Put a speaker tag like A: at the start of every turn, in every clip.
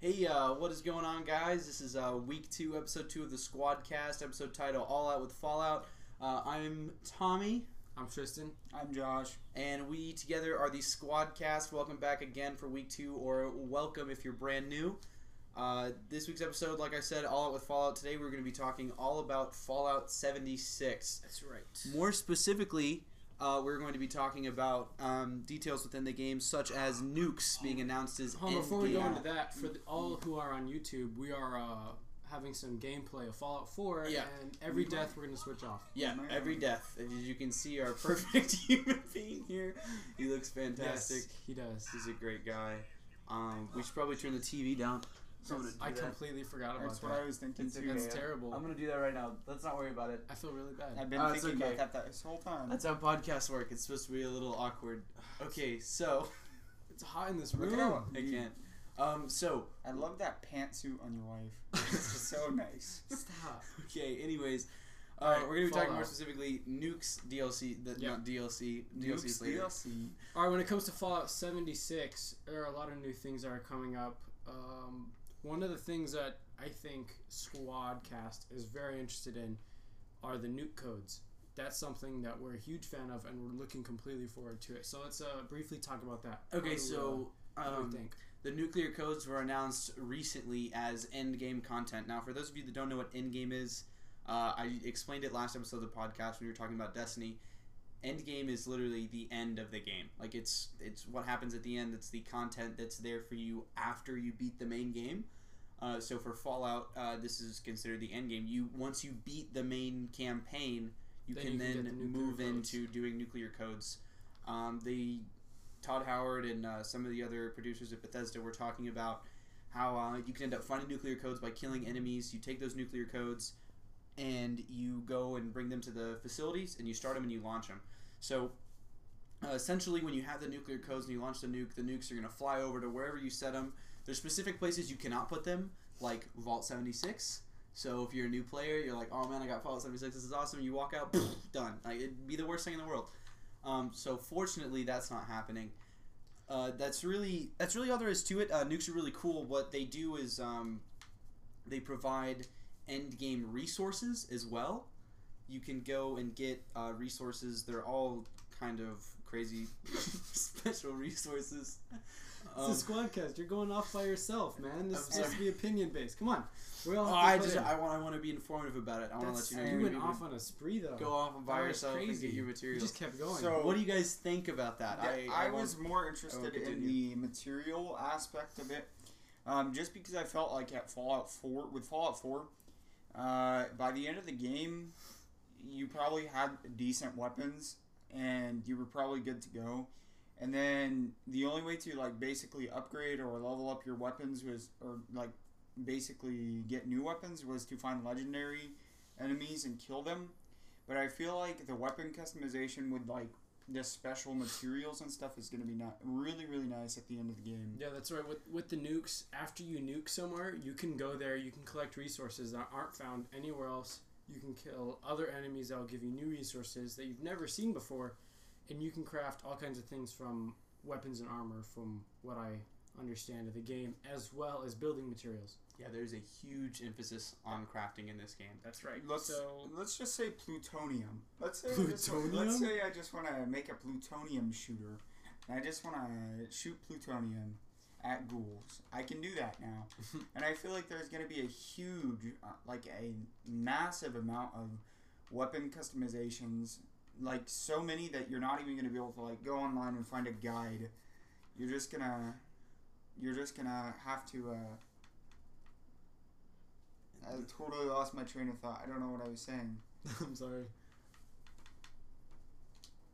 A: Hey, uh, what is going on, guys? This is uh, week two, episode two of the Squadcast, episode title All Out with Fallout. Uh, I'm Tommy,
B: I'm Tristan.
C: I'm Josh.
A: and we together are the Squadcast. Welcome back again for week two, or welcome if you're brand new. Uh, this week's episode, like I said, All Out with Fallout. Today, we're going to be talking all about Fallout 76.
B: That's right.
A: More specifically, uh, we're going to be talking about um, details within the game, such as nukes being announced as.
B: Hold on, before we go
A: endgame.
B: into that, for the, all who are on YouTube, we are uh, having some gameplay of Fallout 4,
A: Yeah.
B: and every death we're gonna switch off.
A: Yeah,
C: Man.
A: every death. As you can see, our perfect human being here. He looks fantastic.
B: Yes, he does.
A: He's a great guy. Um, we should probably turn the TV down.
B: I completely forgot about
C: That's what I
B: that.
C: was thinking too.
B: That's
C: man.
B: terrible. i
A: gonna do that right now. Let's not worry about it.
B: feel really bad.
C: I've been
A: Oh, it's
C: thinking
A: okay.
C: about that this whole time.
A: That's how podcasts work. It's supposed to be a little awkward. Okay, so
B: It's hot in this
C: Look
B: room.
C: at how
A: I can't. Um, so
C: I love that pantsuit on your wife. It's just so nice.
B: Stop.
A: okay. Anyways, uh,
B: All right,
A: we're gonna be talking more
B: Fallout.
A: specifically nukes DLC. The,
B: Yeah.
A: Not DLC. DLC
C: Luke's
A: is later.
C: DLC.
B: All right, when it comes to Fallout 76, there are a lot of new things that are coming up. Um, one of the things that I think Squadcast is very interested in are the nuke codes. That's something that we're a huge fan of, and we're looking completely forward to it. So let's uh, briefly talk about that. What do
A: Okay,
B: we,
A: so
B: uh, what do we
A: um,
B: think?
A: The nuclear codes were announced recently as endgame content. Now, for those of you that don't know what endgame is, uh, I explained it last episode of the podcast when we were talking about Destiny. Endgame is literally the end of the game. Like it's it's what happens at the end. It's the content that's there for you after you beat the main game. Uh, so for Fallout, uh, this is considered the end game. You once you beat the main campaign, you
B: Then
A: can
B: you can
A: then
B: get the nuclear
A: move
B: codes.
A: into doing nuclear codes. Um, the Todd Howard and uh, some of the other producers at Bethesda were talking about how uh, you can end up finding nuclear codes by killing enemies. You take those nuclear codes and you go and bring them to the facilities and you start them and you launch them. So uh, essentially, when you have the nuclear codes and you launch the nuke, the nukes are going to fly over to wherever you set them. There's specific places you cannot put them, like Vault 76. So if you're a new player, you're like, oh man, I got Fallout 76. This is awesome. You walk out, done. Like it'd be the worst thing in the world. Um, so fortunately, that's not happening. Uh, that's really that's really all there is to it. Uh, nukes are really cool. What they do is um, they provide end game resources as well. You can go and get uh, resources. They're all kind of crazy special resources. Um,
B: it's a Squadcast. You're going off by yourself, man. This
A: I'm
B: is supposed to
A: sorry.
B: be opinion based. Come on. We all
A: oh,
B: have
A: I
B: to put
A: just
B: in.
A: I want I want to be informative about it. I want to let
B: That's,
A: you know
B: you
A: you're
B: went
A: gonna
B: off on a spree though.
A: go off and buy
B: That was
A: yourself and
B: crazy.
A: get your
B: You
A: material.
B: just kept going.
C: So-
A: what do you guys think about that?
C: Yeah, I,
A: want-
C: was more interested in
A: Oh, continue.
C: the material aspect of it, um, just because I felt like at Fallout Four, with Fallout Four, uh, by the end of the game, you probably had decent weapons and you were probably good to go. And then the only way to like basically upgrade or level up your weapons was, or like basically get new weapons was to find legendary enemies and kill them. But I feel like the weapon customization with like the special materials and stuff is going to be not really really nice at the end of the game.
B: Yeah, that's right. With with the nukes, after you nuke somewhere, you can go there. You can collect resources that aren't found anywhere else. You can kill other enemies that will give you new resources that you've never seen before, and you can craft all kinds of things from weapons and armor, from what I understand of the game, as well as building materials.
A: yeah, there's a huge emphasis on crafting in this game.
B: That's right.
C: Let's
B: so
C: let's just say plutonium. Let's say I just-
B: Plutonium?
C: let's say I just want to make a plutonium shooter. And I just want to shoot plutonium at ghouls. I can do that now, and I feel like there's going to be a huge, uh, like a massive amount of weapon customizations. Like so many that you're not even going to be able to like go online and find a guide. You're just gonna, you're just gonna have to. Uh, I totally lost my train of thought. I don't know what I was saying.
B: I'm sorry.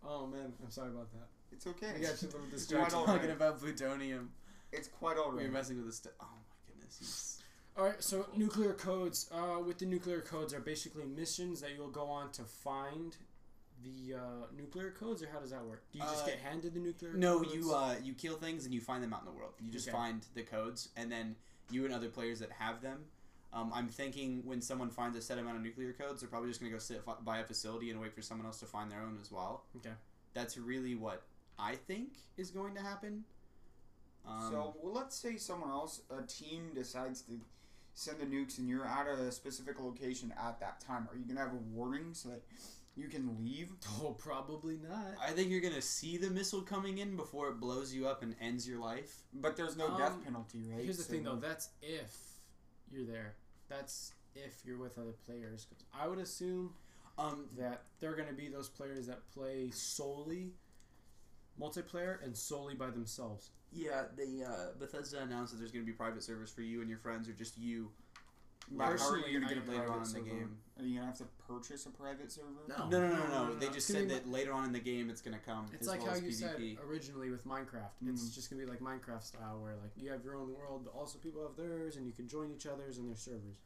B: Oh man, I'm sorry about that.
C: It's okay.
B: I got you a little
C: You're
B: distracted.
C: not all
A: talking
C: right.
A: about plutonium.
C: It's quite all
A: We
C: right.
A: were messing with the st- Oh my goodness. he's-
B: All right, so nuclear codes. Uh, with the nuclear codes are basically missions that you'll go on to find the uh, nuclear codes, or how does that work? Do you just
A: Uh,
B: get handed the nuclear?
A: No,
B: codes?
A: you uh, you kill things and you find them out in the world. You just
B: Okay.
A: find the codes, and then you and other players that have them. Um, I'm thinking when someone finds a set amount of nuclear codes, they're probably just gonna go sit fi- by a facility and wait for someone else to find their own as well.
B: Okay.
A: That's really what I think is going to happen. Um,
C: so well, let's say someone else, a team decides to send the nukes, and you're at a specific location at that time. Are you gonna have a warning so that you can leave?
B: Oh, probably not.
A: I think you're gonna see the missile coming in before it blows you up and ends your life.
C: But there's no death
B: Um,
C: penalty, right?
B: Here's the
C: So-
B: thing, though. That's if you're there. That's if you're with other players. 'Cause I would assume
A: Um,
B: that they're going to be those players that play solely multiplayer and solely by themselves.
A: yeah, the uh, Bethesda announced that there's gonna be private servers for you and your friends, or just you
C: But how are
B: Personally,
C: you gonna
B: I-
C: get a
A: later
C: private
A: on in the
C: server?
A: game.
C: Are you gonna have to purchase a private server?
B: Oh, No.
A: No, no, no, no. They
B: It's
A: just
B: gonna
A: said
B: be
A: that later on in the game it's gonna come.
B: It's
A: as
B: like
A: well
B: how
A: as
B: you said
A: PvP.
B: originally with Minecraft. It's just gonna be like Minecraft style, where like you have your own world, but also people have theirs, and you can join each other's and their servers.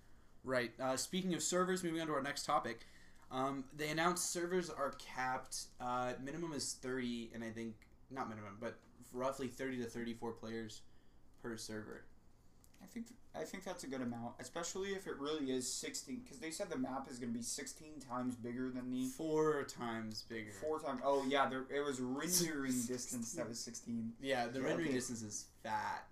A: Right. Uh, speaking of servers, moving on to our next topic. Um, they announced servers are capped. Uh, minimum is 30, and I think, not minimum, but roughly 30 to 34 players per server.
C: I think I think that's a good amount, especially if it really is 16. Because they said the map is gonna be 16 times bigger than the
A: Four times bigger.
C: four time. Oh yeah, there it was rendering distance that was 16,
A: Yeah, the
C: Yeah,
A: rendering
C: okay.
A: distance is fat.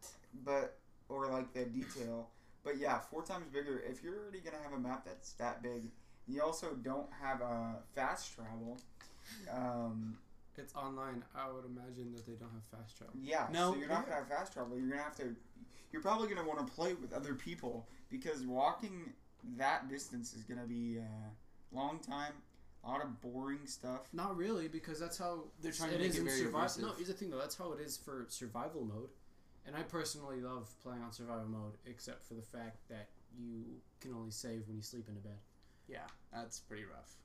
C: but or like the detail. But yeah, four times bigger. If you're already gonna have a map that's that big, you also don't have a fast travel. Um,
B: It's online. I would imagine that they don't have fast travel.
C: Yeah.
A: No,
C: So you're not
A: yeah.
C: gonna have fast travel. You're gonna have to. You're probably gonna want to play with other people because walking that distance is gonna be a long time, a lot of boring stuff.
B: Not really, because that's how
A: They're trying to
B: it
A: make
B: is
A: it
B: in
A: very
B: survival.
A: immersive.
B: No, here's the thing though. That's how it is for survival mode, and I personally love playing on survival mode, except for the fact that you can only save when you sleep in a bed.
A: Yeah, that's pretty rough.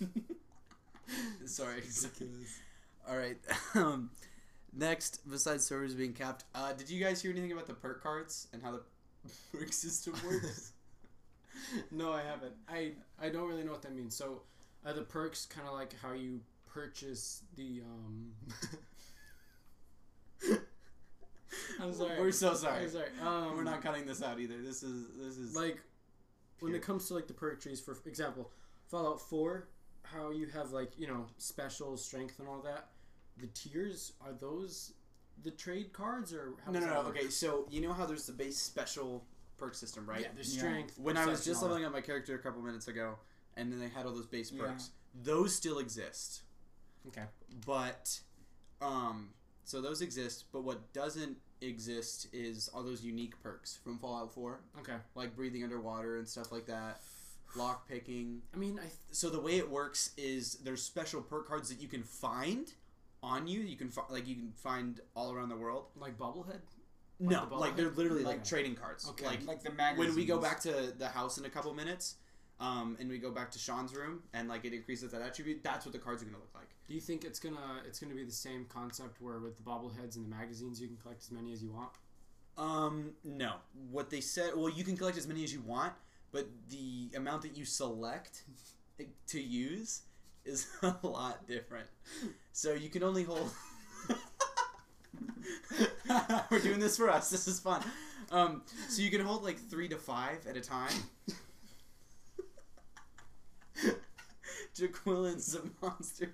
A: Sorry. All right. Um, next, besides servers being capped, uh, did you guys hear anything about the perk cards and how the perk system works?
B: no, I haven't. I I don't really know what that means. So, are the perks kind of like how you purchase the um? I'm sorry.
A: We're so sorry.
B: I'm sorry. Um,
A: We're not cutting this out either. This is this is
B: like when
A: Pure.
B: it comes to like the perk trees. For example, Fallout Four, how you have like you know special strength and all that. The tiers are those the trade cards or how
A: no,
B: does
A: no,
B: that
A: no.
B: work?
A: Okay, so you know how there's the base special perk system, right?
B: Yeah, there's
C: Yeah.
B: strength.
A: When I was
B: perception,
A: just
B: all that.
A: leveling up my character a couple minutes ago, and then they had all those base
C: Yeah.
A: perks. Those still exist,
B: okay,
A: but um, so those exist. But what doesn't exist is all those unique perks from Fallout Four,
B: okay.
A: like breathing underwater and stuff like that, lock picking.
B: I mean, I
A: so the way it works is there's special perk cards that you can find on you. You can fi- like you can find all around the world.
B: like bobblehead.
A: No,
B: the ball
A: like they're
B: head?
A: literally like
B: Okay.
A: trading cards.
B: Okay.
A: Like
C: Like the magazines.
A: when we go back to the house in a couple minutes, um, and we go back to Sean's room and like it increases that attribute. That's what the cards are gonna look like.
B: Do you think it's gonna it's gonna be the same concept where with the bobbleheads and the magazines you can collect as many as you want?
A: Um, no, what they said. Well, you can collect as many as you want, but the amount that you select to use is a lot different. So you can only hold. We're doing this for us. This is fun. Um, so you can hold like three to five at a time. Jaquillin's a monster.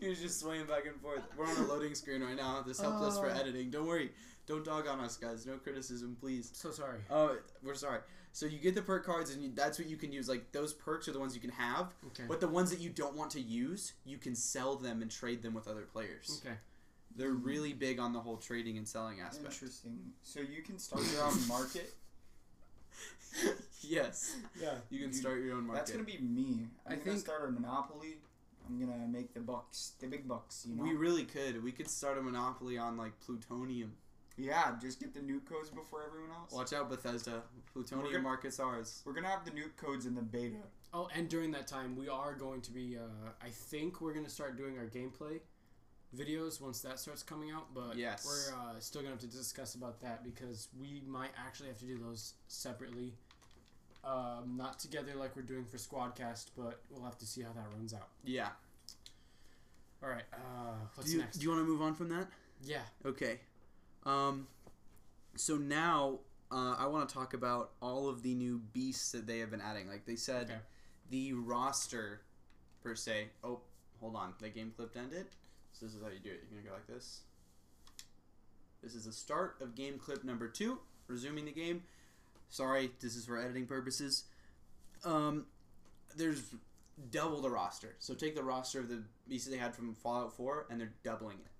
A: he was just swaying back and forth. We're on a loading screen right now. This helps us for
B: Oh.
A: editing. Don't worry. Don't dog on us, guys. No criticism, please.
B: So sorry.
A: Oh, we're sorry. So you get the perk cards, and you, that's what you can use. Like those perks are the ones you can have,
B: Okay.
A: but the ones that you don't want to use, you can sell them and trade them with other
C: Mm.
A: players.
B: Okay.
A: They're really big on the whole trading and selling aspect.
C: Interesting. So you can start your own market.
A: yes,
B: Yeah.
A: you can
C: You-
A: start your own market.
C: That's gonna be me.
B: I
C: I'm gonna
B: think-
C: start a monopoly. I'm gonna make the bucks, the big bucks. You know.
A: we really could. We could start a monopoly on like plutonium.
C: yeah, just get the nuke codes before everyone else.
A: Watch out, Bethesda. Plutonium
C: We're gonna-
A: market's ours.
C: We're gonna have the nuke codes in the beta.
B: Oh, and during that time we are going to be. Uh, I think we're gonna start doing our gameplay videos once that starts coming out. But
A: Yes.
B: we're uh, still gonna have to discuss about that because we might actually have to do those separately, um, not together like we're doing for Squadcast. But we'll have to see how that runs out.
A: Yeah.
B: All right. Uh, what's
A: do you,
B: next?
A: Do you want to move on from that?
B: yeah.
A: Okay. Um, so now uh, I want to talk about all of the new beasts that they have been adding. Like they said,
B: Okay.
A: the roster per se. Oh, hold on. The game clip ended. So this is how you do it. You're gonna go like this. This is the start of game clip number two. Resuming the game. Sorry, this is for editing purposes. Um, there's double the roster. So take the roster of the pieces they had from Fallout 4, and they're doubling it.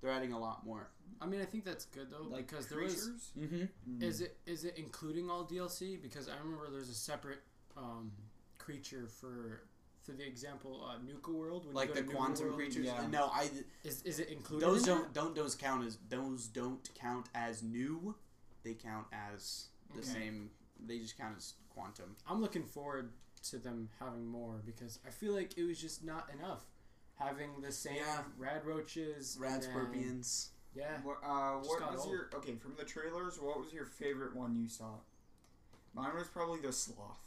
A: They're adding a lot more.
B: I mean, I think that's good though
C: Like
B: Oh, because there was
C: creatures?
A: Mm-hmm.
B: is it is it including all DLC? Because I remember there's a separate um, creature for for the example uh, Nuka World when you
A: Like
B: go
A: the
B: to Nuka
A: quantum
B: World,
A: creatures.
C: yeah.
A: No, I
B: Is is it included?
A: those
B: in
A: don't
B: that?
A: don't those count as those don't count as new. They count as the
C: Okay.
A: same. They just count as quantum.
B: I'm looking forward to them having more because I feel like it was just not enough having the same
A: Yeah.
B: rad roaches, and
A: Rats,
B: then-
A: scorpions.
B: Yeah,
C: What, uh,
B: Just
C: what
B: got
C: was
B: old.
C: your okay from the trailers? What was your favorite one you saw? Mine was probably the sloth.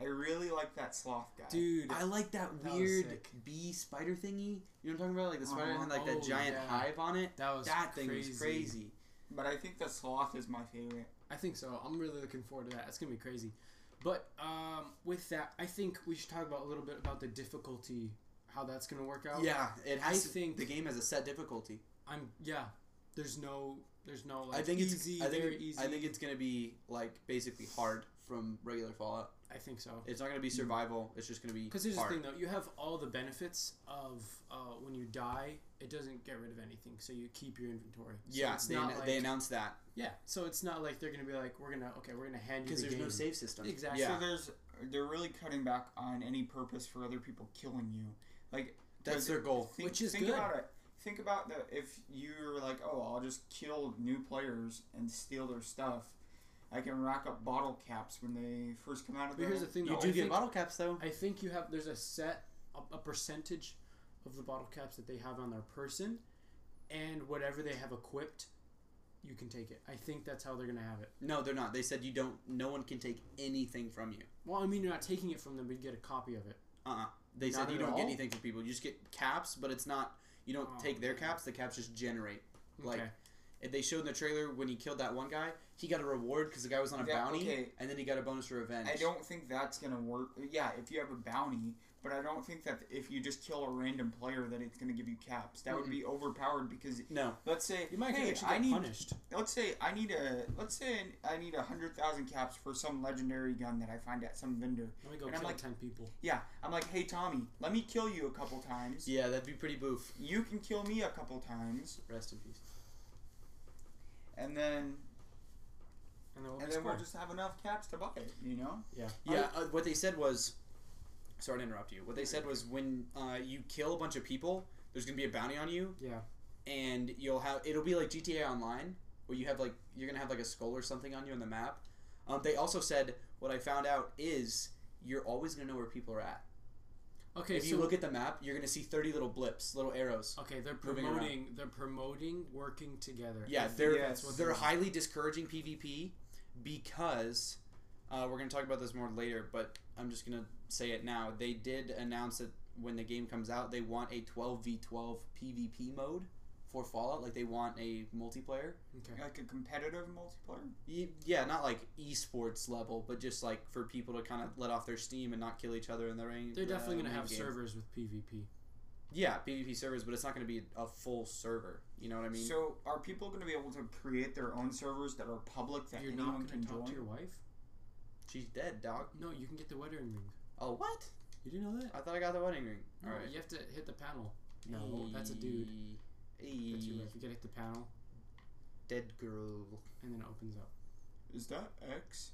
C: I really like that sloth guy.
B: dude.
A: I like that
B: That was
A: weird
B: sick.
A: bee spider thingy. You know what I'm talking about? Like the spider
C: Uh-huh.
A: had like
B: Oh,
A: that giant
B: yeah.
A: hive on it.
B: that was
A: That thing
B: crazy.
A: was crazy.
C: But I think the sloth is my favorite.
B: I think so. I'm really looking forward to that. It's gonna be crazy. But um, with that, I think we should talk about a little bit about the difficulty, how that's gonna work out.
A: Yeah, it
B: I
A: has.
B: think-
A: the game has a set difficulty.
B: I'm yeah. There's no there's no like
A: I think
B: easy,
A: it's I think,
B: very
A: it-
B: easy.
A: I think it's gonna be like basically hard from regular Fallout.
B: I think so.
A: It's not gonna be survival. It's just gonna be
B: Hmm. Because here's
A: hard.
B: the thing though, you have all the benefits of uh, when you die, it doesn't get rid of anything, so you keep your inventory. So
A: yeah,
B: it's
A: they,
B: not
A: anno-
B: like,
A: they announced that
B: yeah. So it's not like they're gonna be like, we're gonna okay, we're gonna hand you
A: because
B: the
A: there's no
B: game.
A: save system.
B: Exactly.
A: Yeah,
C: So there's they're really cutting back on any purpose for other people killing you. Like
A: that's their goal.
C: think,
B: Which is
C: think
B: good.
C: about it. Think about that if you're like, oh, I'll just kill new players and steal their stuff. I can rack up bottle caps when they first come out of
B: But here's the thing,
A: You
B: though.
A: do
B: I
A: get
B: think-
A: bottle caps though.
B: I think you have there's a set a, a percentage of the bottle caps that they have on their person, and whatever they have equipped, you can take it. I think that's how they're gonna have it.
A: No, they're not. They said you don't. No one can take anything from you.
B: Well, I mean, you're not taking it from them, but you get a copy of it.
A: Uh. uh They
B: Not
A: said you
B: at
A: don't get
B: all?
A: anything from people. You just get caps, but it's not. You don't
B: Oh,
A: take their
B: man.
A: caps. The caps just generate. Like
B: Okay.
A: if they showed in the trailer when he killed that one guy, he got a reward because the guy was on a
C: Yeah,
A: bounty,
C: okay.
A: and then he got a bonus for revenge.
C: I don't think that's gonna work. Yeah, if you have a bounty, but I don't think that if you just kill a random player that it's gonna give you caps. That would be overpowered because
A: No,
C: let's say
B: You might
C: hey,
B: actually get
C: I need
B: punished.
C: let's say I need a let's say I need a hundred thousand caps for some legendary gun that I find at some vendor.
B: Let me go
C: And I'm
B: kill
C: like-
B: ten people.
C: Yeah, I'm like, hey Tommy, let me kill you a couple times.
A: Yeah, that'd be pretty boof.
C: You can kill me a couple times,
A: Rest in peace.
C: and then
B: And then, we'll
C: and then
B: score.
C: we'll just have enough caps to buy it. You know?
B: yeah.
A: Yeah, uh, what they said was, sorry to interrupt you. What they said was when uh, you kill a bunch of people, there's gonna be a bounty on you,
B: Yeah.
A: and you'll have it'll be like GTA Online, where you have like you're gonna have like a skull or something on you on the map. Um, they also said what I found out is you're always gonna know where people are at.
B: Okay.
A: if
B: so
A: you look at the map, you're gonna see 30 little blips, little arrows.
B: okay, they're
A: moving around.
B: promoting. They're promoting working together.
A: Yeah,
B: I think
A: they're
C: that's what
A: they're
B: they-
A: highly discouraging PvP because uh, we're gonna talk about this more later, but I'm just gonna say it now. They did announce that when the game comes out, they want a 12v12 PvP mode for Fallout. Like they want a multiplayer.
B: Okay.
C: Like a competitive multiplayer.
A: Y- Yeah, not like esports level, but just like for people to kind of let off their steam and not kill each other in the ring.
B: They're
A: the
B: definitely gonna
A: main
B: have
A: game.
B: servers with PvP.
A: Yeah, PvP servers, but it's not gonna be a full server. You know what I mean?
C: so are people going to be able to create their own servers that are public that
B: You're
C: anyone
B: not gonna
C: can
B: talk
C: join?
B: to your wife.
A: She's dead, dog.
B: No, you can get the wedding ring.
A: Oh what?
B: You didn't know that?
A: I thought I got the wedding ring.
B: No,
A: All right.
B: You have to hit the panel. No, that's a dude.
A: Hey,
B: That's your wife. You gotta hit the panel,
A: dead girl.
B: and then it opens up.
C: Is that X?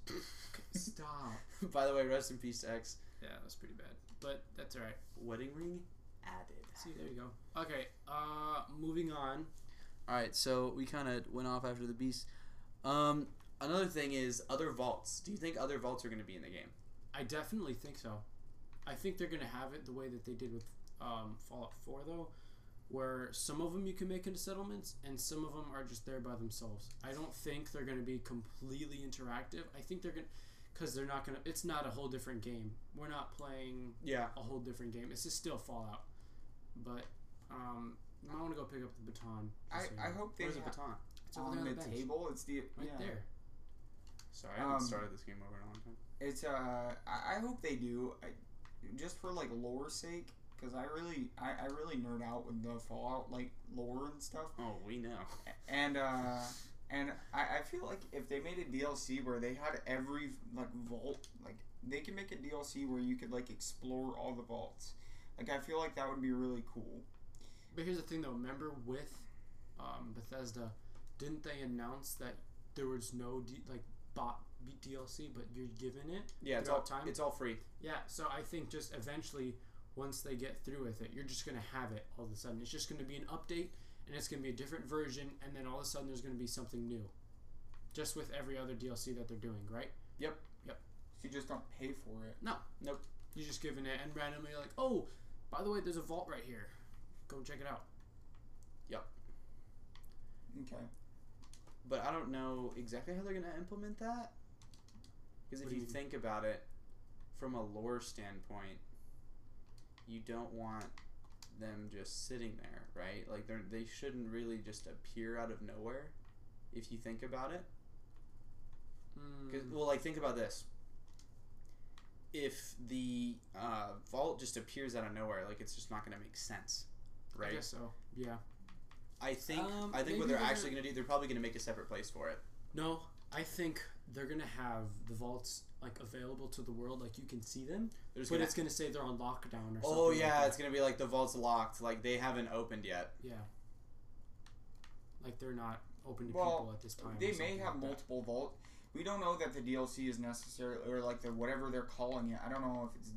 B: Stop.
A: By the way, rest in peace, to X.
B: yeah, that was pretty bad, but that's all right.
A: Wedding ring added.
B: See, there you go. Okay. Uh, moving on.
A: All right, so we kind of went off after the beast. Um, another thing is other vaults. Do you think other vaults are going to be in the game?
B: I definitely think so. I think they're gonna have it the way that they did with um, Fallout Four, though, where some of them you can make into settlements, and some of them are just there by themselves. I don't think they're gonna be completely interactive. I think they're gonna, cause they're not gonna. It's not a whole different game. We're not playing
A: Yeah.
B: a whole different game. It's just still Fallout, but um, you might want to go pick up the baton.
C: I,
B: just so you
C: I
B: know.
C: hope they
A: Where's the
C: have
A: baton?
B: it's over
C: on
B: there
C: the,
B: on the bench,
C: table. It's the
B: right
C: yeah.
B: there.
A: Sorry, I haven't
C: Um,
A: started this game over in a long time.
C: It's uh, I, I hope they do. I, just for like lore's sake, because I really I, I really nerd out with the Fallout like lore and stuff.
A: Oh, we know.
C: and uh, and I, I feel like if they made a DLC where they had every like vault, like they can make a DLC where you could like explore all the vaults. Like I feel like that would be really cool.
B: But here's the thing, though. Remember with um, Bethesda, didn't they announce that there was no D- like bot B- DLC, but you're given it?
A: Yeah, it's all
B: Throughout time?
A: It's all free.
B: Yeah. So I think just eventually, once they get through with it, you're just gonna have it all of a sudden. It's just gonna be an update, and it's gonna be a different version, and then all of a sudden there's gonna be something new. Just with every other DLC that they're doing, right?
C: You just don't pay for it.
B: You're just given it, and randomly like, oh, by the way, there's a vault right here. Go check it out.
C: Okay.
A: But I don't know exactly how they're going to implement that. Because
B: What
A: if
B: do
A: you
B: you mean?
A: think about it from a lore standpoint, you don't want them just sitting there, right? Like they are they shouldn't really just appear out of nowhere if you think about it. 'Cause-
B: Mm,
A: well, like think about this. If the uh, vault just appears out of nowhere, like it's just not going to make sense,
B: I
A: right?
B: guess so. Yeah.
A: I think
B: Um,
A: I think what
B: maybe
A: they're
B: they're-
A: actually going to do, they're probably going to make a separate place for it.
B: No, I think they're gonna have the vaults like available to the world, like you can see them,
A: There's
B: but
A: gonna,
B: it's gonna say they're on lockdown or something.
A: oh
B: like
A: yeah,
B: that.
A: it's going to be like the vault's locked, like they haven't opened yet.
B: yeah, like they're not open to
C: Well,
B: people at this time. or
C: They may
B: something
C: have
B: like that.
C: multiple vault. We don't know that the DLC is necessary or like the whatever they're calling it. I don't know if it's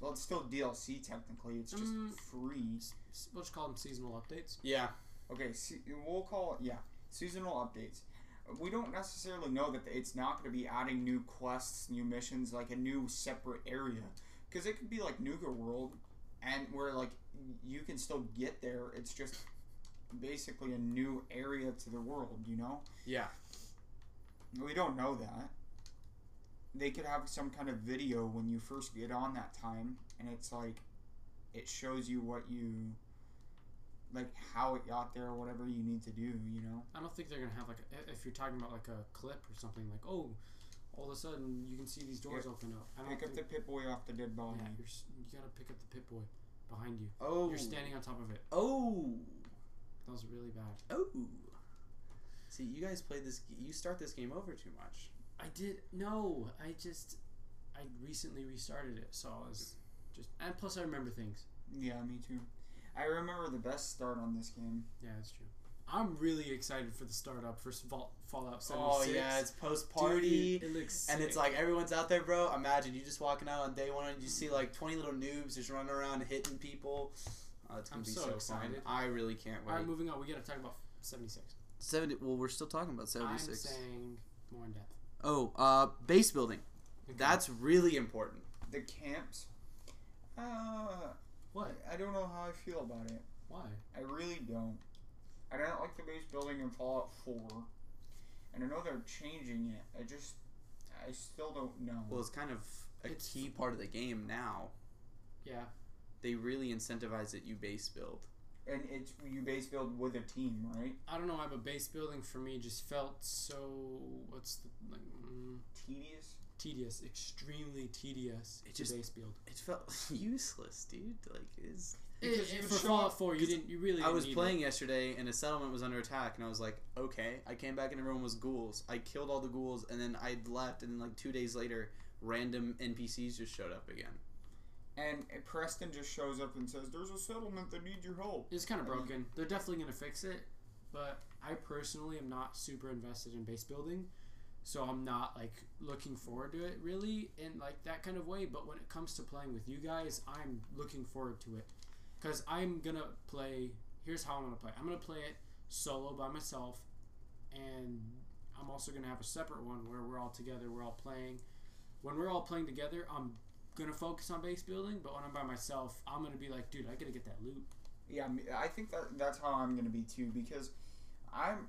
C: well, it's still DLC technically. It's just
B: Mm.
C: free.
B: S- We'll just call them seasonal updates.
A: Yeah,
C: Okay, se- we'll call it yeah seasonal updates. We don't necessarily know that it's not going to be adding new quests, new missions, like a new separate area, because it could be like Nuka World, and where like you can still get there. It's just basically a new area to the world. You know,
A: yeah.
C: we don't know that. They could have some kind of video when you first get on that time, and it's like it shows you what you like how it got there, whatever you need to do. You know.
B: I don't think they're gonna have like a, if you're talking about like a clip or something like oh, all of a sudden you can see these doors open up. I don't
C: Pick up
B: think,
C: the pit boy off the dead
B: yeah,
C: body.
B: you're, s- you gotta pick up the pit boy behind you.
A: Oh,
B: You're standing on top of it.
A: Oh,
B: That was really bad.
A: oh. See, you guys play this. You start this game over too much.
B: I did no. I just I recently restarted it, so I was just and plus I remember things.
C: Yeah, me too. I remember the best start on this game.
B: Yeah, that's true. I'm really excited for the startup for Fall- Fallout 76.
A: Oh yeah, it's post party.
B: Dude, it looks
A: And it's
B: sick.
A: like everyone's out there, bro. Imagine you just walking out on day one and you see like twenty little noobs just running around hitting people. Oh, it's gonna
B: I'm
A: be
B: so
A: so, fun.
B: excited.
A: I really can't
B: all right,
A: wait.
B: moving on. We gotta talk about 76.
A: Seventy. Well, we're still talking about
B: I'm saying more in depth.
A: Oh, uh, base building.
B: Okay.
A: That's really important.
C: The camps. Uh,
B: what?
C: I don't know how I feel about it.
B: Why?
C: I really don't. I don't like the base building in Fallout 4. And I know they're changing it. I just. I still don't know.
A: Well, it's kind of a
B: It's-
A: key part of the game now.
B: Yeah,
A: They really incentivize that you base build.
C: and it's you base build with a team, right?
B: I don't know why, but base building for me just felt so what's the like mm,
C: Tedious.
B: tedious, extremely tedious.
A: It
B: to
A: just-
B: base build.
A: It felt useless, dude. Like, it's
C: Because
B: It-
C: you
B: for
C: show
B: Fallout
C: up-
B: 4, you
A: 'cause
B: didn't. You really.
A: I
B: didn't
A: was
B: need it.
A: playing yesterday and a settlement was under attack, and I was like, okay. I came back and everyone was ghouls. I killed all the ghouls, and then I left, and then like two days later, random NPCs just showed up again.
C: And Preston just shows up and says, "There's a settlement that needs your help."
B: It's kind of
C: I mean-
B: broken. They're definitely going to fix it, but I personally am not super invested in base building, so I'm not like looking forward to it really in like that kind of way. But when it comes to playing with you guys, I'm looking forward to it because I'm gonna play. Here's how I'm gonna play. I'm gonna play it solo by myself, and I'm also gonna have a separate one where we're all together. We're all playing. When we're all playing together, I'm gonna focus on base building. But when I'm by myself, I'm gonna be like, dude, I gotta get that loot.
C: Yeah, I mean, I think that that's how I'm gonna be too because I'm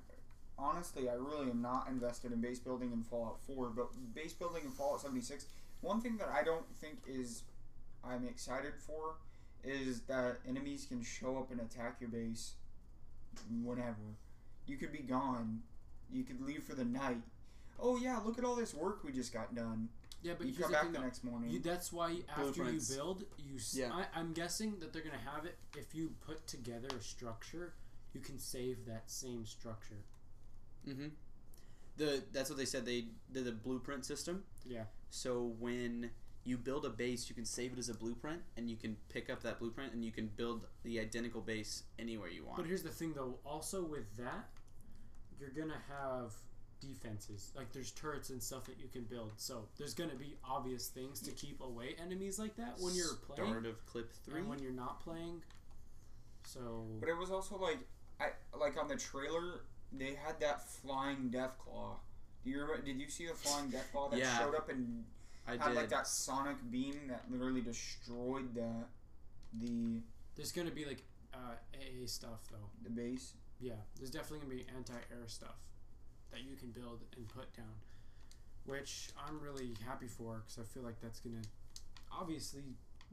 C: honestly I really am not invested in base building in Fallout 4, but base building in Fallout 76. One thing that I don't think is I'm excited for is that enemies can show up and attack your base whenever. You could be gone. You could leave for the night. Oh yeah, look at all this work we just got done.
B: Yeah, but
C: you
B: here's
C: come
B: the
C: back
B: thing,
C: the
B: though.
C: next morning.
B: You, that's why after you
A: Blueprints.
B: build, you. s
A: Yeah.
B: I, I'm guessing that they're gonna have it. If you put together a structure, you can save that same structure.
A: Mm-hmm. The that's what they said. They did a blueprint system.
B: Yeah.
A: So when you build a base, you can save it as a blueprint, and you can pick up that blueprint, and you can build the identical base anywhere you want.
B: But here's the thing, though. Also with that, you're gonna have defenses. Like there's turrets and stuff that you can build. So there's gonna be obvious things to keep away enemies like that when you're playing
A: Start of clip three.
B: and when you're not playing. So
C: But it was also like, I like on the trailer they had that flying death claw. Do you remember? Did you see the flying death claw that
A: Yeah.
C: showed up and
A: I
C: had
A: did.
C: like that sonic beam that literally destroyed the the
B: there's gonna be like uh, AA stuff though.
C: the base?
B: Yeah, there's definitely gonna be anti-air stuff that you can build and put down, which I'm really happy for because I feel like that's gonna obviously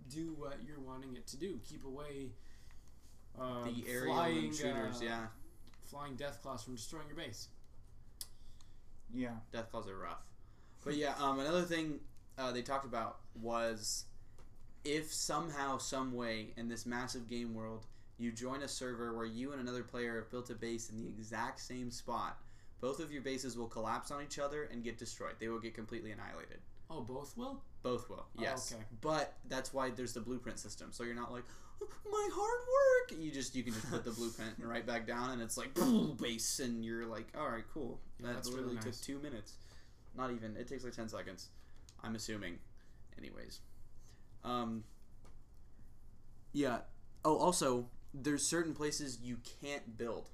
B: do what you're wanting it to do. Keep away uh,
A: the aerial
B: flying,
A: and shooters.
B: uh,
A: yeah,
B: flying death claws from destroying your base.
C: Yeah.
A: death claws are rough. But yeah, um, another thing uh, they talked about was if somehow, some way, in this massive game world, you join a server where you and another player have built a base in the exact same spot, both of your bases will collapse on each other and get destroyed. They will get completely annihilated.
B: Oh, both will.
A: Both will, yes.
B: Oh, okay.
A: But that's why there's the blueprint system. So you're not like, my hard work. You just you can just put the blueprint right back down, and it's like base, and you're like, all right, cool.
B: Yeah,
A: that
B: that's really
A: literally
B: nice.
A: took two minutes. Not even. It takes like ten seconds. I'm assuming. Anyways, um, yeah. Oh, also, there's certain places you can't build.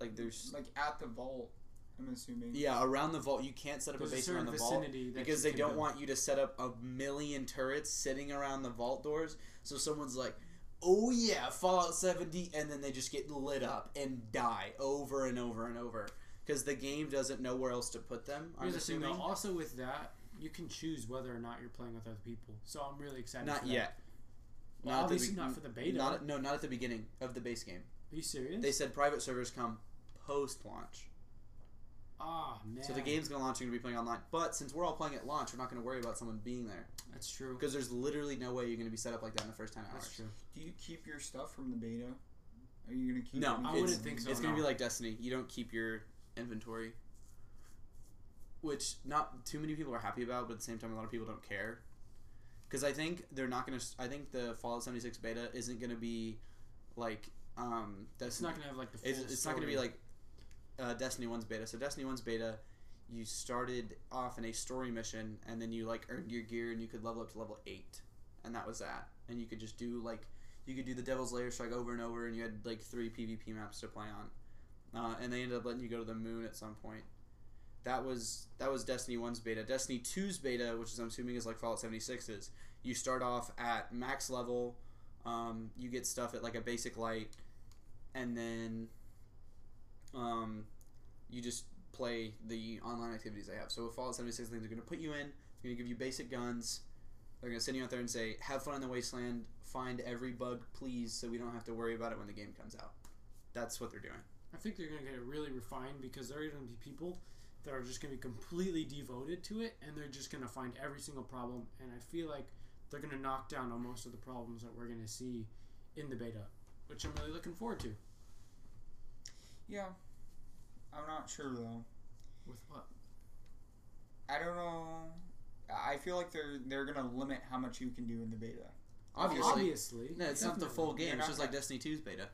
A: Like there's
C: Like at the vault, I'm assuming.
A: yeah around the vault you can't set up
B: There's
A: a
B: a
A: base
B: certain
A: around the vault
B: vicinity that
A: because they
B: you can
A: don't
B: build.
A: want you to set up a million turrets sitting around the vault doors. So someone's like, "Oh yeah, Fallout 70," and then they just get lit up and die over and over and over because the game doesn't know where else to put them. I'm
B: Here's the thing,
A: assuming
B: though. Also, with that, you can choose whether or not you're playing with other people. So I'm really excited.
A: not
B: for that.
A: yet.
B: Well,
A: at the
B: obviously
A: be-
B: not for the beta.
A: Not at- no, not at the beginning of the base game.
B: Are you serious?
A: They said private servers come post launch.
B: ah man.
A: So the game's gonna launch. You're gonna be playing online. But since we're all playing at launch, we're not gonna worry about someone being there
B: That's true.
A: because there's literally no way you're gonna be set up like that in the first ten hours.
B: That's true.
C: Do you keep your stuff from the beta? Are you gonna keep?
A: No,
C: anything?
B: I wouldn't think so,
A: It's gonna be
B: no.
A: like Destiny. You don't keep your inventory, which not too many people are happy about, but at the same time, a lot of people don't care. Because I think they're not gonna. s- I think the Fallout seventy six beta isn't gonna be like um.
B: It's
A: Destiny.
B: not gonna have like the. Full
A: It's, it's not gonna be
B: story.
A: like uh, Destiny one's beta. So Destiny one's beta, you started off in a story mission, and then you like earned your gear, and you could level up to level eight, and that was that. And you could just do like you could do the Devil's Lair strike over and over, and you had like three PvP maps to play on. Uh, and they ended up letting you go to the moon at some point. That was that was Destiny one's beta. Destiny 2's beta, which is I'm assuming is like Fallout 76's. You start off at max level. Um, you get stuff at like a basic light, and then um, you just play the online activities they have. So with Fallout 76, things are going to put you in. They're going to give you basic guns. They're going to send you out there and say, "Have fun in the wasteland. Find every bug, please, so we don't have to worry about it when the game comes out." That's what they're doing.
B: I think they're going to get it really refined because there are going to be people that are just going to be completely devoted to it and they're just going to find every single problem. And I feel like they're going to knock down on most of the problems that we're going to see in the beta, which I'm really looking forward to.
C: Yeah. I'm not sure though.
B: With what?
C: I don't know. I feel like they're they're gonna limit how much you can do in the beta.
A: Obviously,
B: Obviously.
A: no, it's not the
B: definitely.
A: full
C: You're
A: game. It's
C: not
A: just like Destiny 2's beta.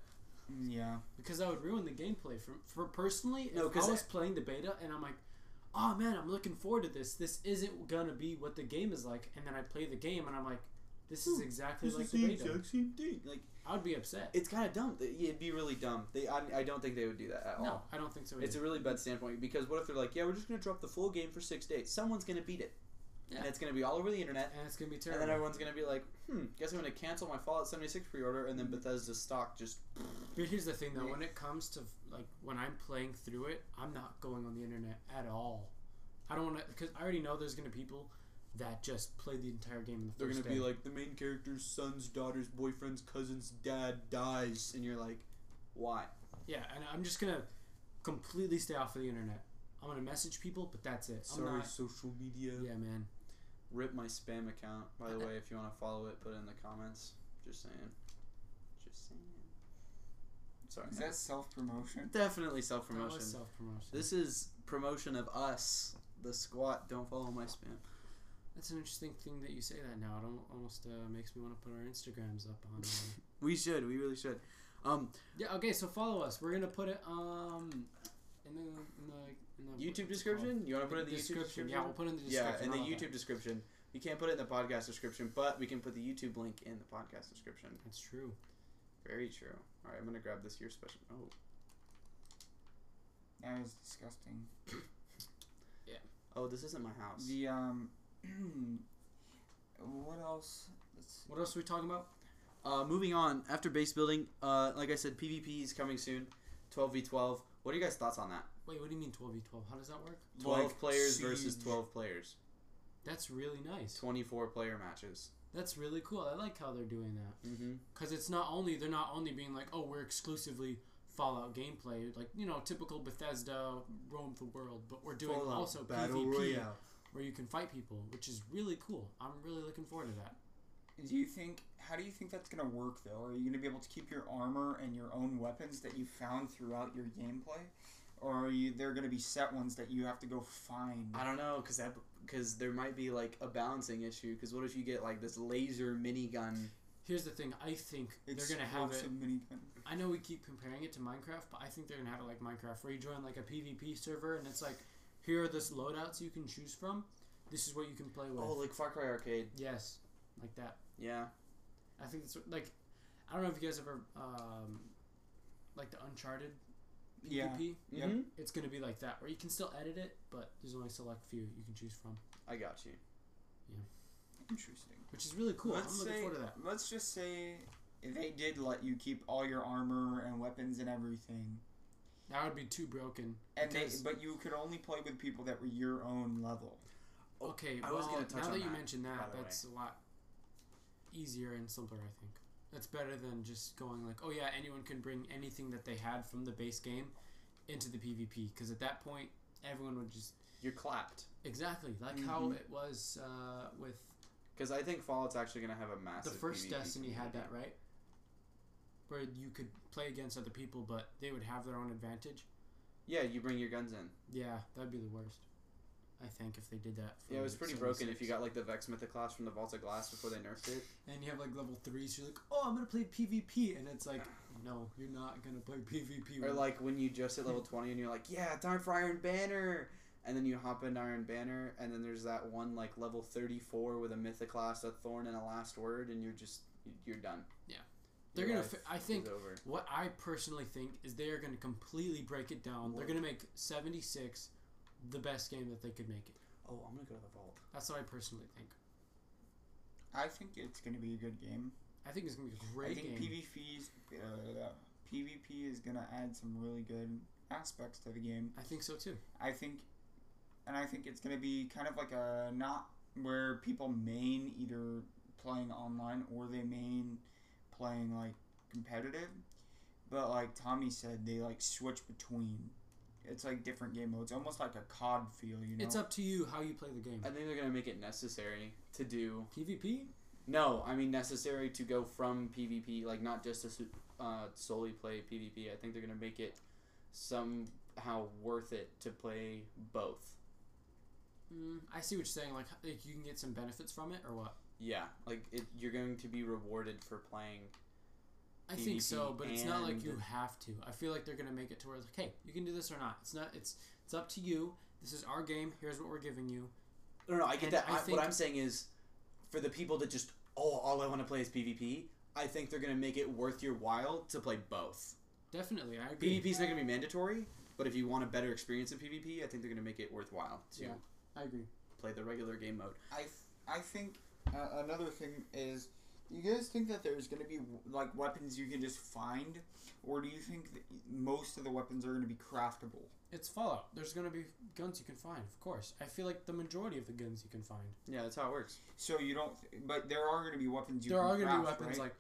C: Yeah.
B: Because that would ruin the gameplay. For, for personally,
A: No,
B: if
A: 'cause
B: I was playing the beta and I'm like, oh man, I'm looking forward to this. This isn't going to be what the game is like. And then I play the game and I'm like, this is
A: Hmm,
B: exactly like the beta.
A: same thing. Like
B: I would be upset.
A: it's kind of dumb. It'd be really dumb. They, I, I don't think they would do that at
B: no,
A: all.
B: I don't think so.
A: It's a really bad standpoint because what if they're like, "Yeah, we're just going to drop the full game for six days. Someone's going to beat it,
B: Yeah.
A: and it's going to be all over the internet."
B: and it's gonna be
A: And
B: terrible.
A: then everyone's gonna be like, hmm, guess I'm gonna cancel my Fallout 76 pre-order, and then
B: Mm-hmm.
A: Bethesda's stock just
B: but here's the thing, though: when it comes to like when I'm playing through it, I'm not going on the internet at all. I don't want to because I already know there's gonna be people that just play the entire game. The
A: they're
B: first
A: gonna
B: day.
A: be like, the main character's son's daughter's boyfriend's cousin's dad dies, and you're like, why?
B: yeah, and I'm just gonna completely stay off of the internet. I'm gonna message people, but that's it. I'm
A: Sorry,
B: not-
A: social media.
B: Yeah, man.
A: Rip my spam account, by the way. If you want to follow it, put it in the comments. Just saying. Just saying. Sorry.
C: Is that self promotion?
A: Definitely self
B: That
A: promotion.
B: was self promotion.
A: This is promotion of us, the squat. Don't follow my spam.
B: That's an interesting thing that you say that now. It al- almost uh, makes me want to put our Instagrams up on. uh,
A: We should. We really should. Um,
B: Yeah. Okay. So follow us. We're gonna put it um in the in the, in
A: YouTube
B: the what's it
A: description. You want to
B: called?
A: put it in the
B: description.
A: YouTube description?
B: Yeah, we'll put it in the
A: Yeah,
B: description. Oh,
A: in the
B: I'll have
A: YouTube description. We can't put it in the podcast description, but we can put the YouTube link in the podcast description.
B: that. That's true.
A: Very true. All right, I'm gonna grab this year's special. Oh,
C: That is disgusting.
A: oh, this isn't my house.
C: The um, what else? Let's
B: What else are we talking about?
A: Uh, moving on. After base building, uh, like I said, PvP is coming soon. 12v12. What are you guys' thoughts on that?
B: Wait, what do you mean twelve v twelve? How does that work?
A: 12
C: Like
A: players versus
C: Siege.
A: 12 players.
B: That's really nice.
A: 24 player matches.
B: That's really cool. I like how they're doing that
A: Mm-hmm.
B: because it's not only they're not only being like, oh, we're exclusively Fallout gameplay, like you know, typical Bethesda roam the world, but we're doing also PvP where you can fight people, which is really cool. I'm really looking forward to that.
C: Do you think? How do you think that's gonna work though? Are you gonna be able to keep your armor and your own weapons that you found throughout your gameplay, or are you? They're gonna be set ones that you have to go find.
A: I don't know, cause that because there might be like a balancing issue. Cause what if you get like this laser minigun?
B: Here's the thing. I think they're gonna have it.
C: Explosive minigun.
B: I know we keep comparing it to Minecraft, but I think they're gonna have it like Minecraft, where you join like a PvP server and it's like, here are the loadouts you can choose from. This is what you can play with.
A: Oh, like Far Cry Arcade.
B: Yes, like that.
A: Yeah.
B: I think it's like, I don't know if you guys ever um, like the Uncharted PvP.
C: Yeah. Yep.
A: Mhm.
B: It's gonna be like that, where you can still edit it, but there's only a select few you can choose from,
A: I got you.
C: Interesting.
B: which is really cool.
C: Let's
B: I'm looking
C: say-
B: forward to that.
C: Let's just say they did let you keep all your armor and weapons and everything,
B: That would be too broken.
C: and they,
B: because-
C: but you could only play with people that were your own level.
B: Okay,
A: I
B: well,
A: was gonna touch
B: now
A: on
B: that you
A: that,
B: mentioned
A: by
B: that,
A: the way.
B: that's a lot easier and simpler, I think. That's better than just going like, oh yeah, anyone can bring anything that they had from the base game into the PvP, because at that point, everyone would just
A: You're clapped.
B: exactly like how
A: Mm-hmm.
C: Mhm.
B: it was uh, with
A: Cause I think Fallout's actually gonna have a massive.
B: the first
A: PvP
B: Destiny had
A: community.
B: that right, where you could play against other people, but they would have their own advantage.
A: Yeah, you bring your guns in.
B: Yeah, that'd be the worst. I think if they did that. For
A: Yeah, it was pretty broken. If you
B: 76.
A: got like the Vex Mythic class from the Vault of Glass before they nerfed it.
B: and you have like level three, so you're like, oh, I'm gonna play PvP, and it's like, no, you're not gonna play PvP.
A: Or like when you just hit level twenty and you're like, yeah, time for Iron Banner, and then you hop into Iron Banner, and then there's that one like level thirty four with a Mythic class, a Thorn, and a Last Word, and you're just you're done.
B: Yeah.
A: Your
B: They're gonna
A: life
B: fi- I
A: is
B: think-
A: over.
B: what I personally think is they are gonna completely break it down. They're gonna make 76 the best game that they could make it.
A: Oh, I'm gonna go to the Vault.
B: That's what I personally think.
C: I think it's gonna be a good game.
B: I think it's gonna be a
C: I
B: great
C: think
B: game.
C: PvP is uh, PvP is gonna add some really good aspects to the game.
B: I think so too.
C: I think, and I think it's gonna be kind of like a not where people main either playing online or they main playing like competitive, but like Tommy said, they like switch between. It's like different game modes, almost like a COD feel, you know.
B: It's up to you how you play the game.
A: I think they're gonna make it necessary to do.
B: PvP?
A: No, I mean necessary to go from PvP, like not just to su- uh, solely play PvP. I think they're gonna make it somehow worth it to play both.
B: Mm, I see what you're saying. Like, h- like you can get some benefits from it, or what?
A: Yeah, like it, you're going to be rewarded for playing.
B: I think so,
A: PvP
B: but it's not like
A: and-
B: you have to. I feel like they're gonna make it to where it's like, hey, you can do this or not. It's not. It's it's up to you. This is our game. Here's what we're giving you.
A: No, no, I get
B: And
A: that.
B: I
A: I
B: think-
A: what I'm saying is, for the people that just oh, all I want to play is PvP. I think they're going to make it worth your while to play both.
B: Definitely, I agree.
A: PvP's not going to be mandatory, but if you want a better experience in PvP, I think they're going to make it worthwhile to
B: Yeah. I agree.
A: play the regular game mode.
C: I th- I think uh, another thing is, do you guys think that there's going to be like weapons you can just find, or do you think that most of the weapons are going to be craftable?
B: It's Fallout. There's gonna be guns you can find, of course. I feel like the majority of the guns you can find.
A: Yeah, that's how it works.
C: So you don't, but there are going to be weapons you
B: there
C: can
B: are gonna be
C: craft,
B: weapons
C: right?
B: like,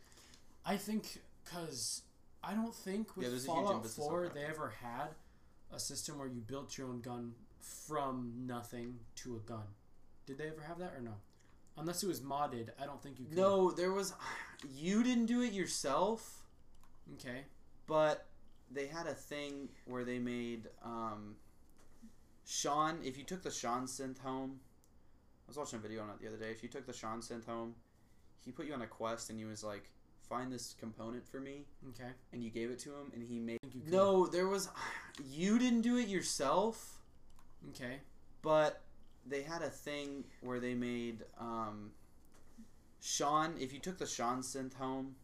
B: I think, cause I don't think with
A: Yeah, there's a huge
B: Fallout
A: emphasis on
B: Four
A: crafting.
B: they ever had a system where you built your own gun from nothing to a gun. Did they ever have that or no? Unless it was modded, I don't think you could.
A: No, there was. You didn't do it yourself,
B: Okay.
A: but they had a thing where they made um, Sean. If you took the Sean synth home, I was watching a video on it the other day. If you took the Sean synth home, he put you on a quest and he was like, "Find this component for me,"
B: Okay.
A: and you gave it to him, and he made.
B: think you could.
A: No, there was. You didn't do it yourself,
B: Okay.
A: but they had a thing where they made um, Sean. If you took the Sean synth home,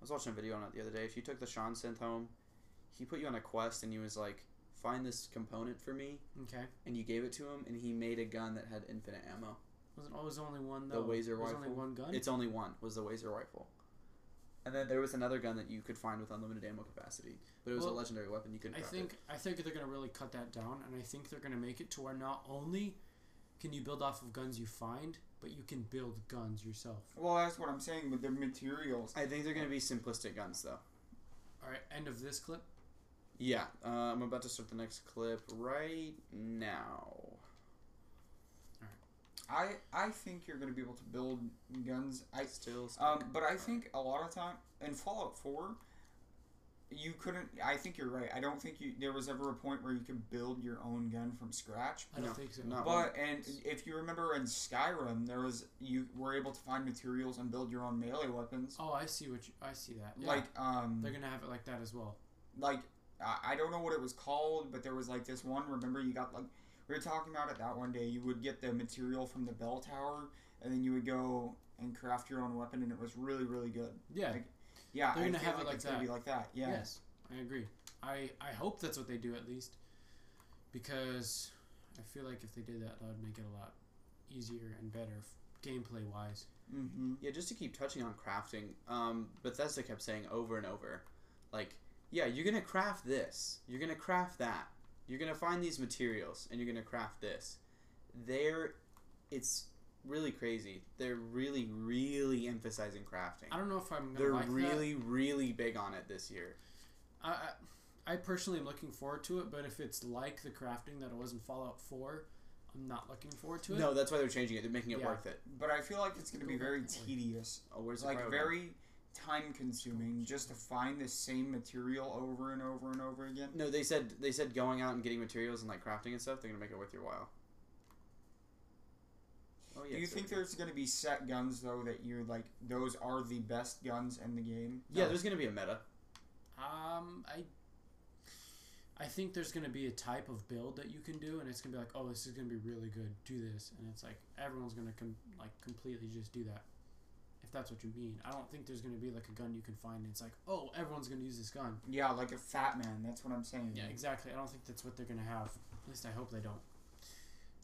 A: I was watching a video on it the other day. If you took the Sean synth home, he put you on a quest and he was like, "Find this component for me,"
B: Okay.
A: and you gave it to him, and he made a gun that had infinite ammo.
B: Wasn't always only one
A: The
B: though.
A: Wazer
B: There was only
A: rifle.
B: one gun.
A: It's only one was the Wazer rifle. And then there was another gun that you could find with unlimited ammo capacity, but it was
B: Well,
A: a legendary weapon. You couldn't.
B: I
A: craft it.
B: think I think they're gonna really cut that down, and I think they're gonna make it to where not only can you build off of guns you find, but you can build guns yourself.
C: Well, that's what I'm saying with the materials.
A: I think they're going to be simplistic guns, though.
B: All right, end of this clip.
A: Yeah, uh, I'm about to start the next clip right now.
C: I I think you're gonna be able to build guns. I
A: Still,
C: um, but I think a lot of time in Fallout Four, you couldn't. I think you're right. I don't think you there was ever a point where you could build your own gun from scratch.
B: I don't
A: No,
B: think so.
A: not-
C: But and if you remember in Skyrim, there was you were able to find materials and build your own melee weapons.
B: Oh, I see what you, I see that. Yeah.
C: Like um,
B: they're gonna have it like that as well.
C: like I I don't know what it was called, but there was like this one. Remember, you got like we were talking about it that one day. You would get the material from the bell tower, and then you would go and craft your own weapon, and it was really really good.
B: Yeah.
C: Like, Yeah,
B: They're
C: I
B: gonna
C: feel
B: have it like
C: it's gonna
B: that.
C: be like that. Yeah.
B: Yes, I agree. I I hope that's what they do at least, because I feel like if they did that, that would make it a lot easier and better f- gameplay wise.
C: Mm-hmm.
A: yeah, just to keep touching on crafting, um, Bethesda kept saying over and over, like, yeah, you're going to craft this, you're going to craft that, you're going to find these materials, and you're going to craft this. They're, it's really crazy. They're really, really emphasizing crafting.
B: I don't know if I'm gonna
A: They're
B: like that.
A: really, really big on it this year.
B: I, I I personally am looking forward to it, but if it's like the crafting that it was in Fallout 4, I'm not looking forward to it.
A: No, that's why they're changing it. They're making it
B: Yeah.
A: worth it.
C: But I feel like it's gonna be very tedious,
A: Oh, where's the
C: like
A: crowd?
C: very time consuming, just to find the same material over and over and over again.
A: No, they said they said going out and getting materials and like crafting and stuff. They're gonna make it worth your while. Oh yeah.
C: Do you
A: so-
C: think there's gonna be set guns though that you're like those are the best guns in the game?
A: Yeah,
B: No.
A: there's gonna be a meta.
B: Um, I I think there's gonna be a type of build that you can do, and it's gonna be like, oh, this is gonna be really good. Do this, and it's like everyone's gonna com- like completely just do that. If that's what you mean, I don't think there's gonna be like a gun you can find. And it's like, oh, everyone's gonna use this gun.
C: Yeah, like a fat man. That's what I'm saying.
B: Yeah, exactly. I don't think that's what they're gonna have. At least I hope they don't,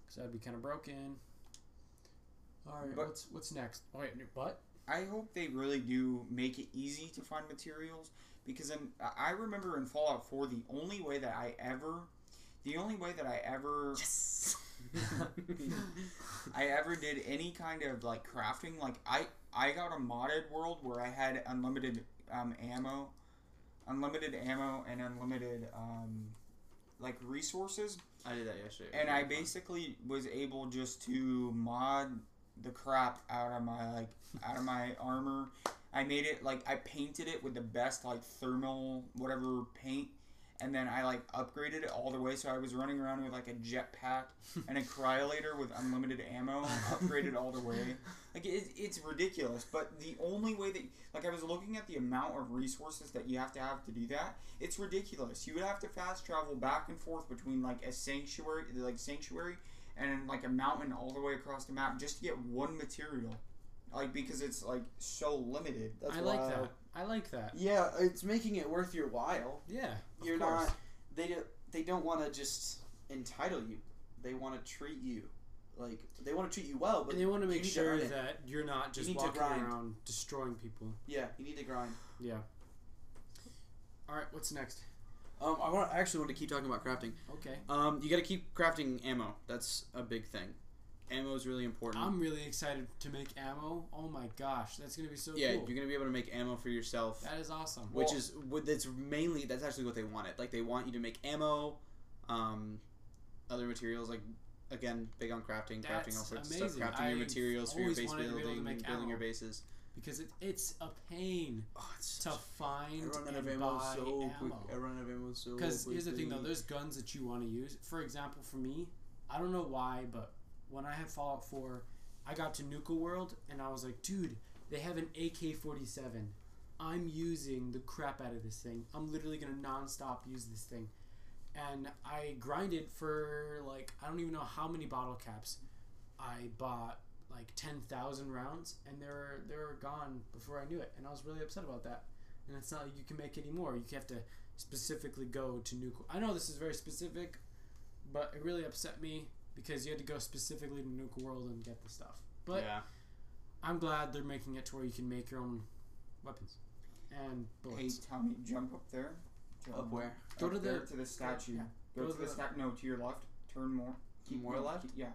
B: because that'd be kind of broken. All right,
C: But-
B: what's what's next? Oh, wait, what?
C: I hope they really do make it easy to find materials because in, I I remember in Fallout 4 the only way that I ever the only way that I ever
A: Yes.
C: I ever did any kind of like crafting like I I got a modded world where I had unlimited um, ammo unlimited ammo and unlimited um, like resources
A: I did that yesterday.
C: and I
A: basically
C: basically was able just to mod the crap out of my like out of my armor. I made it like I painted it with the best like thermal whatever paint, and then I like upgraded it all the way. So I was running around with like a jetpack and a cryolator with unlimited ammo, upgraded all the way. Like it, it's ridiculous. But the only way that like I was looking at the amount of resources that you have to have to do that, it's ridiculous. You would have to fast travel back and forth between like a sanctuary, like sanctuary, and like a mountain all the way across the map just to get one material. Like because it's like so limited.
A: That's
B: I like
A: why-
B: that. I like that.
A: Yeah, it's making it worth your while.
B: Yeah, of
A: You're
B: course.
A: not. They don't- they don't want to just entitle you. They want to treat you like they want to treat you well, but
B: and they want to
A: you
B: make
A: need
B: sure
A: earn it.
B: that you're not just
A: need to
B: walking
A: grind.
B: around destroying people.
A: yeah, you need to grind.
B: Yeah. All right, what's next?
A: Um, I want I actually want to keep talking about crafting.
B: Okay.
A: Um, you got to keep crafting ammo. That's a big thing. Ammo is really important.
B: I'm really excited to make ammo. Oh my gosh, that's gonna be so
A: yeah,
B: cool.
A: you're gonna be able to make ammo for yourself,
B: That is awesome.
A: which is what that's mainly that's actually what they wanted. Like they want you to make ammo, um, other materials like again big on crafting, crafting all
B: That's
A: sorts of
B: amazing.
A: stuff, crafting your
B: I've
A: materials for your
B: always
A: base
B: wanted to be able to
A: building,
B: make
A: building your
B: ammo.
A: bases.
B: because it, it's a pain
A: Oh, it's
B: to find
A: I run out
B: and
A: of
B: buy
A: ammo so quick. I
B: ammo.
A: run out of ammo so quick.
B: Because here's the thing though, there's guns that you want to use. For example, for me, I don't know why, but when I had Fallout 4, I got to Nuka World and I was like, dude, they have an AK-47. I'm using the crap out of this thing. I'm literally gonna non-stop use this thing. And I grinded for like I don't even know how many bottle caps. I bought like ten thousand rounds, and they were they were gone before I knew it, and I was really upset about that. And it's not like you can make any more. You have to specifically go to Nuke. I know this is very specific, but it really upset me because you had to go specifically to Nuke World and get the stuff. But
A: yeah,
B: I'm glad they're making it to where you can make your own weapons and
C: Hey,
B: bullets.
C: Tommy, jump up there. Jump
A: up where
B: Go to
C: there
B: the-
C: to the statue.
B: yeah.
C: Go,
B: Go
C: to
B: to
C: the
B: the-
C: statue. No, to your left. Turn more.
A: more
C: no,
A: left.
C: keep- yeah,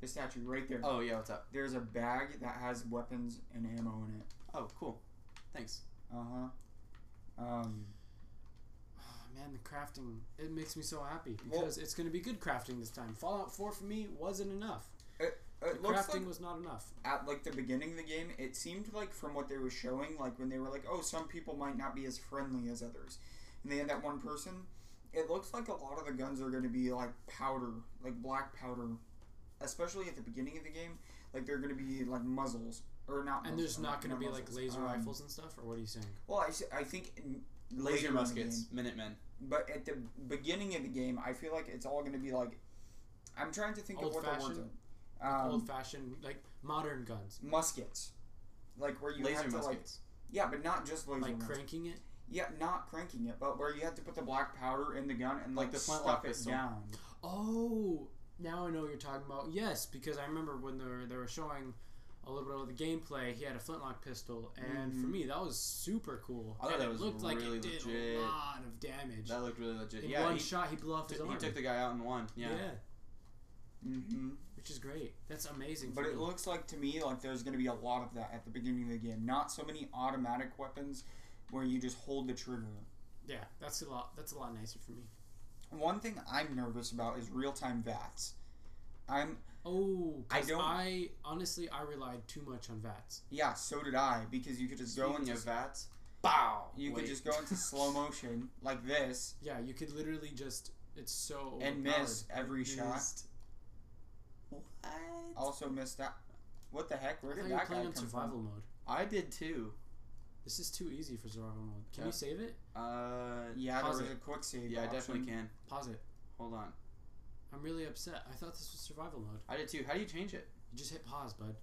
C: the statue right there.
A: Oh yeah, what's up?
C: There's a bag that has weapons and ammo in it.
A: Oh cool, thanks.
C: Uh huh. Um,
B: Oh, man, the crafting it makes me so happy
C: Well-
B: because it's going to be good crafting this time. Fallout 4 for me wasn't enough. The
C: it looks
B: crafting
C: like
B: was not enough.
C: at like the beginning of the game, it seemed like from what they were showing, like when they were like, oh, some people might not be as friendly as others, and they had that one person. It looks like a lot of the guns are going to be like powder, like black powder, especially at the beginning of the game. Like they're going to be like muzzles or not.
B: And
C: muzzles,
B: there's not going to be like
C: muzzles,
B: laser
C: um,
B: rifles and stuff, or what are you saying?
C: Well, I, s- I think in- later
A: Laser
C: in the
A: muskets,
C: game-
A: Minutemen.
C: but at the beginning of the game, I feel like it's all going to be like. I'm trying to think of what the words
B: Old-fashioned?
C: are. Um,
B: Old fashioned, like modern guns,
C: muskets, like where you
A: Laser
C: have to like
A: muskets.
C: yeah, but not just laser
B: like
C: muskets.
B: cranking it.
C: Yeah, not cranking it, but where you have to put the black powder in the gun and
A: Like
C: like,
A: the flintlock
C: stuff it
A: pistol.
C: down.
B: Oh, now I know what you're talking about. Yes, because I remember when they were, they were showing a little bit of the gameplay, he had a flintlock pistol, and for
C: Mhm.
B: me that was super cool.
A: I thought
B: And
A: that
B: it
A: was
B: looked like
A: really
B: it did
A: legit.
B: a lot of damage.
A: That looked really legit.
B: in
A: yeah,
B: one
A: he,
B: shot, he blew off
A: t-
B: his
A: he
B: arm.
A: took the guy out in one. Yeah.
C: Mm-hmm.
B: which is great. That's amazing.
C: But
B: for
C: it
B: me.
C: looks like to me like there's going to be a lot of that at the beginning of the game. Not so many automatic weapons where you just hold the trigger.
B: yeah, that's a lot. That's a lot nicer for me.
C: One thing I'm nervous about is real time VATS. I'm
B: Oh,
C: I
B: I
C: don't-
B: I honestly I relied too much on VATS.
C: yeah, so did I because you could just go
A: Speaking
C: into
A: of vats,
B: Bow.
C: you
A: wait.
C: could just go into slow motion like this
B: Yeah, you could literally just. It's so
C: and miss
B: overpowered.
C: every shot.
A: missed- What?
C: Also missed that. What the heck? Where
B: I thought
C: did
B: you were
C: that guy
B: playing
C: come
B: on survival
C: from?
B: mode.
A: I did too.
B: This is too easy for survival mode. Can
A: Yeah.
B: you save it?
A: Uh,
C: Yeah, there
B: Pause
C: was
B: it.
C: a quick save.
A: yeah, I definitely
C: option.
A: can.
B: Pause it.
A: Hold on.
B: I'm really upset. I thought this was survival mode.
A: I did too. How do you change it?
B: You just hit pause, bud.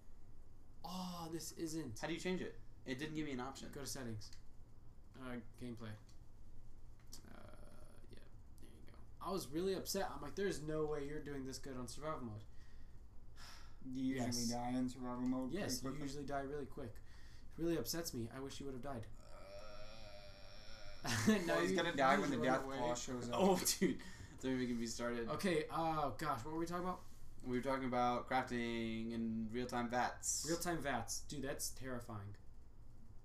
B: Oh, this isn't.
A: How do you change it? It didn't give me an option.
B: Go to settings. Uh, gameplay. Uh, yeah, there you go. I was really upset. I'm like, there's no way you're doing this good on survival mode.
C: Do you
B: Yes.
C: usually die in survival mode? pretty
B: Yes, you
C: quickly?
B: usually die really quick. It really upsets me. I wish you would have died.
C: Well, he's
B: you-
C: gonna die
B: you
C: when the
B: run
C: death
B: away.
C: claw shows up.
A: oh, dude. Don't even get me started.
B: Okay. Oh gosh, what were we talking about?
A: We were talking about crafting and real time vats.
B: Real time vats, dude. That's terrifying.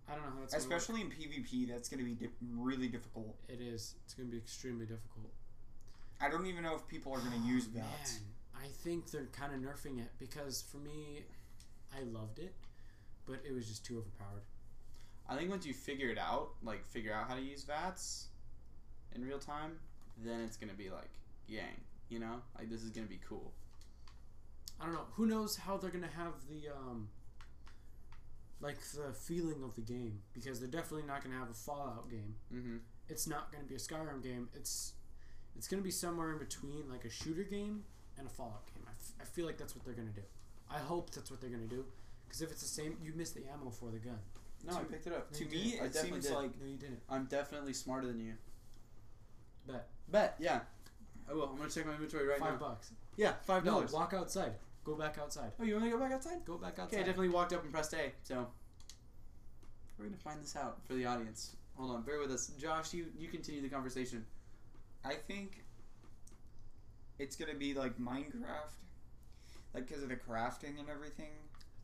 B: I don't know how that's. gonna work.
C: Especially in PvP, that's gonna be di- really difficult.
B: It is. It's gonna be extremely difficult.
C: I don't even know if people are gonna use that.
B: Man, I think they're kind of nerfing it because for me, I loved it, but it was just too overpowered.
A: I think once you figure it out, like figure out how to use vats in real time, then it's gonna be like yang. You know, like this is gonna be cool.
B: I don't know. Who knows how they're gonna have the um, like the feeling of the game because they're definitely not gonna have a Fallout game.
A: Mm-hmm.
B: It's not gonna be a Skyrim game. It's it's gonna be somewhere in between, like a shooter game and a Fallout game. I, f- I feel like that's what they're gonna do. I hope that's what they're gonna do because if it's the same, you miss the ammo for the gun.
A: No, I
C: To-
A: picked it up.
B: No,
C: to
B: you
C: me,
A: did. I
C: it
A: definitely
C: seems
A: did.
C: like
B: No, you didn't.
A: I'm definitely smarter than you.
B: Bet
A: Bet, yeah. I will. I'm gonna check my inventory right
B: five
A: now.
B: bucks.
A: Yeah, five
B: No,
A: dollars.
B: walk outside. Go back outside.
A: oh, you want to go back outside?
B: Go back
A: Okay,
B: outside.
A: I definitely walked up and pressed A. So we're gonna find this out for the audience. Hold on, bear with us. Josh, you you continue the conversation.
C: I think it's gonna be like Minecraft, like because of the crafting and everything.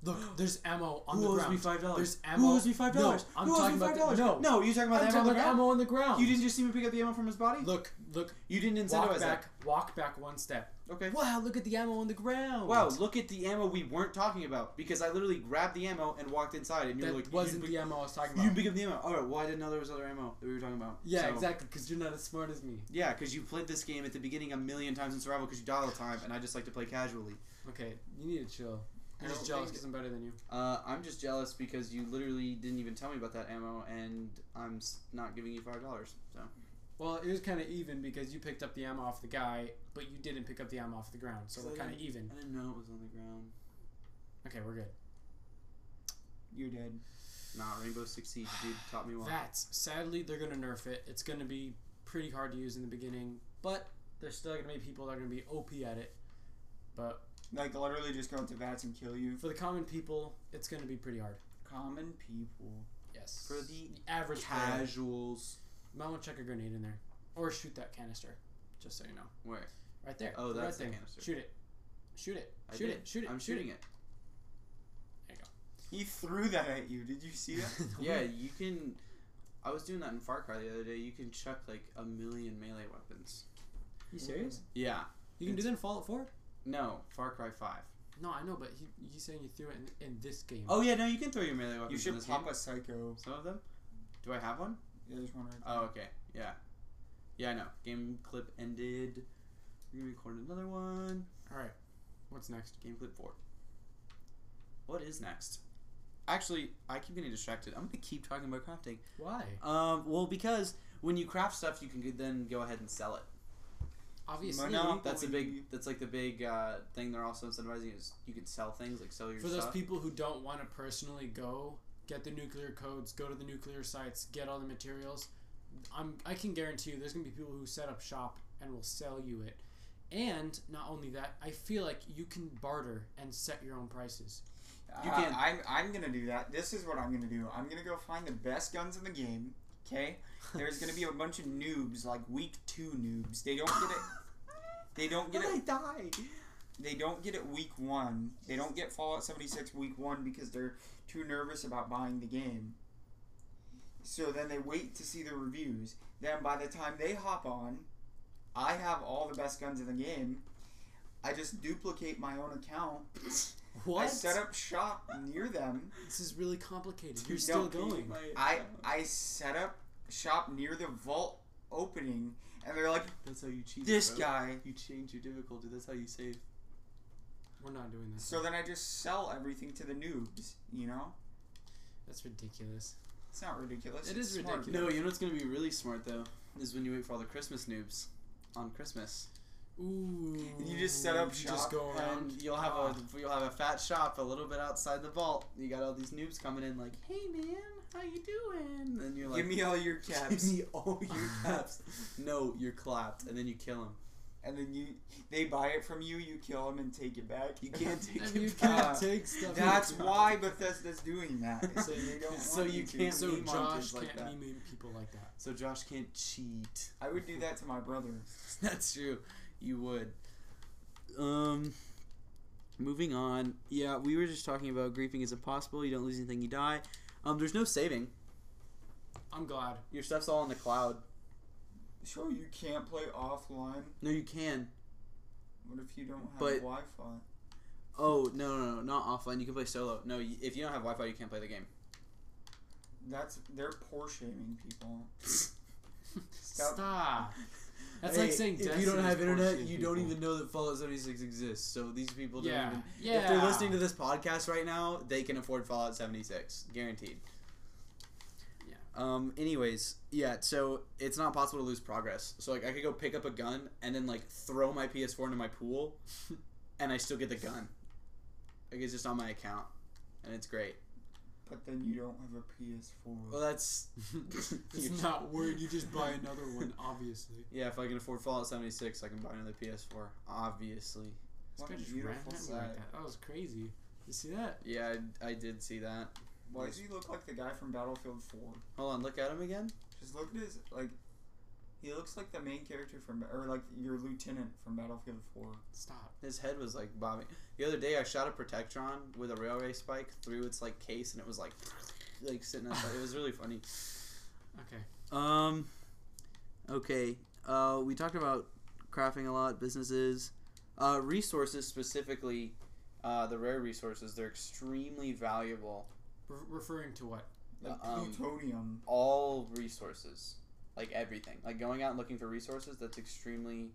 B: Look, there's ammo on
A: Who
B: the
A: owes
B: ground.
A: me five dollars?
B: There's ammo.
A: Who owes me five dollars?
B: No, I'm
A: Who owes
B: talking
A: me
B: about
A: five dollars?
B: the, no.
A: no, you're talking about
B: I'm
A: the ammo
B: talking
A: on the
B: about the
A: ground.
B: ammo on the ground.
A: You didn't just see me pick up the ammo from his body.
B: look, look.
A: you didn't
B: Walk
A: incentivize
B: back, walk back one step.
A: that. Okay.
B: Wow, look at the ammo on the ground.
A: Wow, look at the ammo we weren't talking about because I literally grabbed the ammo and walked inside, and you're
B: that
A: like,
B: wasn't
A: you
B: the ammo I was talking
A: You
B: about.
A: pick up the ammo. All right. Well, I didn't know there was other ammo that we were talking about.
B: yeah,
A: So-
B: exactly, because you're not as smart as me.
A: Yeah, because you played this game at the beginning a million times in survival because you die all the time, and I just like to play casually.
B: Okay, you need to chill.
C: I
B: I'm just
C: don't
B: jealous
C: think-
B: because I'm better than you.
A: Uh, I'm just jealous because you literally didn't even tell me about that ammo, and I'm s- not giving you five dollars. So
B: Well, it was kind of even because you picked up the ammo off the guy, but you didn't pick up the ammo off the ground, so
A: So
B: we're
A: then-
B: kind of even.
A: I didn't know it was on the ground.
B: Okay, we're good.
C: You're dead.
A: Nah, Rainbow Six Siege, dude, taught me well.
B: That's sadly they're gonna nerf it. It's gonna be pretty hard to use in the beginning, but there's still gonna be people that are gonna be OP at it. But
C: Like literally just go into vats and kill you.
B: for the common people, it's gonna be pretty hard.
C: Common people.
B: Yes.
A: For the
B: average player,
A: Casuals.
B: you might want to check a grenade in there, or shoot that canister, just so you know.
A: Where?
B: Right there.
A: Oh,
B: the
A: that's the
B: red thing.
A: canister.
B: Shoot it. Shoot it.
A: I
B: shoot
A: did.
B: it. Shoot it.
A: I'm
B: shoot
A: shooting it.
C: He threw that at you. Did you see that?
A: Yeah, you can. I was doing that in Far Cry the other day. You can chuck like a million melee weapons.
B: You serious?
A: Yeah.
B: You can do that in Fallout 4?
A: No, Far Cry Five.
B: No, I know, but he, he's saying you threw it in, in this game.
A: Oh yeah, no, you can throw your melee weapons.
C: You
A: in
C: should
A: this
C: pop
A: game.
C: a psycho.
A: some of them. Do I have one?
C: Yeah, there's one right there.
A: Oh, okay. Yeah. Yeah, I know. Game clip ended. We're gonna record another one.
B: All right. What's next?
A: Game clip four. What is next? Actually, I keep getting distracted. I'm gonna keep talking about crafting.
B: Why?
A: Um, well, because when you craft stuff, you can g- then go ahead and sell it.
B: Obviously.
C: No,
A: That's a big. That's like the big uh, thing. They're also incentivizing is you can sell things like sell your
B: For those
A: stuff.
B: people who don't want to personally go get the nuclear codes, go to the nuclear sites, get all the materials, I'm, I can guarantee you there's going to be people who set up shop and will sell you it. And not only that, I feel like you can barter and set your own prices.
A: You
C: You
A: can-
C: can. Uh, I'm, I'm gonna do that. This is what I'm gonna do. I'm gonna go find the best guns in the game. Okay. There's gonna be a bunch of noobs, like week two noobs. They don't get it. They don't get it.
A: die.
C: They don't get it week one. They don't get Fallout 76 week one because they're too nervous about buying the game. So then they wait to see the reviews. Then by the time they hop on, I have all the best guns in the game. I just duplicate my own account.
B: What?
C: I set up shop near them.
B: this is really complicated. You're
C: Dude,
B: still
C: no,
B: going.
C: I I set up shop near the vault opening, and they're like,
A: That's how you cheat.
C: "This
A: bro.
C: guy."
A: You change your difficulty. That's how you save.
B: We're not doing this.
C: So then I just sell everything to the noobs. You know,
B: That's ridiculous.
C: it's not ridiculous.
B: It
C: it's
B: is
C: smart.
B: ridiculous.
A: No, you know what's gonna be really smart though is when you wait for all the Christmas noobs on Christmas,
B: Ooh.
C: You just set up
B: You
C: shop
B: Just go around.
A: and you'll have a you'll have a fat shop a little bit outside the vault. You got all these noobs coming in like, "Hey man, how you doing?" And you're like,
C: Give me all your
A: "Give
C: caps,
A: me all your caps." no, you're clapped, and then you kill him.
C: and then you they buy it from you. You kill them and take it back.
A: You can't take
B: And
A: it
B: you
A: back.
B: can't take stuff.
C: That's
A: Yeah.
C: why Bethesda's doing that. So you don't.
A: So
C: want
A: you
C: to.
A: can't-
B: So
A: meme on
B: Josh
A: kids like
B: can't
A: that.
B: meme meme people like that.
A: So Josh can't cheat.
C: I would do that to my brother.
A: That's true. You would. Um, moving on. Yeah, we were just talking about griefing is impossible. You don't lose anything, you die. Um, there's no saving.
B: I'm glad.
A: Your stuff's all in the cloud.
C: Sure, you can't play offline.
A: No, you can.
C: What if you don't have
A: But-
C: Wi-Fi?
A: Oh no, no, no, not offline. You can play solo. No, y- if you don't have Wi-Fi, you can't play the game.
C: That's they're poor shaming people.
B: Stop. That's like saying
A: if you
B: Destiny
A: don't
B: is
A: have internet,
B: bullshit,
A: you don't
B: people.
A: even know that Fallout 76 exists. So these people don't
B: Yeah.
A: even.
B: yeah.
A: If they're listening to this podcast right now, they can afford Fallout 76, guaranteed.
B: Yeah.
A: Um. Anyways, yeah. So it's not possible to lose progress. So like, I could go pick up a gun and then like throw my PS4 into my pool, and I still get the gun. Like it's just on my account, and it's great.
C: But then you don't have a PS4.
A: Well, that's
B: it's not weird. You just buy another one, obviously.
A: yeah. If I can afford Fallout 76, I can buy another PS4. Obviously.
B: This
C: What
B: guy
C: a
B: just ran
C: beautiful
B: at me
C: sight.
B: like that. That was crazy. You see that?
A: Yeah, I, I did see that.
C: Why does he look like the guy from Battlefield 4?
A: Hold on, look at him again.
C: Just look at his like He looks like the main character from, or like your lieutenant from Battlefield 4.
A: Stop. His head was like bobbing. The other day, I shot a Protectron with a railway spike through its like case, and it was like, like sitting. Outside. It was really funny.
B: Okay.
A: Um, okay. Uh, we talked about crafting a lot, businesses, uh, resources specifically. Uh, the rare resources they're extremely valuable.
B: Re- referring to what?
C: Like
A: Um,
C: plutonium.
A: All resources, like everything, like going out and looking for resources, that's extremely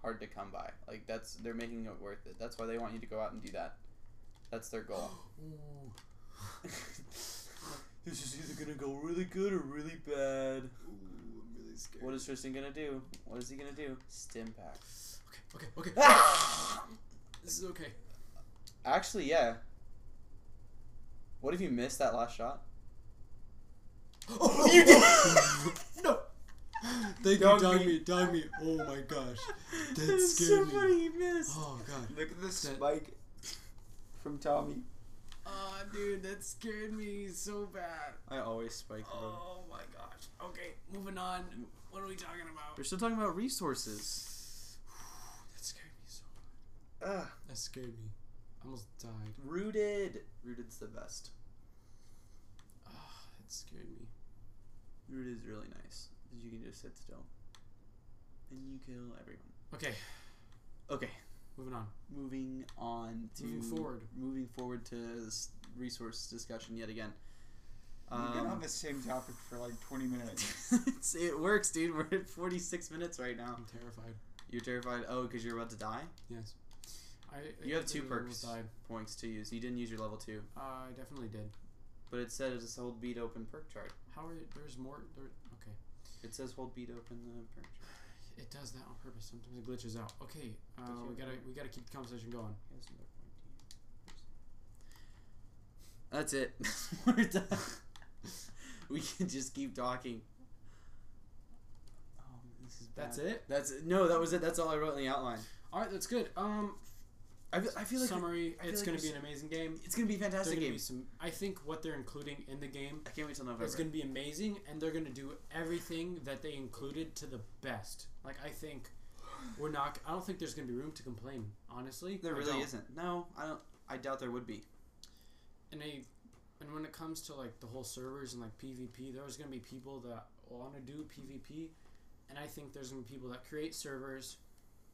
A: hard to come by. Like that's they're making it worth it. That's why they want you to go out and do that. That's their goal.
B: Ooh.
A: this is either gonna go really good or really bad.
B: I'm really scared.
A: What is Tristan gonna do? What is he gonna do? Stim pack.
B: Okay, okay,
A: Ah!
B: okay. This is okay.
A: Actually, yeah. What if you missed that last shot?
B: Oh,
A: You
B: did! no! Thank
C: Dog
B: you, dog
C: meat.
B: me, dog me. Oh my gosh. That
A: is
B: scared me.
A: funny, he missed.
B: Oh god.
C: Look at this
B: That-
C: spike from Tommy.
B: Oh, dude, that scared me so bad. Oh
A: I always spike
B: my gosh. Okay, moving on. What are we talking about?
A: We're still talking about resources.
B: That scared me so
A: Ugh.
B: much. That scared me. I almost died.
A: Rooted. Rooted's the best.
B: Ah, that scared me.
A: Rooted is really nice. 'cause You can just sit still. And you kill everyone.
B: Okay,
A: Okay.
B: moving on.
A: Moving on to.
B: Moving forward.
A: Moving forward to this resource discussion yet again.
C: We've been on
A: Um,
C: the same topic for like 20 minutes.
A: it's- it works, dude. We're at 46 minutes right now.
B: I'm terrified.
A: You're terrified. Oh, because you're about to die.
B: Yes. I, I
A: You have two
B: literally almost
A: perks.
B: Died.
A: Points to use. You didn't use your level two,
B: Uh, I definitely did.
A: but it said it says hold beat open perk chart.
B: How are there's more? There, okay.
A: It says hold beat open the perk chart.
B: It does that on purpose. Sometimes it glitches out. Okay, uh,
A: Did you-
B: we gotta we gotta keep the conversation going.
A: He has another point to use. That's it. We're done. we can just keep talking. Oh, this is bad.
B: That's it.
A: That's it. No, that was it. That's all I wrote in the outline.
B: All right, Uh, that's good. Um,
A: I feel, I feel like
B: summary.
A: I feel
B: it's
A: like
B: gonna
A: there's-
B: be an amazing game.
A: it's gonna be a
B: There's
A: fantastic
B: gonna
A: game.
B: be some. I think what they're including in the game
A: I can't wait till November.
B: is gonna be amazing, and they're gonna do everything that they included to the best. Like I think we're not. I don't think there's gonna be room to complain. Honestly,
A: there
B: I
A: really
B: don't.
A: isn't. No, I don't. I doubt there would be.
B: and I, and when it comes to like the whole servers and like PvP, there's gonna be people that want to do PvP, and I think there's gonna be people that create servers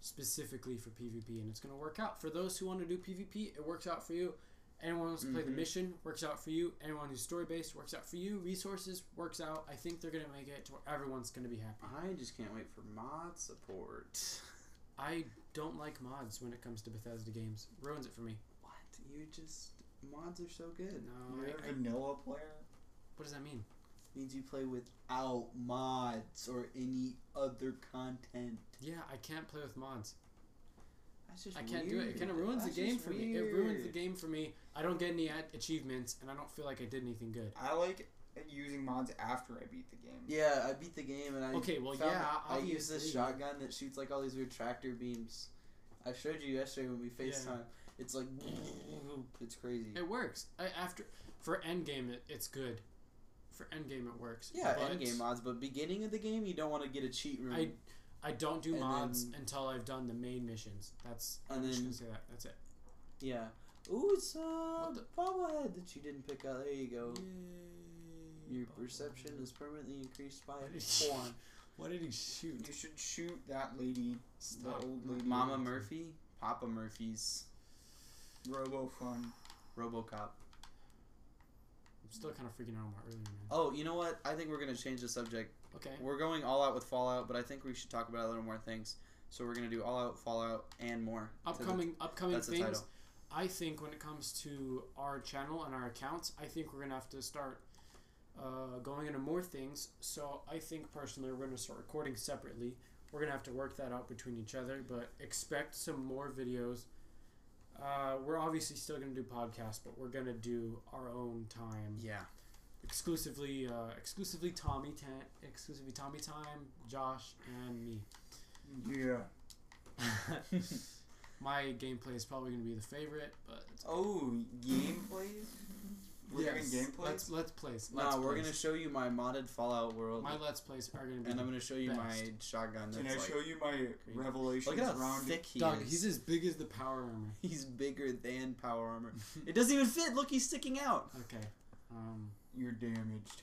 B: specifically for PvP, and it's gonna work out for those who want to do PvP. It works out for you. Anyone who wants to play the
A: Mhm.
B: mission works out for you. Anyone who's story based works out for you. Resources works out. I think they're gonna make it to where everyone's gonna be happy.
A: I just can't wait for mod support.
B: I don't like mods when it comes to Bethesda games. Ruins it for me.
A: What? You just mods are so good.
B: No,
C: You're
B: I,
C: a
B: I-
C: vanilla player?
B: what does that mean?
A: Means you play without mods or any other content.
B: Yeah, I can't play with mods.
A: That's just
B: I can't do it. It kind of ruins the game for me. It ruins the game for me. I don't get any a- achievements, and I don't feel like I did anything good.
C: I like using mods after I beat the game.
A: Yeah, I beat the game and I.
B: Okay, well,
A: found-
B: yeah,
A: I used this
B: obviously.
A: shotgun that shoots like all these weird tractor beams. I showed you yesterday when we FaceTime. It's like, it's crazy.
B: It works. I, after for endgame, it, it's good. For endgame, it works.
A: yeah,
B: but
A: end game mods, but beginning of the game you don't want to get a cheat room.
B: I I don't do
A: And
B: mods
A: then-
B: until I've done the main missions. That's
A: And
B: I'm just
A: then-
B: gonna say that. That's it.
A: yeah. Ooh, it's a
B: What the-
A: bobblehead that you didn't pick up. There you go. Your perception is permanently increased by one.
B: What did he shoot?
C: You should shoot that lady, the
B: Stop.
C: old lady.
A: Mama Murphy, Papa Murphy's,
C: Robo fun.
A: RoboCop.
B: I'm still kind of freaking out on my earlier man.
A: Oh, you know what? I think we're gonna change the subject.
B: Okay.
A: We're going all out with Fallout, but I think we should talk about a little more things. So we're gonna do all out Fallout and more. So
B: Upcoming
A: that-
B: upcoming
A: That's the
B: things.
A: title.
B: I think when it comes to our channel and our accounts, I think we're gonna have to start uh, going into more things. So I think personally, we're gonna start recording separately. We're gonna have to work that out between each other, but expect some more videos. Uh, we're obviously still gonna do podcasts, but we're gonna do our own time
A: Yeah.
B: exclusively, uh, exclusively Tommy, Tan exclusively Tommy time, Josh and me.
C: Yeah.
B: My gameplay is probably gonna be the favorite, but it's
C: Oh, gameplay? We're
B: Yes.
C: doing gameplays.
B: Let's let's plays.
A: No,
B: Let's
A: we're
B: plays.
A: gonna show you my modded Fallout world,
B: My let's plays are gonna be.
A: and I'm gonna show you my
B: best.
A: shotgun. That's
C: Can I
A: like,
C: show you my revelations
A: Look at how
C: round?
A: thick he
B: Doug,
A: is.
B: he's as big as the power armor.
A: He's bigger than power armor. It doesn't even fit. Look, he's sticking out.
B: Okay. Um,
C: You're damaged.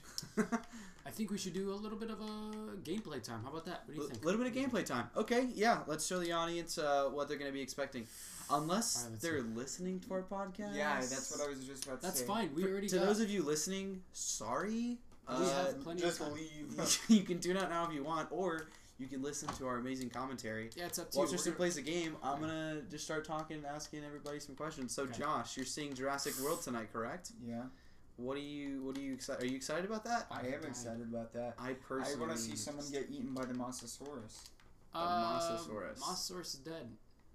B: I think we should do a little bit of a gameplay time. How about that? What do
A: A
B: you think?
A: little bit of gameplay time. Okay, yeah. Let's show the audience uh, what they're going to be expecting, unless
B: Alright, let's
A: they're listening to our podcast.
C: Yeah, that's what I was just about to
B: That's
C: say.
B: fine. We already
A: to
B: got.
A: those of you listening, sorry. Uh,
B: have plenty of
C: Just
B: time.
C: leave.
A: you can tune out now if you want, or you can listen to our amazing commentary.
B: yeah, it's up to
A: While
B: you.
A: Tristan
B: We're gonna-
A: plays the game, I'm gonna just start talking and asking everybody some questions. So,
B: Okay.
A: Josh, you're seeing Jurassic World tonight, correct?
C: yeah,
A: What are you? What are you excited? Are you excited about that?
C: I am excited about that.
A: I
C: I
A: personally
C: want to see someone get eaten by the Mosasaurus.
B: Uh,
A: Mosasaurus.
B: Mosasaurus is dead.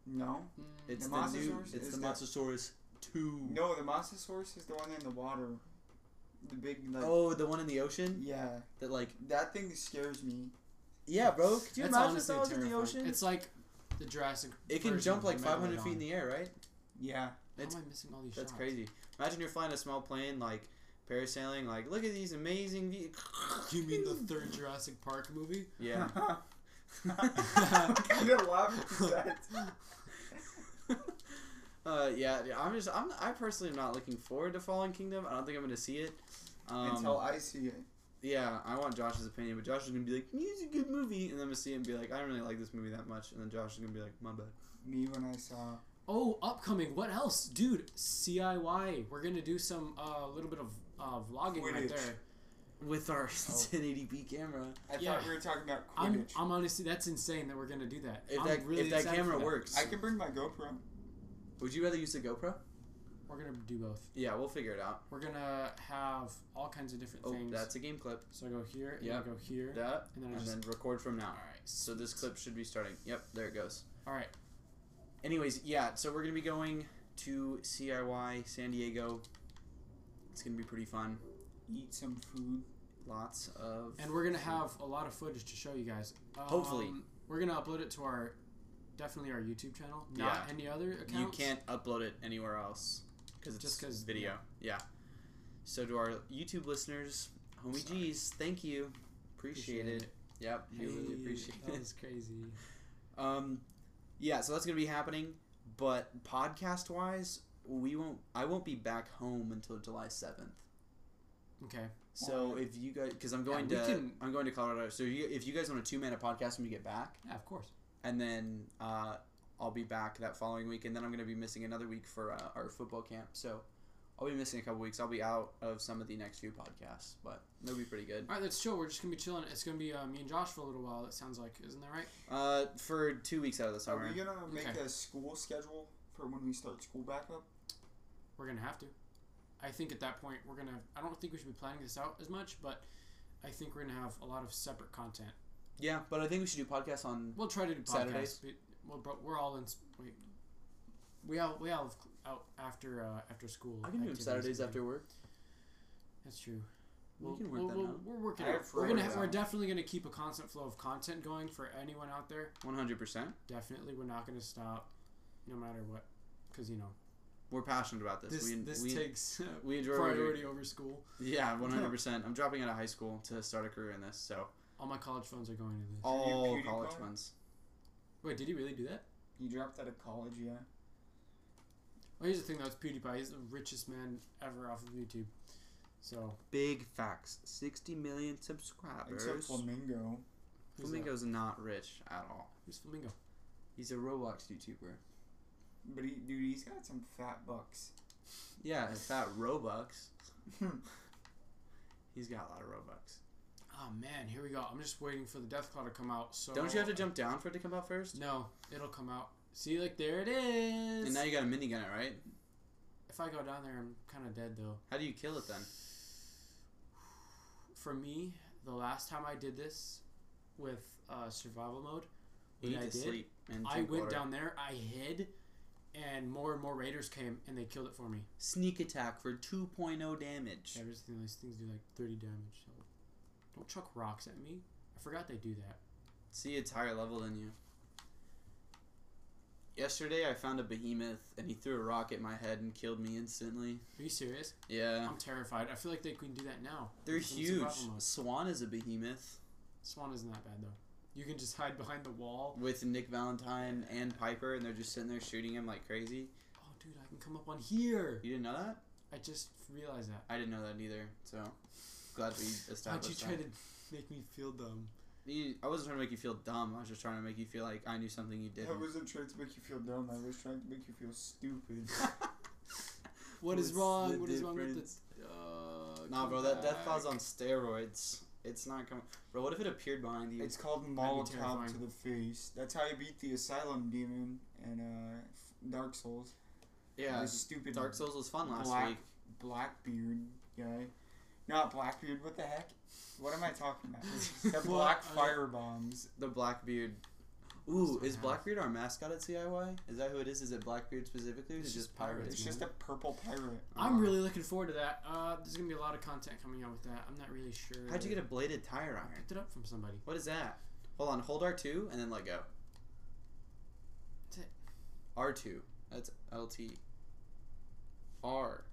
C: No,
B: Mm,
A: It's
C: The
A: the, new.
C: Mosasaurus
A: It's
C: is
A: the
C: that-
A: Mosasaurus two.
C: no, the Mosasaurus is the one in the water. The big like.
A: Oh, the one in the ocean
C: Yeah,
A: that like.
C: that thing scares me.
A: Yeah, bro. Could you imagine
B: that's
A: if
B: honestly
A: that was in the
B: terrifying.
A: ocean?
B: It's like the Jurassic.
A: it can
B: version
A: jump
B: of
A: like
B: the
A: 500 feet in
B: Megalodon.
A: the air, right?
C: Yeah,
A: It's-
B: How am I missing all these
A: That's
B: shots?
A: crazy. Imagine you're flying a small plane like parasailing. Like, look at these amazing views.
B: You mean the third Jurassic Park movie?
A: Yeah.
C: What kind of laugh is that?
A: uh, yeah. yeah, I'm just. I'm. I personally am not looking forward to Fallen Kingdom. I don't think I'm gonna see it. Um,
C: Until I see it.
A: Yeah, I want Josh's opinion, but Josh is gonna be like, "It's a good movie," and then I'm gonna see it and be like, "I don't really like this movie that much," and then Josh is gonna be like, "My bad."
C: Me when I saw.
B: Oh, upcoming. What else, dude? CIY. We're gonna do some uh, little bit of uh, vlogging right
C: Quidditch.
B: there.
A: With our 1080p camera,
C: I
B: Yeah.
C: thought we were talking about
B: I'm,
C: Quidditch.
B: I'm honestly, that's insane that we're gonna do that.
A: if
B: I'm
A: that
B: really
A: if that
B: excited
A: camera
B: for that.
A: works,
C: I can bring my GoPro.
A: would you rather use the GoPro?
B: we're gonna do both.
A: Yeah, we'll figure it out.
B: We're gonna have all kinds of different
A: Oh,
B: things.
A: that's a game clip.
B: so I go here, and
A: Yep.
B: I go here,
A: That
B: and then I
A: and
B: just.
A: then record from now.
B: all right.
A: So this clip should be starting. Yep, there it goes.
B: All right.
A: Anyways, yeah, so we're gonna be going to CIY San Diego. It's gonna be pretty fun.
C: Eat some food.
A: Lots of
B: And we're gonna have a lot of footage to show you guys. Um,
A: Hopefully.
B: we're gonna upload it to our definitely our YouTube channel, not any other
A: You
B: account.
A: can't upload it anywhere else because it's
B: Just 'cause-
A: video. Yeah. So to our YouTube listeners, homie
B: Sorry.
A: G's, thank you, appreciate,
B: Appreciate
A: it. Yep, we really
B: Hey,
A: appreciate
B: That
A: it.
B: was crazy.
A: Um, yeah, so that's gonna be happening. But podcast wise, we won't. I won't be back home until July seventh.
B: Okay.
A: So if you guys, because I'm going
B: we
A: to,
B: can-
A: I'm going to Colorado. So you, if you guys want a two man a podcast when you get back,
B: Yeah, of course.
A: and then uh, I'll be back that following week, and then I'm going to be missing another week for uh, our football camp. So I'll be missing a couple weeks. I'll be out of some of the next few podcasts, but they'll be pretty good.
B: All right, that's chill. We're just gonna be chilling. It's gonna be uh, me and Josh for a little while. It sounds like, isn't that right?
A: Uh, for two weeks out of the
C: Are
A: summer.
C: we gonna make
B: Okay.
C: a school schedule for when we start school back up?
B: We're gonna have to. I think at that point we're gonna. I don't think we should be planning this out as much, but I think we're gonna have a lot of separate content.
A: Yeah, but I think we should do podcasts on.
B: We'll try to do podcasts.
A: Saturdays?
B: But, well, but we're all in. s- Wait, we all we all out after uh, after school.
A: I can do them
B: activities
A: Saturdays
B: and
A: after work.
B: That's true.
A: We
B: We'll-
A: can work
B: we'll-
A: that
B: we'll-
A: out.
B: We're working.
C: I
B: Out.
C: have
B: We're
C: Friday
B: gonna. ha- We're
C: off.
B: definitely gonna keep a constant flow of content going for anyone out there.
A: One hundred percent.
B: Definitely, we're not gonna stop, no matter what, because you know
A: We're passionate about this.
B: this
A: we
B: this
A: we,
B: takes uh,
A: we enjoy. what we do.
B: priority over school.
A: Yeah, one hundred percent. I'm dropping out of high school to start a career in this, so
B: All my college funds are going to this.
A: all
C: PewDiePie?
A: college funds.
B: Wait, did he really do that?
C: You dropped out of college, yeah.
B: Well, Oh, here's the thing though. It's PewDiePie. He's the richest man ever off of YouTube. So
A: Big facts. Sixty million subscribers.
C: Except Flamingo.
B: who's that?
A: Flamingo's not rich at all.
B: Who's Flamingo?
A: He's a Roblox YouTuber.
C: But he, dude, he's got some fat bucks.
A: Yeah, it's that Robux.
C: Hmm.
A: He's got a lot of Robux.
B: Oh man, here we go. I'm just waiting for the Death Claw to come out. So
A: Don't you have to jump down for it to come out first?
B: No, it'll come out. See, like there it is.
A: And now you got a minigun, it, right?
B: If I go down there, I'm kind of dead though.
A: How do you kill it then?
B: For me, the last time I did this with uh, survival mode, when
A: you
B: I
A: need to
B: did,
A: sleep and
B: I
A: drink
B: went
A: water.
B: down there, I hid, and more and more raiders came and they killed it for me.
A: Sneak attack for 2.0 damage.
B: Yeah, just these things do like 30 damage. So don't chuck rocks at me. I forgot they do that.
A: See, it's higher level than you. Yesterday, I found a behemoth, and he threw a rock at my head and killed me instantly.
B: Are you serious?
A: Yeah,
B: I'm terrified. I feel like they can do that now.
A: they're
B: What's the
A: huge.
B: problem with-
A: Swan is a behemoth
B: Swan isn't that bad though. You can just hide behind the wall.
A: with Nick Valentine and Piper, and they're just sitting there shooting him like crazy.
B: Oh, dude, I can come up on here.
A: You didn't know that?
B: I just realized that.
A: I didn't know that either. So glad we
B: How'd
A: established.
B: you
A: that.
B: try to make me feel dumb?
A: You- I wasn't trying to make you feel dumb. I was just trying to make you feel like I knew something you
C: I
A: didn't.
C: wasn't trying to make you feel dumb. I was trying to make you feel stupid.
B: What
A: What's
B: is
A: the
B: wrong? What is wrong
A: difference?
B: with the? Uh,
A: Nah,
B: come
A: bro, that Death Claw's
B: back.
A: on steroids. It's not coming. Bro, what if it appeared behind you?
C: it's called Molotov
B: terrifying.
C: to the face. That's how you beat the Asylum Demon and uh, Dark Souls.
A: yeah,
C: The stupid
A: Dark Souls was fun last
C: Black-
A: week.
C: Blackbeard guy. Not Blackbeard. What the heck? What am I talking about? the
B: Well,
C: black
B: I-
C: fire bombs.
A: The Blackbeard.
B: Still
A: Ooh, is
B: have.
A: Blackbeard our mascot at CIY? Is that who it is? Is it Blackbeard specifically? Or is
B: It's
A: it
B: just
A: just pirates?
C: It's just a purple pirate.
B: I'm really looking forward to that. Uh, there's gonna be a lot of content coming out with that. I'm not really sure.
A: How'd you get a bladed tire
B: I
A: iron?
B: picked it up from somebody.
A: What is that? Hold on, hold R two and then let go.
B: That's it.
A: R two. That's L T. R.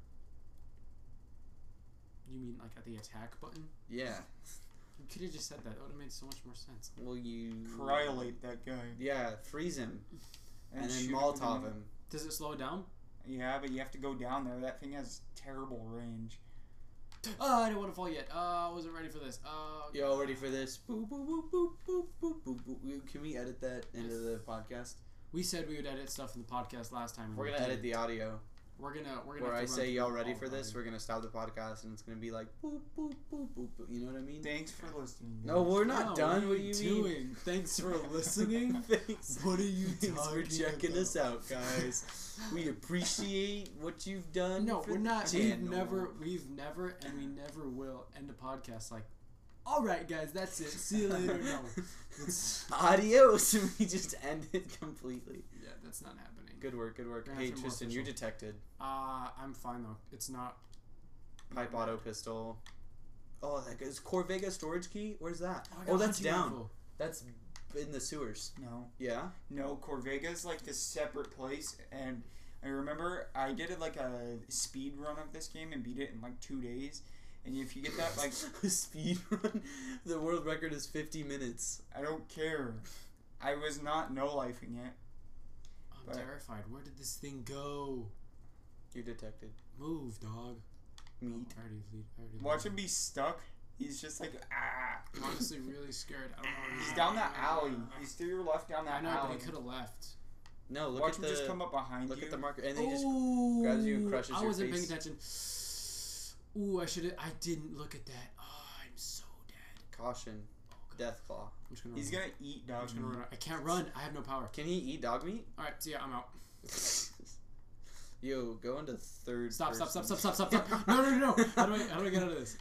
B: You mean like at the attack button?
A: Yeah.
B: You could have just said that. That would have made so much more sense.
A: Will you
C: Cryolate that guy.
A: Yeah, freeze him and, then
C: shoot
A: Molotov
C: in the-
A: him.
B: Does it slow down?
C: Yeah, but you have to go down there. That thing has terrible range.
B: Oh, I didn't want to fall yet. Uh, I wasn't ready for this. Uh,
A: Y'all ready for this? Boop boop boop boop boop boop boop. boop. Can we edit that into the podcast?
B: We said we would edit stuff in the podcast last time. and
A: We're
B: we
A: gonna edit
B: didn't.
A: the audio
B: We're gonna. We're gonna.
A: where
B: have
A: I
B: to run
A: say
B: through
A: y'all
B: all
A: ready
B: the
A: for this.
B: audio.
A: We're gonna stop the podcast and it's gonna be like boop boop boop boop. boop. You know what I mean?
C: Thanks for listening.
A: No,
C: guys.
A: we're not
B: No,
A: done.
B: What
A: What
B: are
A: do
B: you
A: you mean?
B: doing? Thanks for listening.
A: Thanks.
B: What are you
A: Thanks for
B: talking
A: checking
B: about?
A: us out, guys. we appreciate what you've done.
B: No,
A: for
B: we're
A: the
B: not. We've
A: channel.
B: never, we've never, and we never will end a podcast like, all right, guys, that's it. See you later. No, it's-
A: Adios. And we just end it completely.
B: yeah, that's not happening.
A: Good work. Good work.
B: Yeah,
A: Hey,
B: it's more
A: Tristan, you're detected.
B: Uh, I'm fine though. It's not.
A: Pipe auto pistol. Oh, that is Corvega storage key. Where's that?
B: I got
A: Oh,
B: a
A: that's
B: hunting
A: down.
B: rifle.
A: That's in the sewers.
C: No,
A: Yeah.
C: no. Corvega's like this separate place, and I remember I did it like a speed run of this game and beat it in like two days. And if you get that, like,
A: speed run. The world record is 50 minutes.
C: I don't care. I was not no lifing it.
B: I'm
C: But-
B: terrified. Where did this thing go?
A: You're detected.
B: Move, dog. Oh,
A: Meat.
B: I already lead. I already
C: Watch
B: lead.
C: him be stuck. He's just like ah.
B: I'm honestly really scared. I don't know. where
C: He's down that alley. He's to your left down
B: I
C: that
B: know, but
C: alley.
B: he could have left.
A: No, look
C: Watch
A: at
C: him
A: the
C: just come up behind
A: look
C: you.
A: at the marker, and then he just
B: Oh. Ooh,
A: grabs you and crushes
B: I
A: your
B: wasn't
A: face.
B: paying attention. Ooh, I should have. I didn't look at that. Oh, I'm so dead.
A: caution,
B: Oh, God.
A: death claw.
B: I'm just gonna
C: He's
B: run.
C: gonna eat
B: I'm
C: dog.
B: just gonna run. out. I can't run. I have no power.
A: Can he eat dog meat?
B: All right, see ya. I'm out.
A: Yo, go into third.
B: Stop. Stop. Stop.
A: person.
B: Stop. Stop. Stop. stop. No. No. No. no. How do I? How do I get out of this?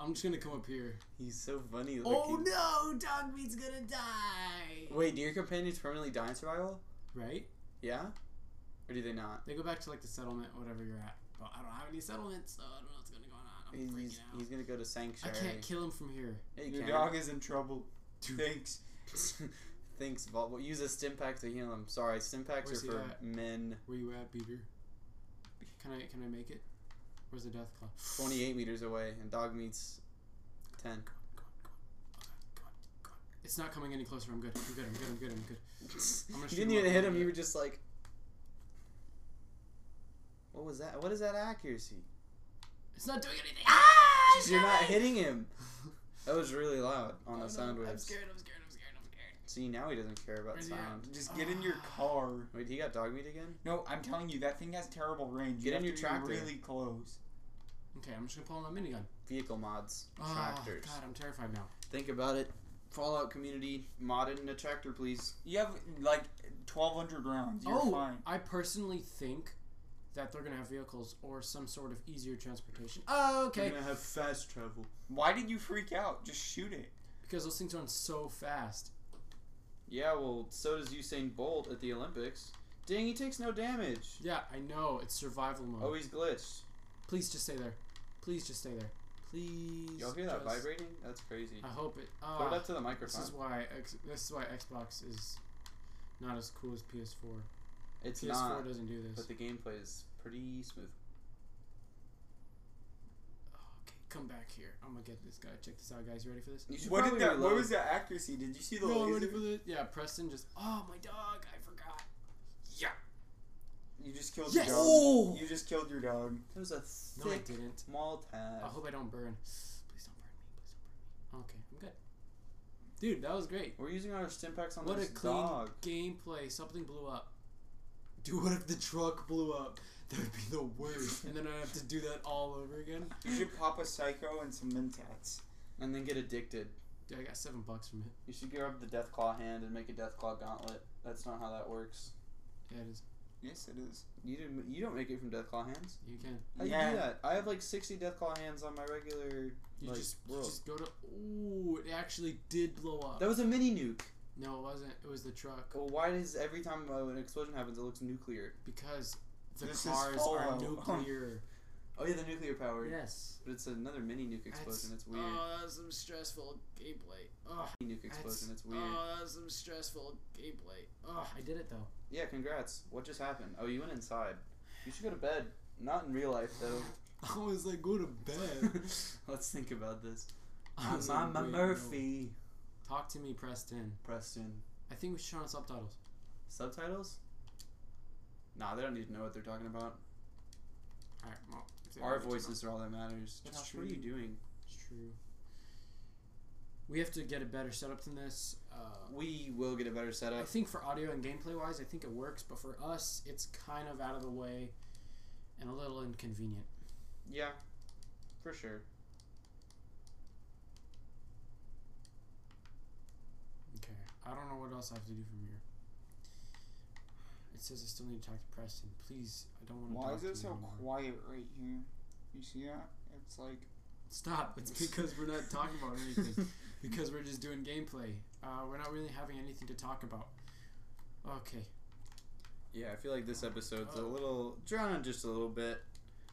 B: I'm just gonna come up here.
A: He's so funny looking.
B: Oh, no! Dog meat's gonna die.
A: Wait, do your companions permanently die in survival?
B: Right?
A: Yeah, or do they not?
B: They go back to like the settlement, whatever you're at. But I don't have any settlements, so I don't know what's gonna go on. I'm freaking
A: He's,
B: out.
A: he's gonna go to sanctuary.
B: I can't kill him from here.
A: Yeah, you
C: Your
A: can.
C: dog is in trouble.
B: Dude.
C: Thanks.
A: Thanks, Vol. Well, use a Stimpak to heal him. Sorry, Stimpaks
B: Where's
A: are
B: he
A: for
B: at?
A: men.
B: Where you at, Beaver? Can I can I make it? Where's the death claw?
A: 28 meters away, and dog meat's 10.
B: Go on, go on, go on. Okay, go on, go on. It's not coming any closer. I'm good. I'm good. I'm good. I'm good. I'm good.
A: you
B: gonna shoot
A: didn't
B: him
A: even
B: up
A: hit
B: in a
A: him. You
B: minute.
A: were just like, "What was that? What is that accuracy?
B: It's not doing anything. Ah! he's
A: You're not
B: coming!
A: hitting him." That was really loud on
B: Oh,
A: the
B: no,
A: sound
B: I'm
A: waves.
B: scared. I'm scared. I'm scared. I'm scared.
A: See, now he doesn't care about
B: Where's he at?
A: sound.
C: Just get in your car.
A: Wait, he got dog meat again?
C: No, I'm telling you, that thing has terrible range.
A: Get
C: you
A: in
C: have
A: your
C: to
A: tractor.
C: Be really close.
B: Okay, I'm just gonna pull out my minigun.
A: Vehicle mods,
B: Oh,
A: tractors.
B: God, I'm terrified now.
A: Think about it. Fallout community modded in a tractor, please.
C: You have like 1,200 rounds. You're
B: oh,
C: fine.
B: I personally think that they're gonna have vehicles or some sort of easier transportation. Oh, okay.
A: gonna have fast travel.
C: Why did you freak out? Just shoot it.
B: Because those things run so fast.
A: Yeah, well, so does Usain Bolt at the Olympics. Dang, he takes no damage.
B: Yeah, I know. It's survival mode.
A: Oh, he's glitched.
B: Please just stay there. Please just stay there. Please.
A: Y'all hear that
B: just-
A: vibrating? That's crazy.
B: I hope it.
A: Put it
B: Uh,
A: up to the
B: this
A: microphone.
B: is why. X, this is why Xbox is Not as cool as PS4.
A: It's
B: PS4
A: not,
B: doesn't do
A: but
B: this.
A: the gameplay is pretty smooth.
B: Oh, okay, come back here. I'm gonna get this guy. Check this out, guys. You ready for this?
A: You should
C: What did
A: probably
C: that? What
A: reload.
C: was the accuracy? Did you see the
B: No, I'm ready
C: laser?
B: for this. Yeah, Preston just. Oh my dog! I forgot. Yeah.
C: You just killed
B: Yes!
C: your dog.
A: Oh!
C: You just killed your dog.
A: That was a
B: No, I
A: thick
B: didn't.
A: small
B: I
A: tab.
B: hope I don't burn. Please don't burn me. Please don't burn me. Okay, I'm good. Dude, that was great.
A: We're using our stimpaks on
B: What a
A: this
B: clean
A: dog.
B: gameplay. Something blew up. Dude, what if the truck blew up? That would be the worst. and then I'd have to do that all over again.
C: You should pop a psycho and some Mentats.
A: And then get addicted.
B: Dude, I got seven bucks from it.
A: You should grab the death claw hand and make a death claw gauntlet. That's not how that works.
B: Yeah, it is.
C: Yes, it is.
A: You didn't. You don't make it from death claw hands.
B: You can.
A: How do you do that? I have like sixty death claw hands on my regular.
B: You
A: Like,
B: just you
A: world.
B: just go to. Ooh, it actually did blow up.
A: That was a mini nuke.
B: no, it wasn't. It was the truck
A: Well, why does every time uh, an explosion happens, it looks nuclear?
B: because the
C: This is
B: cars are
C: Fallout.
B: nuclear.
A: Oh yeah, the nuclear power.
B: yes.
A: But it's another mini nuke explosion. It's weird.
B: Oh, that's some stressful gameplay. Oh,
A: mini nuke explosion. It's weird.
B: Oh, that's some stressful gameplay. Oh, I did it though.
A: Yeah, congrats. What just happened? Oh, you went inside. You should go to bed. Not in real life though.
B: I was like, go to bed.
A: Let's think about this.
B: I was like, wait, no. Talk to me, Preston.
A: Preston.
B: I think we should turn on subtitles.
A: Subtitles? Nah, they don't need to know what they're talking about.
B: All right, well, if they
A: Our
B: already turned
A: voices are all that matters.
B: That's
A: Josh, What are you doing?
B: on- It's true. We have to get a better setup than this. Uh,
A: We will get a better
B: I
A: setup.
B: think for audio and gameplay wise, I think it works, but for us, it's kind of out of the way and a little inconvenient.
A: Yeah, for sure.
B: Okay. I don't know what else I have to do from here. It says I still need to talk to Preston. Please, I don't want to.
C: Why
B: talk
C: is
B: to
C: it
B: you
C: so
B: anymore.
C: quiet right here? You see that? It's like
B: Stop. It's because we're not talking about anything. because we're just doing gameplay. Uh, we're not really having anything to talk about. Okay.
A: Yeah, I feel like this episode's a
B: Oh.
A: little drawn on just a little bit.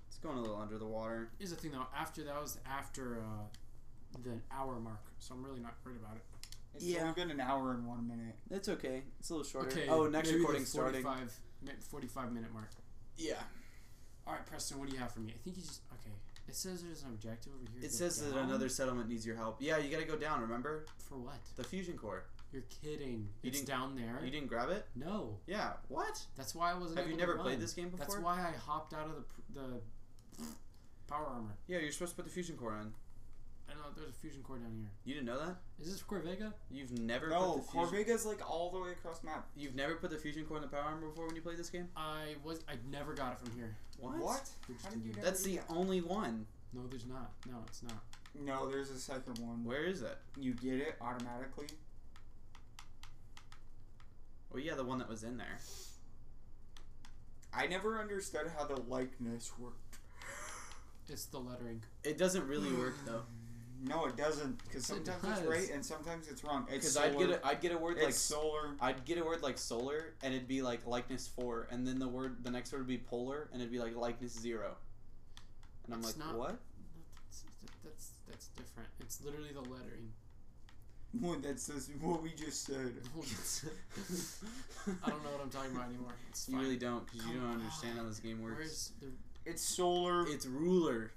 A: It's going a little under the water.
B: Here's the thing though. After that was after uh, the hour mark, so I'm really not worried about it.
C: it's
A: Yeah.
C: only been an hour and one minute.
A: It's okay. It's a little shorter.
B: Okay.
A: oh, next
B: maybe the
A: recording starting.
B: 45, mi- 45 minute mark.
A: Yeah.
B: All right, Preston. What do you have for me? I think you just okay. It says there's an objective over here.
A: It
B: Go
A: says that
B: down.
A: another settlement needs your help. Yeah, you gotta go down, remember?
B: for what?
A: The fusion core.
B: You're kidding.
A: You
B: it's
A: didn't-
B: down there.
A: You didn't grab it?
B: no,
A: Yeah. What?
B: that's why I wasn't.
A: Have you
B: able
A: never
B: to
A: played
B: run.
A: this game before?
B: That's why I hopped out of the pr- the power armor.
A: Yeah, you're supposed to put the fusion core on.
B: I know there's a fusion core down here.
A: You didn't know that?
B: Is this Corvega?
A: You've never
C: No,
A: put the fusion
C: Corvega's like all the way across the map.
A: You've never put the fusion core in the power armor before when you played this game?
B: I was. I never got it from here.
A: What?
B: Which
C: How did you
B: didn't-
C: never
A: That's
C: do
A: the
C: that?
A: only one.
B: No, there's not. No, it's not.
C: No, there's a second one.
A: Where is it?
C: You get it automatically.
A: Well, yeah, the one that was in there.
C: I never understood how the likeness worked.
B: It's the lettering.
A: It doesn't really work though,
C: No, it doesn't. Because
B: It
C: sometimes
B: does.
C: it's right and sometimes it's wrong.
A: because
C: It's solar.
A: I'd get a, I'd get a word
C: it's
A: like
C: solar.
A: I'd get a word like solar, and it'd be like likeness four, and then the word the next word would be polar, and it'd be like likeness zero. And I'm
B: It's
A: like,
B: not-
A: what?
B: That's that's, that's different. It's literally the lettering.
C: Well, that's just what we just said.
B: I don't know what I'm talking about anymore. It's
A: You
B: fine.
A: really don't, because you
B: Come
A: don't understand how this game works.
B: Where's the?
C: It's solar.
A: It's ruler.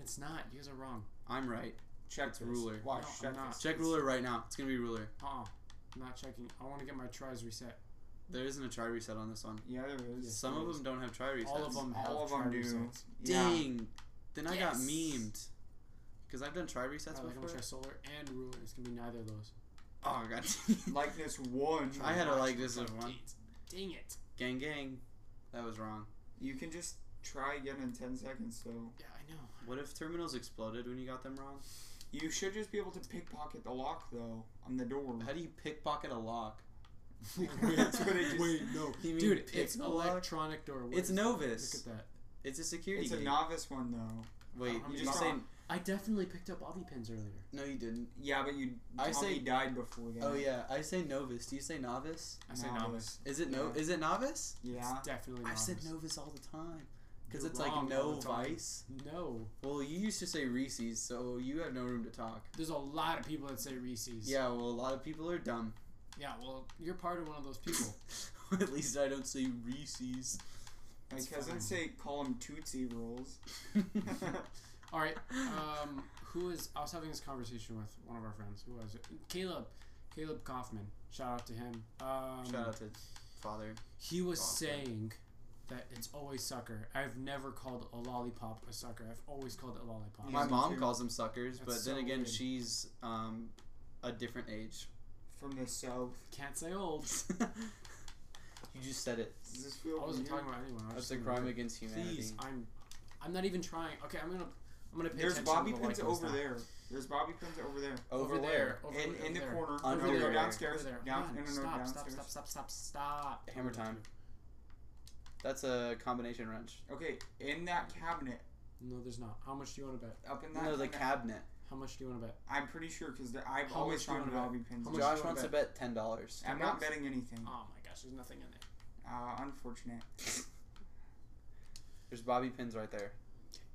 B: It's not. You guys are wrong.
A: I'm right.
C: check
A: it's ruler.
C: Watch.
B: No, I'm
C: check
B: not.
C: this.
A: Check ruler right now. It's gonna be ruler.
B: Uh, uh I'm not checking. I want to get my tries reset.
A: There isn't a try reset on this one.
C: Yeah, there is.
A: Some of them don't have try resets.
B: All of them have
C: All of them
B: try
C: do.
B: resets.
C: Yeah.
A: Dang. Then I got
B: Yes. Oh,
A: memed. Because I've done try resets
B: That's like
A: before.
B: I'm gonna try solar and ruler. It's gonna be neither of those.
A: Oh god.
C: Likeness one.
A: I had a
B: Gosh,
A: likeness
B: fuck,
A: of one.
B: Dang it. Dang
A: gang
B: it.
A: gang. That was wrong.
C: You can just try again in ten seconds, though.
B: Yeah, I know.
A: What if terminals exploded when you got them wrong?
C: You should just be able to pickpocket the lock, though, on the door.
A: How do you pickpocket a lock?
C: Wait, that's what I just-
B: Wait, no.
A: You mean
B: Dude,
A: pick
B: it's
A: the
B: electronic door. What
A: It's
B: is that?
A: Novus.
B: Look at that.
A: It's a security
C: It's a
A: gate.
C: novice one, though.
A: Wait,
B: I'm
A: you
C: not-
A: just saying
B: I definitely picked up bobby pins earlier.
A: no you didn't.
C: Yeah, but you.
A: I
C: I
A: say-
C: say died before that.
A: Oh yeah, I say novice. Do you say novice?
B: I say
C: Novice.
B: novice.
A: Is it no
C: Yeah.
A: is it novice?
C: Yeah.
B: It's definitely
A: I've
B: novice.
A: said novice all the time. Because
B: You're
A: it's
B: wrong
A: like
B: all
A: no
B: the time.
A: vice.
B: No.
A: Well, you used to say Reese's, so you have no room to talk.
B: There's a lot of people that say Reese's.
A: Yeah, well, a lot of people are dumb.
B: Yeah, well, you're part of one of those people.
A: At least I don't say Reese's.
C: My
B: It's fine.
C: cousins say call them Tootsie Rolls.
B: All right. Um, who is? I was having this conversation with one of our friends. Who was it? Caleb. Caleb Kaufman. Shout out to him. Um,
A: Shout out to father.
B: He was
A: Kaufman.
B: saying that it's always sucker. I've never called a lollipop a sucker. I've always called it lollipop.
A: My
C: me
A: mom
C: too.
A: calls them suckers,
B: Um, That's
A: but
B: so
A: then again,
B: weird.
A: she's um, a different age.
C: From the south.
B: Can't say old.
A: you just said it.
C: Does this feel
B: I wasn't
C: weird?
B: talking about anyone. I
A: That's
B: was just
A: a
B: saying,
A: crime against humanity.
B: Please, I'm. I'm not even trying. Okay, I'm gonna. I'm gonna pay
C: There's
B: attention
C: Bobby
B: to the
C: Pins
B: liking
C: over
B: style.
C: there. There's Bobby Pins over there.
B: Over, there. Over,
C: in
B: over
C: in the
B: there.
C: corner.
A: Under
C: no,
A: there.
C: no, downstairs.
B: Over there.
C: Down,
B: Come
C: no,
B: on,
C: no, no,
B: stop,
C: downstairs.
B: stop, stop, stop, stop, stop.
A: Hammer time. That's a combination wrench.
C: Okay, in that cabinet.
B: No, there's not. How much do you want to bet?
C: Up in that
A: No, the
C: cabinet.
A: cabinet.
B: How much do you want to bet?
C: I'm pretty sure because I've
B: How
C: always
B: much do you
C: found
B: wanna
C: Bobby Pins.
B: How much
A: Josh
B: you wanna
A: wants to bet ten dollars.
C: I'm not betting anything.
B: Oh my gosh, there's nothing in there.
C: Uh, unfortunate.
A: There's Bobby pins right there.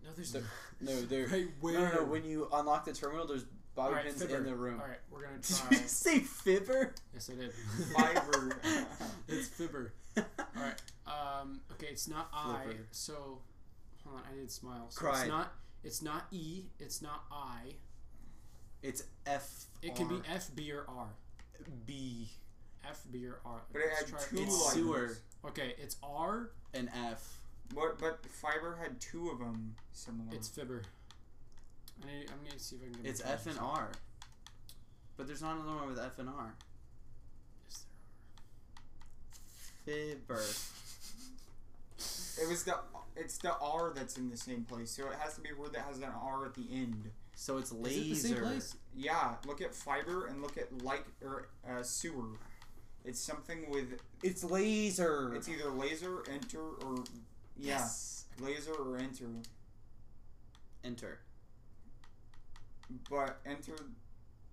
B: No, there's
A: The-
B: not.
A: No, there.
B: Right
A: No,
B: where?
A: no, no. When you unlock the terminal, there's Bobby
B: Alright,
A: pins
B: Fibber.
A: in the room.
B: All right, we're gonna
A: Did
B: try.
A: you say fibber?
B: yes, I did.
C: Fiber.
B: it's fibber. All right. Um. Okay, it's not I.
A: Flipper.
B: So, hold on. I need smiles. So
A: Cried.
B: It's not. It's not E. It's not I.
A: It's F.
B: It can be F, B, or R.
A: B
B: F, B, or R.
C: But it
B: Let's
C: had
B: try It's
C: two
A: It's
C: like-
B: sewer.
A: sewer
B: Okay, it's R.
A: and F.
C: but, but Fiber had two of them similar.
B: It's fibber. I need. I'm gonna see if I can. Get my
A: It's F
B: fingers.
A: and R. But there's not another one with F and R.
B: Is there
A: Fibber.
C: it was the it's the R that's in the same place, so it has to be a word that has an R at the end.
A: So it's
B: Is
A: laser.
B: it the same place?
C: Yeah, look at fiber and look at light or uh, sewer. It's something with
A: It's laser.
C: it's either laser enter or yeah
A: yes.
C: laser or enter,
A: Enter.
C: but enter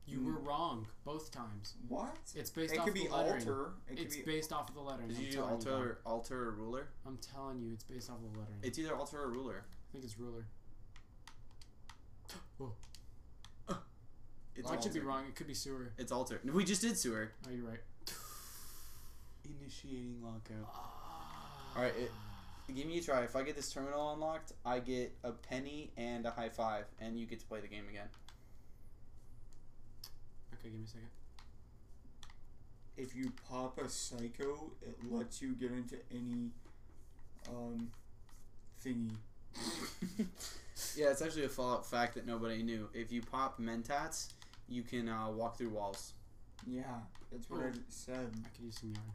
B: You
C: Mm.
B: were wrong both times.
C: what?
B: It's based
C: it
B: off
C: could
B: the
C: be
B: lettering.
C: alter. It could
B: It's
C: be
B: based off of the lettering.
A: Did
B: I'm
A: you do
B: telling
A: alter,
B: You
A: or, alter or ruler?
B: that. I'm telling you, it's based off of the lettering.
A: It's either alter or ruler.
B: I think it's ruler.
A: It's
B: I
A: alter.
B: could be wrong. It could be sewer.
A: It's alter. No, we just did sewer.
B: Oh, you're right.
A: Initiating lockout. All right, it-
B: Ah.
A: Give me a try. If I get this terminal unlocked, I get a penny and a high five, and you get to play the game again.
B: okay, give me a second.
C: if you pop a psycho, it lets you get into any um thingy.
A: yeah, it's actually a Fallout fact that nobody knew. If you pop Mentats, you can uh, walk through walls.
C: Yeah, that's what I said.
B: I could use some yarn.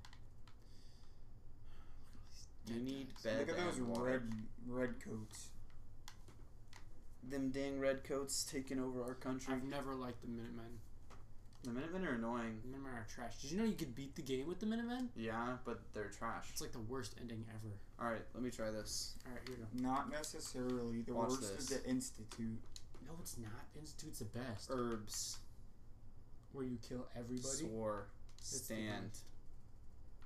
A: You
B: Dead
A: need
B: guys.
A: bed.
C: Look at
A: and
C: those
A: water.
C: red red coats.
A: Them dang redcoats taking over our country.
B: I've never liked the Minutemen.
A: The Minutemen are annoying.
B: The Minutemen are trash. Did you know you could beat the game with the Minutemen?
A: Yeah, but they're trash.
B: It's like the worst ending ever.
A: All right, let me try this.
B: All right, here we go.
C: Not necessarily. The
A: Watch
C: worst
A: this.
C: is the institute.
B: No, it's not. Institute's the best.
A: Herbs.
B: Where you kill everybody.
A: Swore.
B: the
A: Stand.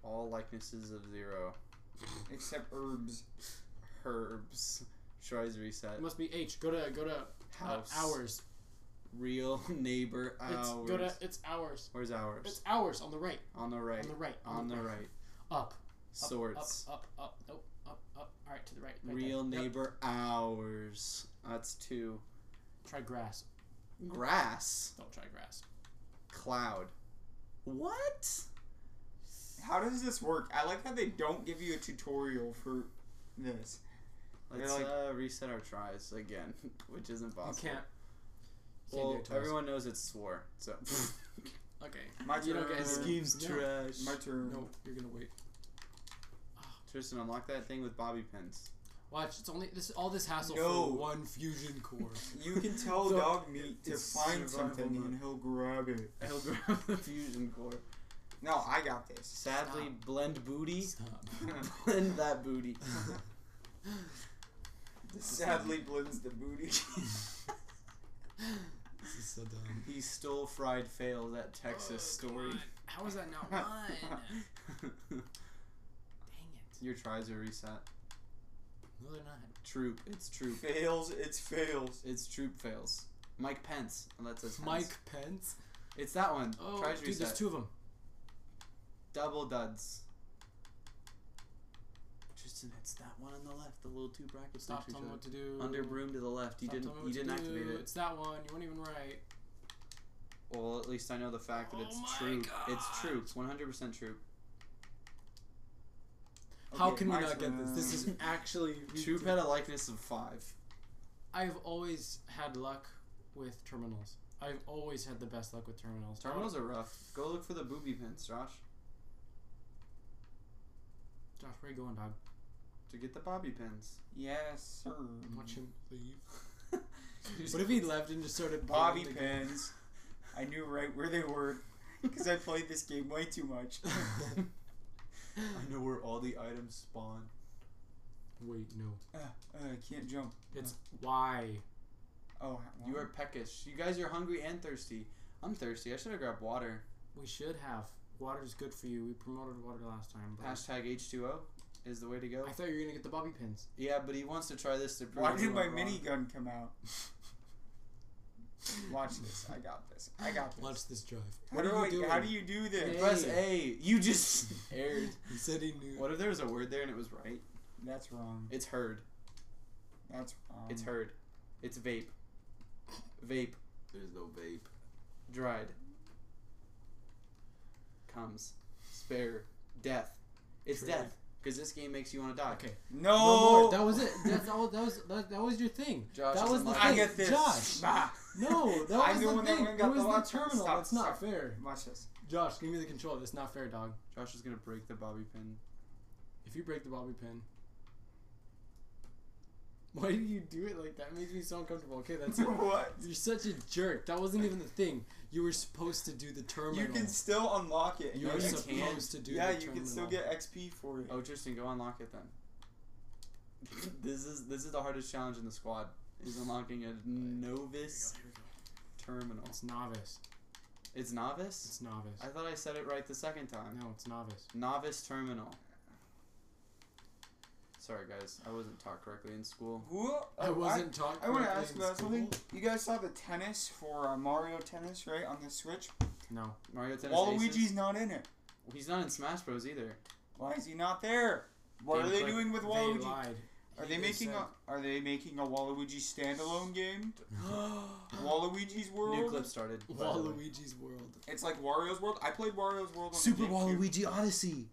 A: All likenesses of zero.
C: Except herbs.
A: Herbs. Tries reset.
B: It must be H. Go to go to uh,
A: House.
B: hours.
A: Real neighbor hours.
B: It's go to it's hours.
A: Where's ours?
B: It's hours on the right.
A: on the right.
B: On the right.
A: On the right.
B: Up.
A: Swords.
B: Up. Up. Up. Nope. Up. Up. All right. To the right. right
A: Real
B: there. Yep.
A: neighbor hours. That's two.
B: Try grass. Mm-hmm.
A: Grass.
B: Don't try grass.
A: Cloud. What?
C: How does this work? I like how they don't give you a tutorial for this. They're
A: Let's
C: like-
A: uh, reset our tries again, which is impossible.
B: You can't. You can't do
A: Well,
B: it twice.
A: everyone knows it's swore, so.
B: Okay.
C: My
B: You don't
C: turn.
B: get any
C: Ski-
A: Scheme's
B: Yeah.
A: trash.
C: My turn.
B: No, you're gonna wait.
A: Tristan, unlock that thing with bobby pins.
B: Watch. It's only this. All this hassle
C: No.
B: for one fusion core.
C: You can tell
A: So,
C: dog meat to
A: it's
C: find
A: survival
C: something
A: mode.
C: and he'll grab it.
A: He'll grab the fusion core.
C: No, I got this.
A: Sadly, blend booty.
B: Stop.
A: blend that booty.
C: Sadly, blends the booty.
B: This is so dumb.
A: He stole fried fail, that Texas
B: Oh, come
A: story.
B: on. How is that not one? Dang it.
A: Your tries are reset.
B: No, they're not.
A: Troop. It's troop.
C: fails. It's fails.
A: It's troop fails. Mike Pence. Oh, that says Pence.
B: Mike Pence.
A: It's that one.
B: Oh,
A: tries
B: dude,
A: reset.
B: there's two of them.
A: Double duds. Tristan, it's that one on the left, the little two brackets
B: Stop
A: next to
B: telling me
A: each
B: what to do.
A: other. Under broom to the left. You
B: Stop
A: didn't
B: telling me
A: you
B: what to
A: didn't activate
B: do.
A: it.
B: It's that one. You weren't even right.
A: Well, at least I know the fact that it's
B: Oh my
A: troop.
B: God.
A: It's troops, 100% troop.
B: How
C: Okay,
B: can we
C: my
B: not get this? This is
C: turn.
B: actually.
A: Troop had a likeness of 5.
B: I've always had luck with terminals. I've always had the best luck with terminals.
A: Terminals are rough. Go look for the booby pins, Josh,
B: Josh, where you going, dog?
A: to get the bobby pins.
C: Yes, sir.
B: Watch him leave.
A: Just-
B: What if he left and just started
C: Bobby
B: bowling the game?
C: pins. I knew right where they were because I played this game way too much. Uh,
A: I know where all the items spawn.
B: Wait, no.
C: Uh, uh, I can't jump.
B: It's why.
C: Oh, well,
A: You are peckish. You guys are hungry and thirsty. I'm thirsty. I should have grabbed water.
B: We should have. Water's good for you. We promoted water last time. But
A: Hashtag H2O is the way to go.
B: I thought you were going to get the bobby pins.
A: Yeah, but he wants to try this to prove
C: Why did
A: everyone
C: my
A: wrong.
C: minigun come out? Watch this. I got this. I got this.
B: Watch this drive.
C: How do, you how do you do this?
A: You Press A. You just aired.
B: He said he knew.
A: What if there was a word there and it was right?
C: That's wrong.
A: It's heard.
C: That's wrong.
A: It's heard. It's vape. Vape.
D: There's no vape.
A: Dried. Comes. Spare. Death. It's
B: Trade.
A: death. Because this game makes you want to die.
B: Okay.
C: No.
B: No more. That was it. That's all. That was that, that was your thing.
A: Josh
B: that
A: is
B: was the
A: unlucky.
B: thing.
C: I get this.
B: Josh.
C: Nah.
B: No, that
C: I'm
B: was
C: the
B: the
C: one that
B: thing.
C: went and
B: It
C: got
B: was
C: the
B: the
C: watch.
B: terminal.
C: Stop,
B: It's not
C: stop.
B: fair.
C: Watch this.
B: Josh, give me the control. That's not fair, dog.
A: Josh is going to break the bobby pin.
B: If you break the bobby pin. Why do you do it like that? It makes me so uncomfortable. Okay, that's it.
C: what?
B: You're such a jerk. That wasn't even the thing. You were supposed to do the terminal.
C: You can still unlock it.
B: You
A: No,
B: were
A: you
B: supposed
A: can't.
B: to do
C: yeah,
B: the
C: you can still
B: terminal.
C: get XP for it.
A: Oh, Tristan, go unlock it then. this is this is the hardest challenge in the squad. Is unlocking a novice terminal.
B: It's novice.
A: It's novice.
B: It's novice.
A: I thought I said it right the second time.
B: No, it's novice.
A: Novice terminal. Sorry guys, I wasn't taught correctly in school.
C: Who?
B: I
C: oh,
B: wasn't talking.
C: I want to ask about something. You guys saw the tennis for uh, Mario Tennis, right, on the Switch?
B: No.
A: Mario Tennis
C: Waluigi's
A: Aces?
C: not in it.
A: He's not in Smash Bros either.
C: Why is he not there? What
A: They
C: are they
A: click-
C: doing with
B: They
C: Waluigi?
B: lied.
C: Are
B: He-
C: they making
B: said-
C: a Are they making a Waluigi standalone game? Waluigi's
A: New
C: World.
A: clip started. by the way.
B: Waluigi's World?
C: It's like Wario's World. I played Wario's World on the
A: Super
C: GameCube,
A: Waluigi Odyssey.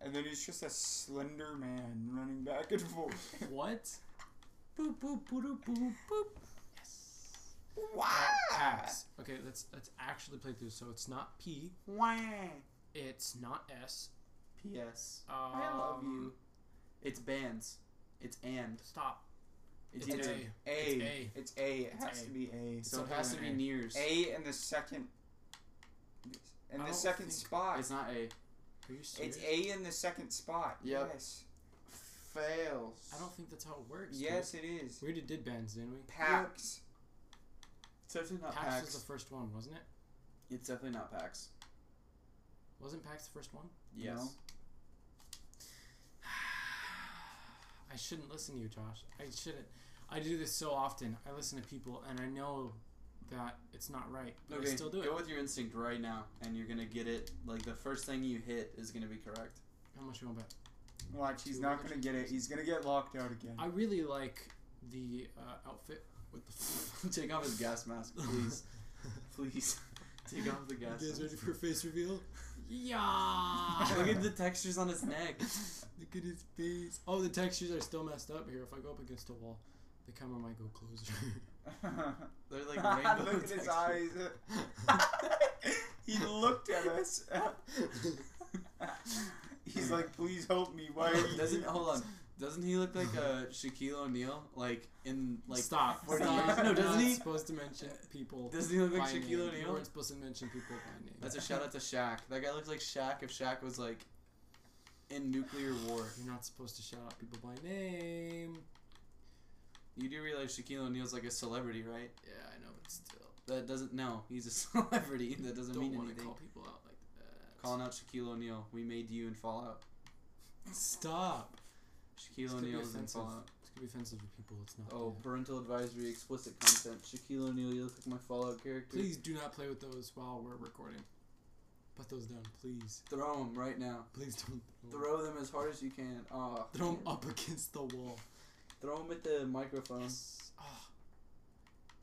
C: and then it's just a slender man running back and forth.
B: What?
A: Boop boop boop boop boop.
C: wow.
B: Pass. Okay, let's let's actually play through. So it's not P.
C: Wow.
B: It's not S.
A: P.S.
B: Um,
C: I love you.
A: It's bands. It's and.
B: Stop.
A: It's,
B: It's
A: either
B: A.
C: A.
B: It's A.
C: It's A. It
B: It's
C: has
B: A.
C: to be A.
A: So it
B: Something
A: has to
B: with
A: be
B: an A.
A: nears.
C: A and the second.
B: I
C: And the
B: don't
C: second
B: think-
C: spot.
A: It's not A.
B: Are you serious?
C: It's A in the second spot.
A: Yep.
C: Yes. Fails.
B: I don't think that's how it works. dude.
C: Yes, it is.
B: We already did bands, didn't we?
C: Pax.
A: It's definitely not
B: Pax, was
A: Pax.
B: the first one, wasn't it?
A: It's definitely not Pax.
B: Wasn't Pax the first one?
A: Yes.
C: No.
B: I shouldn't listen to you, Josh. I shouldn't. I do this so often. I listen to people, and I know that it's not right, but I still do it.
A: Go with your instinct right now, and you're gonna get it. Like the first thing you hit is gonna be correct.
B: How much you want to bet?
C: Watch, he's
B: Too
C: not
B: much.
C: gonna get it. He's gonna get locked out again.
B: I really like the uh, outfit with the.
A: Take off his gas mask, please. please. Take off the
B: You
A: gas
B: guys
A: mask.
B: ready for a face reveal? Yeah.
A: Look at the textures on his neck.
B: Look at his face. Oh, the textures are still messed up here. If I go up against a wall, the camera might go closer.
A: They're like rainbow
C: Look at his
A: textures.
C: eyes. he looked at us. he's like, please help me. Why are you
A: Doesn't
C: here?"
A: hold on. Doesn't he look like a Shaquille O'Neal? Like in like
B: Stop.
A: What
C: are
B: Stop.
C: you-
B: You're
A: No, doesn't
B: not
A: he?
B: supposed to mention people.
A: Doesn't he look
B: by
A: like Shaquille
B: name. You
A: O'Neal?
B: weren't supposed to mention people by name.
A: That's a shout out to Shaq. That guy looks like Shaq if Shaq was like in nuclear war.
B: You're not supposed to shout out people by name.
A: You do realize Shaquille O'Neal's like a celebrity, right?
B: Yeah, I know, but still.
A: That doesn't no, he's a celebrity. That doesn't
B: Don't
A: mean
B: want to
A: anything.
B: call people out like that.
A: Calling out Shaquille O'Neal, we made you in Fallout.
B: Stop. This
A: Shaquille
B: could be
A: O'Neal is in
B: offensive.
A: Fallout.
B: It's gonna be offensive to people. It's not.
A: Oh,
B: good.
A: parental advisory, explicit content. Shaquille O'Neal, you look like my Fallout character.
B: please do not play with those while we're recording. Put those down, please.
A: Throw them right now.
B: Please don't throw.
A: Throw them as hard as you can. Oh,
B: Throw them up against the wall.
A: Throw them at the microphone.
B: Ah.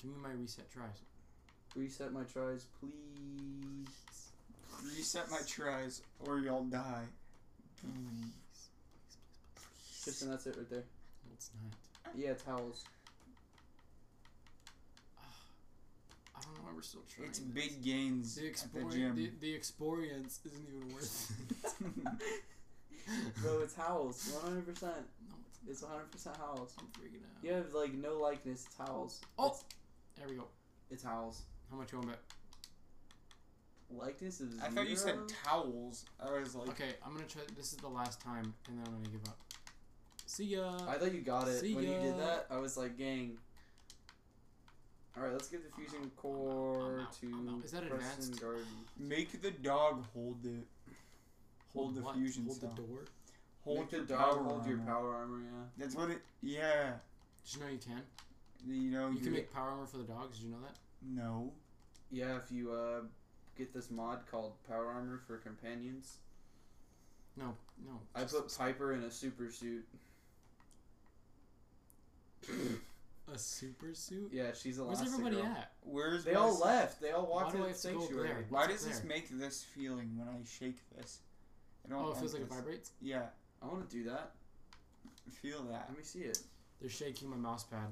B: Give me my reset tries.
A: Reset my tries, please.
C: Reset my tries or y'all die.
A: Tristan, that's it right there.
B: No, it's not.
A: Yeah, towels.
B: I don't know why we're still trying.
C: It's
B: this.
C: big gains
B: The,
C: at the
B: expor-
C: gym.
B: the, the experience isn't even worth it.
A: Bro, it's howls. 100%.
B: no, it's,
A: It's 100% howls.
B: I'm freaking out.
A: You have, like, no likeness. It's howls.
B: Oh!
A: It's,
B: There we go.
A: it's howls.
B: How much you want bet?
A: Likeness is.
C: I thought you said
A: zero?
C: towels. I was like,
B: Okay, I'm gonna try. This is the last time, and then I'm gonna give up. See ya.
A: I thought you got it.
B: See
A: when you
B: ya.
A: did that, I was like, gang. Alright, let's give the
B: I'm
A: fusion
B: out, I'm
A: core
B: out,
A: to
B: I'm out. Is that
A: Preston
B: advanced?
A: Garvey.
C: make the dog hold it. Hold the
B: what?
C: fusion
B: Hold
C: cell.
B: the door.
C: Hold
A: Make
C: your
A: the dog
C: power.
A: hold your
C: armor.
A: power armor, yeah.
C: That's what it. Yeah.
B: Did you know you can?
C: Oh, You know.
B: you can make power armor for the dogs. Did you know that?
C: No.
A: Yeah, if you uh, get this mod called Power Armor for companions,
B: No, no.
A: I put Piper in a super suit.
B: a super suit.
A: Yeah, she's a.
B: Where's everybody at?
C: Where's
A: They
C: my
A: all
C: s-
A: left. They all
B: Why
A: walked
B: do
A: to
B: I
A: the
B: have to go over
A: sanctuary.
B: there?
C: Why
B: What's
C: does
B: up
C: this
B: there?
C: make this feeling when I shake this? I don't
B: Oh, it feels like it
C: this.
B: vibrates.
C: Yeah,
A: I want to do that.
C: feel that.
A: Let me see it.
B: They're shaking my mouse pad.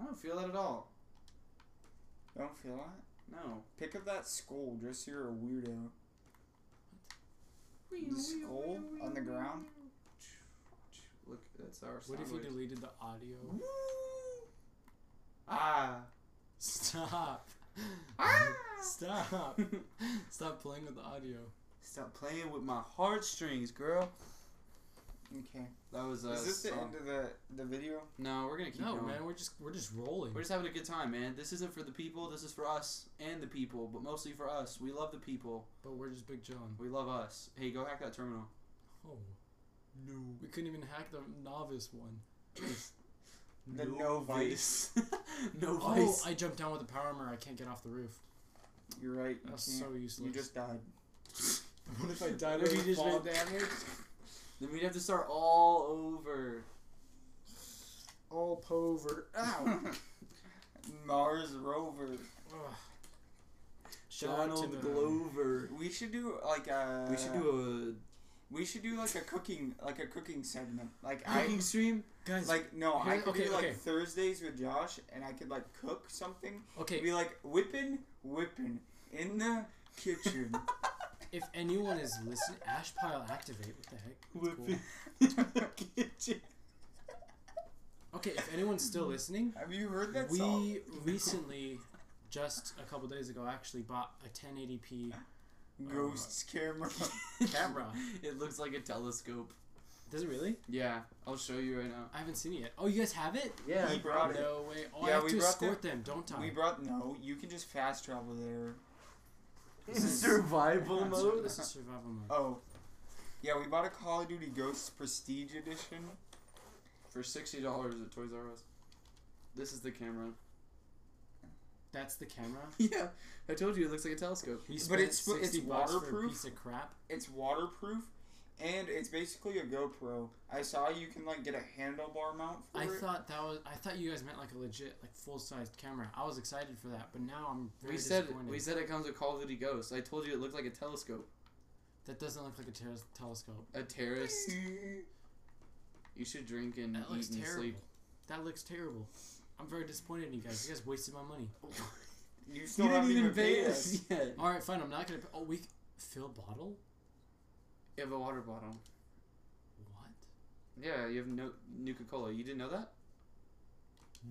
A: I don't feel that at all.
C: Don't feel that.
A: No.
C: Pick up that skull, just so you're a weirdo. The skull on the ground.
A: Look, that's our.
B: What
A: Sound
B: if you
A: wave.
B: deleted the audio?
A: Ah.
B: Stop.
A: Ah.
B: Stop. Stop playing with the audio.
A: Stop playing with my heartstrings, girl.
C: Okay.
A: That was uh,
C: Is this the
A: song.
C: end of the the video?
A: No, we're gonna keep
B: No,
A: going.
B: man, we're just we're just rolling.
A: We're just having a good time, man. This isn't for the people. This is for us and the people, but mostly for us. We love the people.
B: but we're just Big John.
A: We love us. Hey, go hack that terminal.
B: Oh. No. We couldn't even hack the novice one.
C: The no vice.
A: no
B: Oh,
A: vice.
B: I jumped down with the power armor. I can't get off the roof.
C: You're right. You,
B: That's
C: can't.
B: so useless.
C: you just died.
B: what if I
A: I
B: died?
A: know
B: over
A: you just
B: fall?
A: made damage. Then we'd have to start all over.
B: all pover. Ow.
C: Mars rover.
B: Ugh. Shout out to
A: Donald
B: the-
A: Glover.
C: We should do like a.
A: We should do
C: We should do like a cooking, like a cooking segment. Like
A: a cooking
C: I.
A: stream.
B: Guys,
C: Like no, I
B: Here-
C: could
B: okay,
C: do like
B: okay.
C: Thursdays with Josh, and I could like cook something.
B: okay,
C: Be like whipping, whipping in the kitchen.
B: if anyone is listening, Ash Pile Activate, what the heck? That's cool.
A: Whipping.
C: kitchen.
B: Okay, if anyone's still listening,
C: Have you heard that
B: we
C: song?
B: recently, just a couple days ago, actually bought a 1080p
C: Ghosts
B: Uh,
C: camera.
B: camera.
A: It looks like a telescope.
B: Does it really?
A: Yeah, I'll show you right now.
B: I haven't seen it yet. Oh, you guys have it?
A: Yeah,
C: He
A: I
C: brought it.
B: No way. Oh,
C: Yeah,
B: I have
C: we
B: to
C: brought
B: escort them. Don't
C: We
B: I?
C: brought no. You can just fast travel there.
A: This is survival
B: That's-
A: mode.
B: This is survival mode.
C: Oh, yeah. We bought a Call of Duty Ghosts Prestige Edition.
A: For sixty dollars at Toys R Us. This is the camera.
B: That's the camera.
A: Yeah, I told you it looks like a telescope.
B: We
C: But
B: spent
C: it's- but it's
B: 60 bucks for a
C: waterproof.
B: piece of crap.
C: It's waterproof, and it's basically a GoPro. I saw you can like get a handlebar mount for
B: I
C: it.
B: thought that was. I thought you guys meant like a legit, like full sized camera. I was excited for that, but now I'm very
A: we said
B: disappointed.
A: we said it comes with Call of Duty Ghosts. I told you it looked like a telescope.
B: that doesn't look like a ter- telescope.
A: A terrorist. You should drink and
B: That looks
A: eat and
B: terrible.
A: sleep.
B: That looks terrible. I'm very disappointed in you guys. You guys wasted my money.
C: you still haven't even paid us.
A: yet.
B: All right, fine. I'm not gonna. Oh, we fill bottle.
A: You have a water bottle.
B: What?
A: Yeah, you have no Nuka Cola. You didn't know that?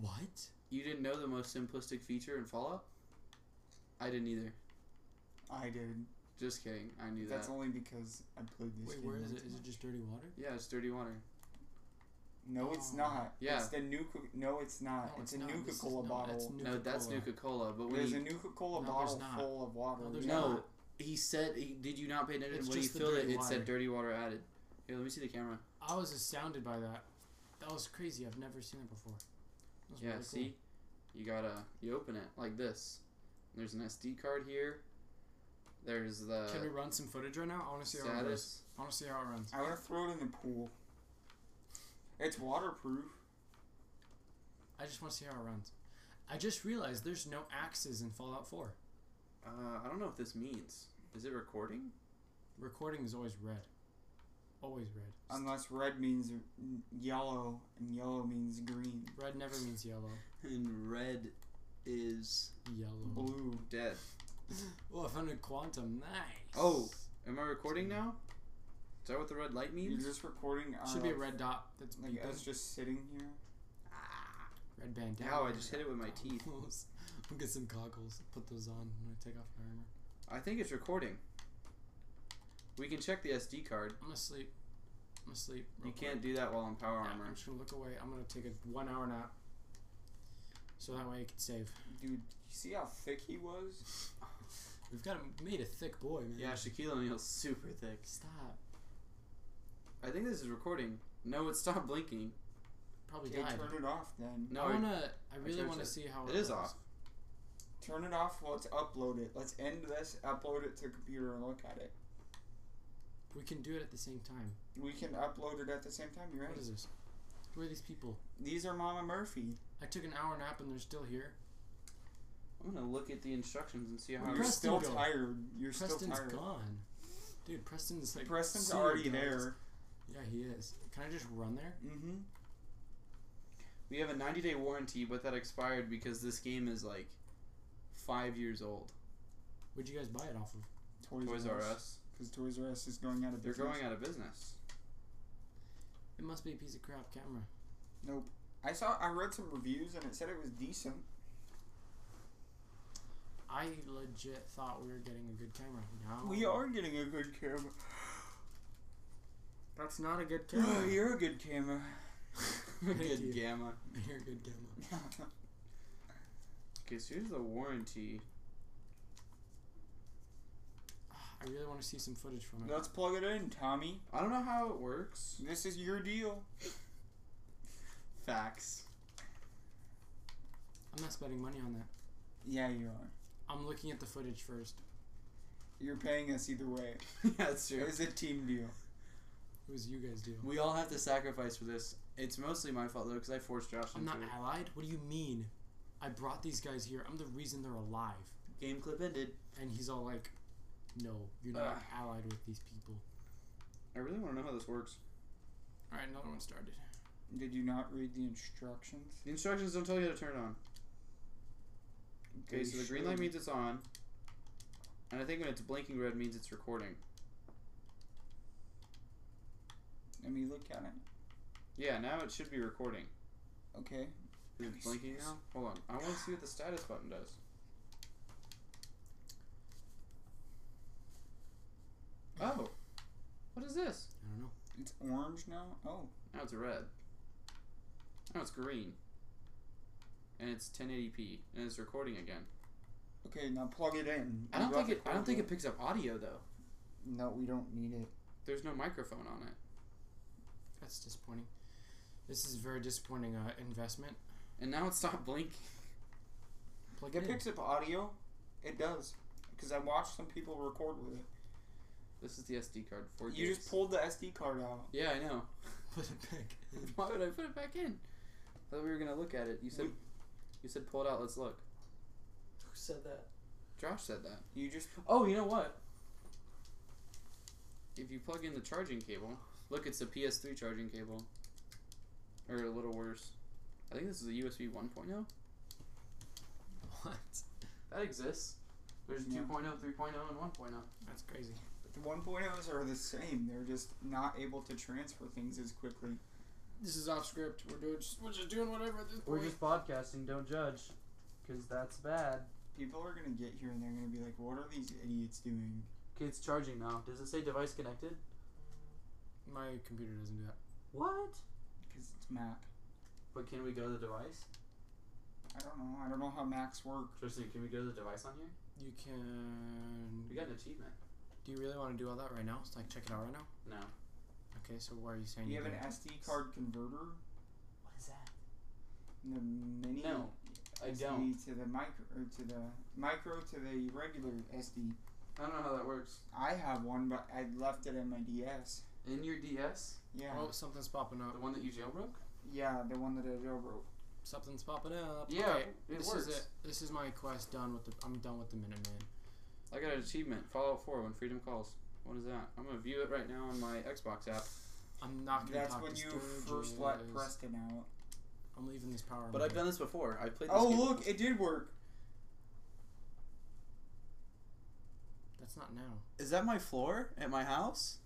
B: What?
A: You didn't know the most simplistic feature in Fallout? I didn't either.
C: I did.
A: Just kidding. I knew
C: That's
A: that.
C: only because I played this
B: Wait,
C: game.
B: where is
C: not
B: it?
C: too
B: Is
C: much.
B: it just dirty water?
A: Yeah, it's dirty water.
C: No, it's
B: Oh.
C: not.
A: Yeah.
C: It's the Nuka. No, it's not.
B: No, it's
C: it's, a
B: not.
C: Nuka
B: This is-
C: Cola
B: no, that's
C: bottle.
A: No, that's
B: Nuka-Cola.
A: Nuka Cola. But when
C: There's
A: he,
C: a Nuka Cola
B: No, there's
C: bottle
B: not.
C: full of water.
B: No, there's
A: no,
B: not.
A: he said he, did you not pay attention
B: It's
A: when he
B: just the
A: filled it?
B: dirty
A: It
B: water.
A: said dirty water added. Here, let me see the camera.
B: I was astounded by that. That was crazy. I've never seen it before. That was
A: Yeah,
B: really cool.
A: see, you gotta you open it like this. There's an SD card here. There's the
B: Can we run some footage right now? I want to see how it runs.
A: status.
B: I want to see how it runs.
C: I want to throw it in the pool. It's waterproof.
B: I just want to see how it runs. I just realized there's no axes in Fallout 4.
A: Uh, I don't know if this means. Is it recording?
B: Recording is always red. Always red.
C: Unless red means yellow and yellow means green.
B: Red never means yellow.
A: And red is
B: Yellow.
C: Blue.
A: dead.
B: Oh, I found a quantum. Nice.
A: Oh, am I recording now? Is that what the red light
C: You're
A: means?
C: just recording. Uh,
B: Should be a red dot that's
C: Like
B: beeping.
C: us just sitting here.
A: Ah,
B: Red bandana.
A: Ow, I just hit it with my teeth.
B: Goggles. We'll get some goggles. Put those on when I take off my armor.
A: I think it's recording. We can check the SD card.
B: I'm gonna sleep. I'm gonna sleep.
A: You
B: real
A: can't do
B: quick.
A: that while on power
B: Yeah,
A: armor.
B: I'm just gonna look away. I'm gonna take a one hour nap. So that way I can save.
C: Dude, you see how thick he was?
B: We've got a, made a thick boy, man.
A: Yeah, Shaquille O'Neal's super thick.
B: Stop.
A: I think this is recording. No, it stopped blinking.
B: Probably
C: Okay,
B: died.
C: turn it off then.
A: No,
B: I
A: it-
B: wanna. I really
A: changed
B: wanna
A: it.
B: see how
A: it is
B: goes.
A: off.
C: Turn it off. Let's upload it. Let's end this, upload it to the computer, and look at it.
B: We can do it at the same time.
C: We can upload it at the same time. You're right.
B: What is this? Who are these people?
C: These are Mama Murphy.
B: I took an hour nap and they're still here.
A: I'm gonna look at the instructions and see how.
B: Where's
C: You're
A: I'm-
B: Preston
C: still
B: go?
C: tired. You're still
B: Preston's
C: tired.
B: gone. Dude, Preston's like.
C: Preston's
B: super
C: already
B: gone.
C: there.
B: Yeah, he is. Can I just run there?
C: Mm-hmm.
A: We have a 90 day warranty, but that expired because this game is like five years old.
B: What'd you guys buy it off of?
C: Toys,
A: Toys R Us.
C: Because Toys R Us is going out of
A: They're
C: business.
A: going out of business.
B: It must be a piece of crap camera.
C: I saw. I read some reviews and it said it was decent.
B: I legit thought we were getting a good camera. No.
C: We are getting a good camera.
B: That's not a good
C: Oh,
B: camera.
C: you're a good camera.
B: Thank
A: Good
B: you.
A: gamma.
B: You're a good camera.
A: Okay, so here's the warranty.
B: Ah, I really want to see some footage from it.
C: Let's plug it in, Tommy.
A: I don't know how it works.
C: This is your deal.
A: Facts.
B: I'm not spending money on that.
C: Yeah, you are.
B: I'm looking at the footage first.
C: You're paying us either way.
A: yeah, that's true.
C: It's a team deal.
B: It was you guys deal.
A: We all have to sacrifice for this. It's mostly my fault though, because I forced Josh
B: I'm
A: into
B: not
A: it.
B: allied. What do you mean? I brought these guys here. I'm the reason they're alive.
A: Game clip ended.
B: And he's all like, "No, you're not
A: Ugh.
B: allied with these people."
A: I really want to know how this works.
B: All right, another one started.
C: Did you not read the instructions?
A: The instructions don't tell you how to turn it on. Okay,
C: They
A: so the green light
C: should.
A: means it's on. And I think when it's blinking red means it's recording.
C: Let me look at it.
A: Yeah, now it should be recording.
C: Okay.
A: Is
C: Let me
A: it
C: see
A: blinking
C: this.
A: now? Hold on. I want to see what the status button does. Oh. What is this?
B: I don't know.
C: It's orange now. Oh,
A: Now it's red. Now it's green. And it's 1080p and it's recording again.
C: okay. Now plug it in.
A: I don't
C: Drop
A: think it I don't think it
C: plug
A: picks up audio though.
C: in. No, we don't need it.
A: There's no microphone on it.
B: That's disappointing. This is a very disappointing uh, investment.
A: And now it stopped blinking.
B: Plug it
C: It
B: in.
C: picks up audio. It does. Because I watched some people record with it.
A: This is the SD card for
C: You just pulled the SD card out.
A: Yeah, I know.
B: Put it back. in.
A: Why would I put it back in? I thought we were gonna look at it. You said you said pull it out, let's look.
B: Who said that?
A: Josh said that.
C: You just
A: Oh, you know what? If you plug in the charging cable, look, it's a PS3 charging cable. Or a little worse. I think this is a USB 1.0.
B: What?
A: That exists. There's oh,
C: Yeah.
A: 2.0, 3.0, and oh. 1.0.
B: That's crazy.
C: the 1.0s are the same. They're just not able to transfer things as quickly.
B: This is off script. We're doing just, we're just doing whatever at this point.
A: podcasting, don't judge. Because that's bad.
C: People are gonna get here and they're gonna be like, "What are these idiots doing?"
A: Okay, it's charging now. Does it say device connected?
B: My computer doesn't do that.
A: What?
C: Because it's Mac.
A: But can we go to the device?
C: I don't know. I don't know how Macs work.
A: Tristan, can we go to the device on here?
B: You can.
A: We got an achievement.
B: Do you really want to do all that right now? Like check it out right now.
A: No.
B: Okay, so why are you saying
C: Do you have an
B: didn't?
C: SD card converter?
A: What is that?
C: The mini
A: No, I
C: SD
A: don't.
C: to the micro or to the micro to the regular SD.
D: I don't know how that works.
C: I have one, but I left it in my DS.
D: In your DS,
C: Yeah,
B: Oh, something's popping
D: the
B: up.
D: one that you jailbroke.
C: yeah, the one that I jailbroke.
B: Something's popping up.
D: Yeah,
B: Okay,
D: it
B: this
D: works.
B: is it. This is my quest done with the. I'm done with the Minuteman.
A: I got an achievement, Fallout 4 when freedom calls. What is that? I'm gonna view it right now on my Xbox app.
B: I'm not gonna
C: That's
B: talk
C: when
B: to
C: you
B: Sturgis.
C: first let Preston out.
B: I'm leaving this power.
A: But
B: on.
A: I've done this before. I played this
C: Oh
A: game.
C: look, it did work.
B: That's not now.
A: Is that my floor at my house?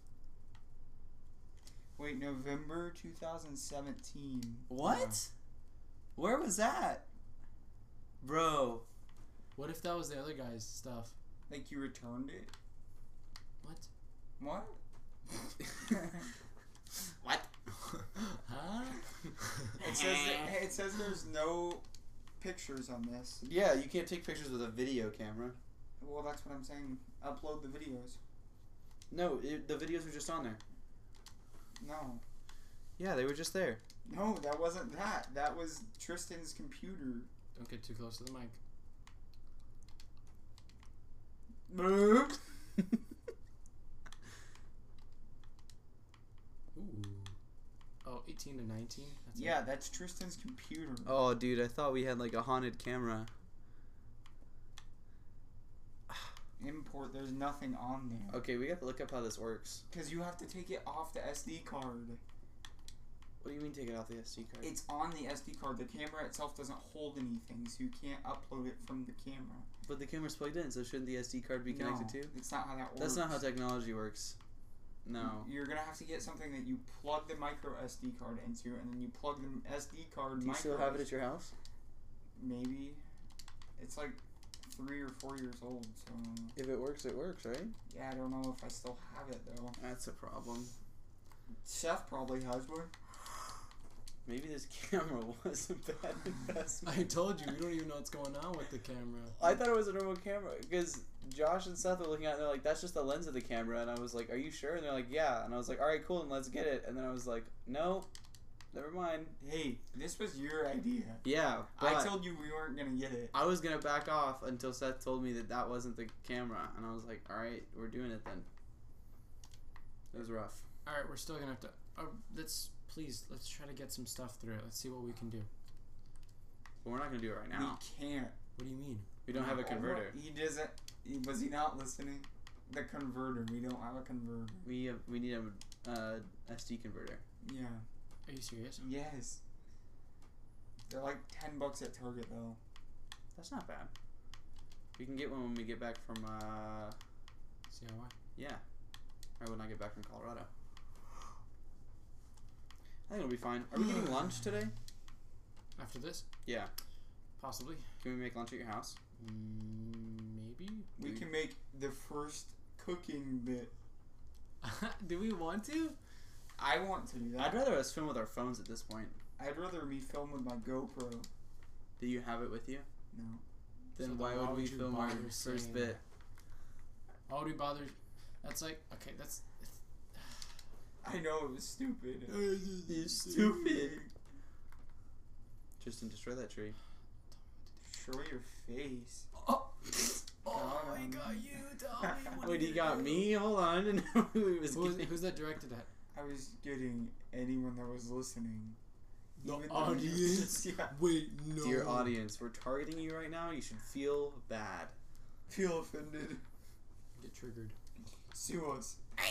C: Wait, November 2017.
A: What? Where was that? Bro.
B: What if that was the other guy's stuff?
C: Like you returned it?
B: What?
C: What?
A: what?
B: Huh?
C: It says
A: Uh-huh.
C: that, it says there's no pictures on this.
A: yeah, you can't take pictures with a video camera.
C: Well, that's what I'm saying. Upload the videos.
A: No, it, the videos were just on there.
C: No,
A: Yeah, they were just there.
C: no, that wasn't that. That was Tristan's computer.
B: Don't get too close to the mic. Ooh. Oh, 18 to 19? That's
C: yeah, that's Tristan's computer.
A: oh, dude, I thought we had like a haunted camera.
C: Import. There's nothing on there.
A: Okay, we got to look up how this works.
C: Because you have to take it off the SD card.
A: What do you mean take it off the SD card?
C: It's on the SD card. The camera itself doesn't hold anything, so you can't upload it from the camera.
A: but the camera's plugged in, so shouldn't the SD card be connected
C: No,
A: to?
C: It's not how that works.
A: That's not how technology works. No.
C: You're gonna have to get something that you plug the micro SD card into, and then you plug the SD card.
A: Do you still
C: micro
A: have it at your house?
C: Maybe. It's like three or four years old, so
A: If it works, it works, right?
C: yeah, I don't know if I still have it though.
A: That's a problem.
C: Chef probably has one.
A: Maybe this camera was a bad investment.
B: I told you, we don't even know what's going on with the camera.
A: I thought it was a normal camera because Josh and Seth were looking at it and they're like, that's just the lens of the camera. And I was like, are you sure? And they're like, yeah. And I was like, all right, cool, and let's get it. And then I was like, no, never mind.
C: Hey, this was your idea.
A: Yeah.
C: I
A: but-
C: told you we weren't gonna get it.
A: I was gonna back off until Seth told me that that wasn't the camera, and I was like, "All right, we're doing it then." It was rough.
B: Alright, we're still gonna have to. Uh, let's. Please, let's try to get some stuff through it. Let's see what we can do.
A: But we're not gonna do it right now.
C: We can't.
B: What do you mean?
A: We don't have a
C: Oh,
A: converter.
C: He doesn't. he- Was he not listening? The converter. We don't have a converter.
A: We have, we need a uh, SD converter.
C: Yeah.
B: Are you serious?
C: Mm. Yes. They're like ten bucks at Target though.
A: That's not bad. We can get one when we get back from. Uh,
B: See how I.
A: yeah, or when I get back from Colorado. I think it'll be fine. Are we getting lunch today?
B: After this?
A: Yeah.
B: Possibly.
A: Can we make lunch at your house?
B: Mm, maybe?
C: We
A: We-
C: can make the first cooking bit.
B: do we want to?
C: I want to do that.
A: I'd rather us film with our phones at this point.
C: I'd rather me film with my GoPro.
A: Do you have it with you?
C: No.
A: Then
B: So
A: why
B: then why
A: would we
B: would you
A: film our
B: bother
A: first
B: saying
A: bit?
B: Why would we bother? That's like. Okay, that's.
C: I know it was stupid.
A: stupid. Tristan, destroy that tree.
C: Show your face.
B: Oh,
C: Oh my
B: my god,
C: God,
B: you told me.
C: what
A: Wait, he got me? Hold on. And who he was
B: Who's,
A: getting-
B: who's that directed at?
C: I was getting anyone that was listening.
B: The
C: Even though you-
B: audience?
C: yeah.
B: Wait, no.
A: Dear audience, we're targeting you right now. You should feel bad.
C: Feel offended.
B: Get triggered.
C: Sue us.
B: Uh,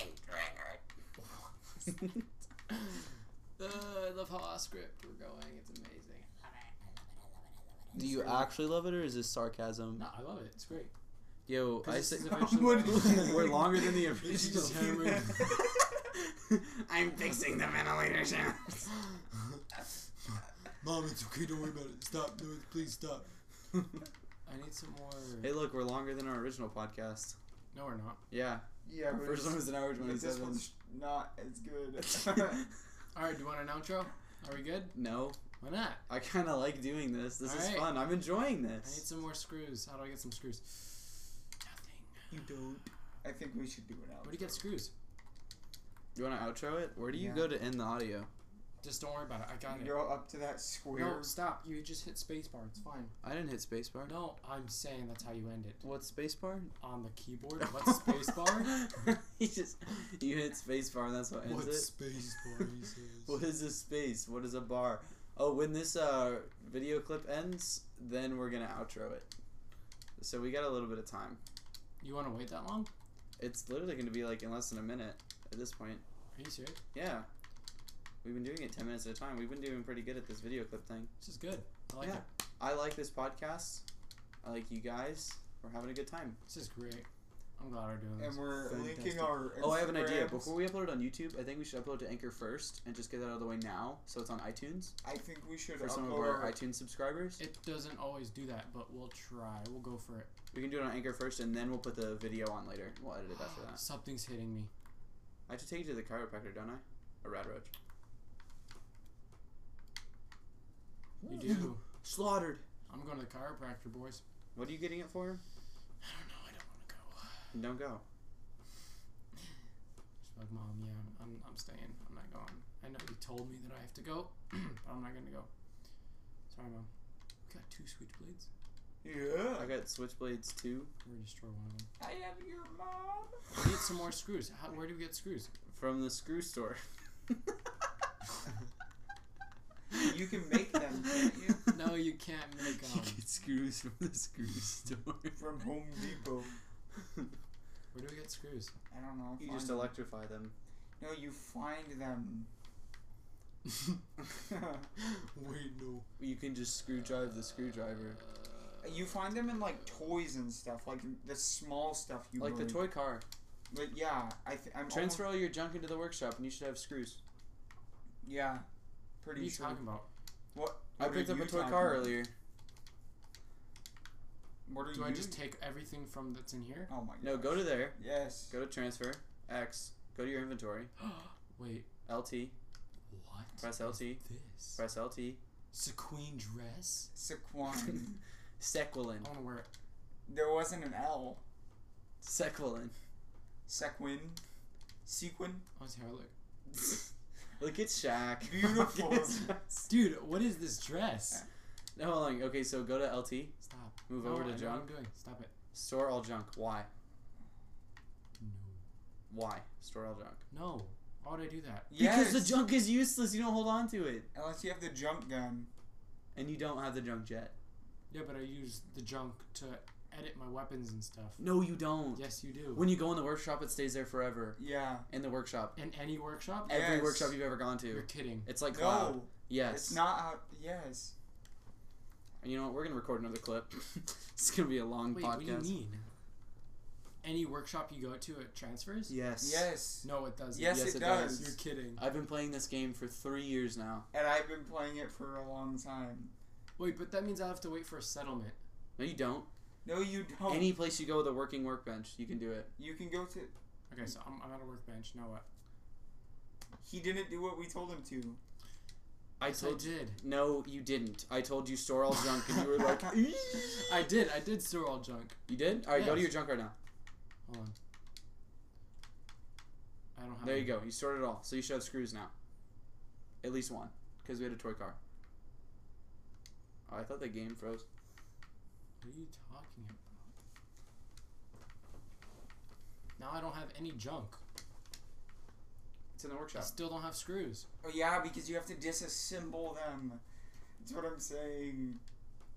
B: I love how off script we're going. It's amazing.
A: Do you actually love it or is this sarcasm?
B: No, I love it. It's great.
A: Yo, I
B: This
A: say
B: is
C: What did
B: eventually.
C: you-
A: we're longer than the
C: Did you
A: original.
B: just
C: see
B: hammer.
C: that?
A: I'm fixing the ventilator shaft.
B: Mom, it's okay. Don't worry about it. Stop. No, please stop. I need some more.
A: hey, look, we're longer than our original podcast.
B: No, we're not.
A: Yeah,
C: yeah,
A: our
C: but
A: first
C: it's-
A: one was an hour
C: but this
A: twenty-seven.
C: one's not as good.
B: All right, do you want an outro? Are we good?
A: no,
B: Why not?
A: I kind of like doing this. This is
B: Alright.
A: fun. I'm enjoying
B: I need
A: this.
B: some more screws. How do I get some screws? Nothing.
C: you don't. I think we should do it out.
B: Where do you get screws?
A: You want to outro it? Where do you
C: Yeah.
A: go to end the audio?
B: Just don't worry about it. I got
C: You
B: it.
C: go up to that square.
B: No, stop. You just hit spacebar. It's fine.
A: I didn't hit spacebar.
B: No, I'm saying that's how you end it.
A: What's spacebar?
B: On the keyboard, what's spacebar?
A: you just you hit spacebar and that's what ends it.
B: spacebar?
A: he What is a space? What is a bar? Oh, when this uh, video clip ends, then we're gonna outro it. So we got a little bit of time.
B: You want to wait that long?
A: It's literally gonna be like in less than a minute at this point.
B: Are you serious?
A: Yeah, we've been doing it ten minutes at a time. We've been doing pretty good at this video clip thing.
B: This is good. I like
A: Yeah.
B: it.
A: I like this podcast. I like you guys. We're having a good time.
B: This is great. I'm glad we're doing
C: and
B: this.
C: we're
A: Fantastic.
C: linking our.
A: Oh, I have an idea.
C: Instagrams.
A: Before we upload it on YouTube, I think we should upload to Anchor first and just get that out of the way now, so it's on iTunes
C: I think we should
A: for
C: upload
A: some of our
C: our-
A: iTunes subscribers.
B: It doesn't always do that, but we'll try. We'll go for it.
A: We can do it on Anchor first, and then we'll put the video on later. We'll edit it after that.
B: Something's hitting me.
A: I have to take you to the chiropractor, don't I? Or Rad Roach.
B: You do.
A: Slaughtered.
B: I'm going to the chiropractor, boys.
A: What are you getting it for?
B: I don't know. I don't want to go.
A: Don't go.
B: She's like, Mom, yeah, I'm, I'm, I'm staying. I'm not going. I know you told me that I have to go, but I'm not going to go. Sorry, Mom. We got two switchblades.
A: I
C: Yeah.
A: got Switchblades 2
B: We're gonna destroy one of them.
C: I have your mom.
B: We need some more screws. How, where do we get screws?
A: from the screw store.
C: You can make them, can't you?
B: No, you can't
A: You
B: make them.
A: get screws from the screw store.
C: From Home Depot.
B: Where do we get screws?
C: I don't know.
A: You
C: find
A: just
C: them.
A: electrify them.
C: No, you find them.
B: Wait, no.
A: You can just screw drive the screwdriver.
B: Uh,
C: you find them in like toys and stuff, like the small stuff you
A: Like the
C: learn.
A: toy car.
C: But yeah, I th- I'm
A: Transfer all your junk into the workshop, and you should have screws.
C: almost- yeah,
B: What
C: pretty
B: are you
C: sure.
B: talking about?
C: What?
A: I
C: what are
A: picked up
C: you
A: a toy
C: talking
A: car
C: about?
A: earlier.
C: What are
B: Do
C: you?
B: I just take everything from that's in here?
C: oh my god.
A: No, go to there.
C: Yes.
A: Go to transfer. X. Go to your inventory.
B: Wait,
A: LT.
B: what?
A: Press LT.
B: This.
A: Press LT.
B: Sequin dress?
C: Sequin.
A: Sequelin.
B: I wanna wear it.
C: there wasn't an L.
A: Sequelin.
C: Sequin. Sequin.
B: How's hair look?
A: Look at Shaq.
C: Beautiful.
B: Dude, what is this dress?
A: no, hold on. Okay, so go to LT.
B: Stop.
A: Move
B: No,
A: over to
B: I know what I'm
A: junk.
B: doing. Stop it.
A: Store all junk. Why?
B: No.
A: Why? Store all junk.
B: No. Why would I do that?
C: Yes.
A: Because the junk is useless. You don't hold on to it.
C: Unless you have the jump gun.
A: And you don't have the junk yet.
B: Yeah, but I use the junk to edit my weapons and stuff.
A: No, you don't.
B: Yes, you do.
A: When you go in the workshop, it stays there forever.
C: Yeah.
A: In the workshop.
B: In any workshop?
C: Yeah.
A: Every
C: Yes.
A: workshop you've ever gone
B: You're
A: to.
B: kidding.
A: It's like cloud.
C: No.
A: Yes.
C: It's not out. Yes.
A: And you know what? We're gonna record another clip. it's gonna be a long
B: Wait,
A: podcast.
B: what do you mean? Any workshop you go to, it transfers?
A: Yes.
C: Yes.
B: No, it doesn't.
C: Yes,
A: Yes,
C: it,
A: it
C: does.
A: does.
B: You're kidding.
A: I've been playing this game for three years now.
C: And I've been playing it for a long time.
B: Wait, but that means I have to wait for a settlement.
A: No, you don't.
C: No, you
B: Oh.
C: don't.
A: Any place you go with a working workbench, you can do it.
C: you can go to.
B: Okay, so I'm, I'm at a workbench. Now what?
C: He didn't do what we told him to.
A: I
B: Yes, I
A: told you.
B: did.
A: No, you didn't. I told you store all junk, and you were like, "Eee."
B: I did. I did store all junk.
A: "You did? All right, go to your
B: Yes.
A: junk right now."
B: Hold on. I don't have.
A: There you
B: any-
A: go. You stored it all, so you should have screws now. At least one, because we had a toy car. Oh, I thought the game froze.
B: What are you talking about? Now I don't have any junk.
A: It's in the
B: I
A: workshop.
B: still don't have screws.
C: Oh yeah, because you have to disassemble them. That's what I'm saying.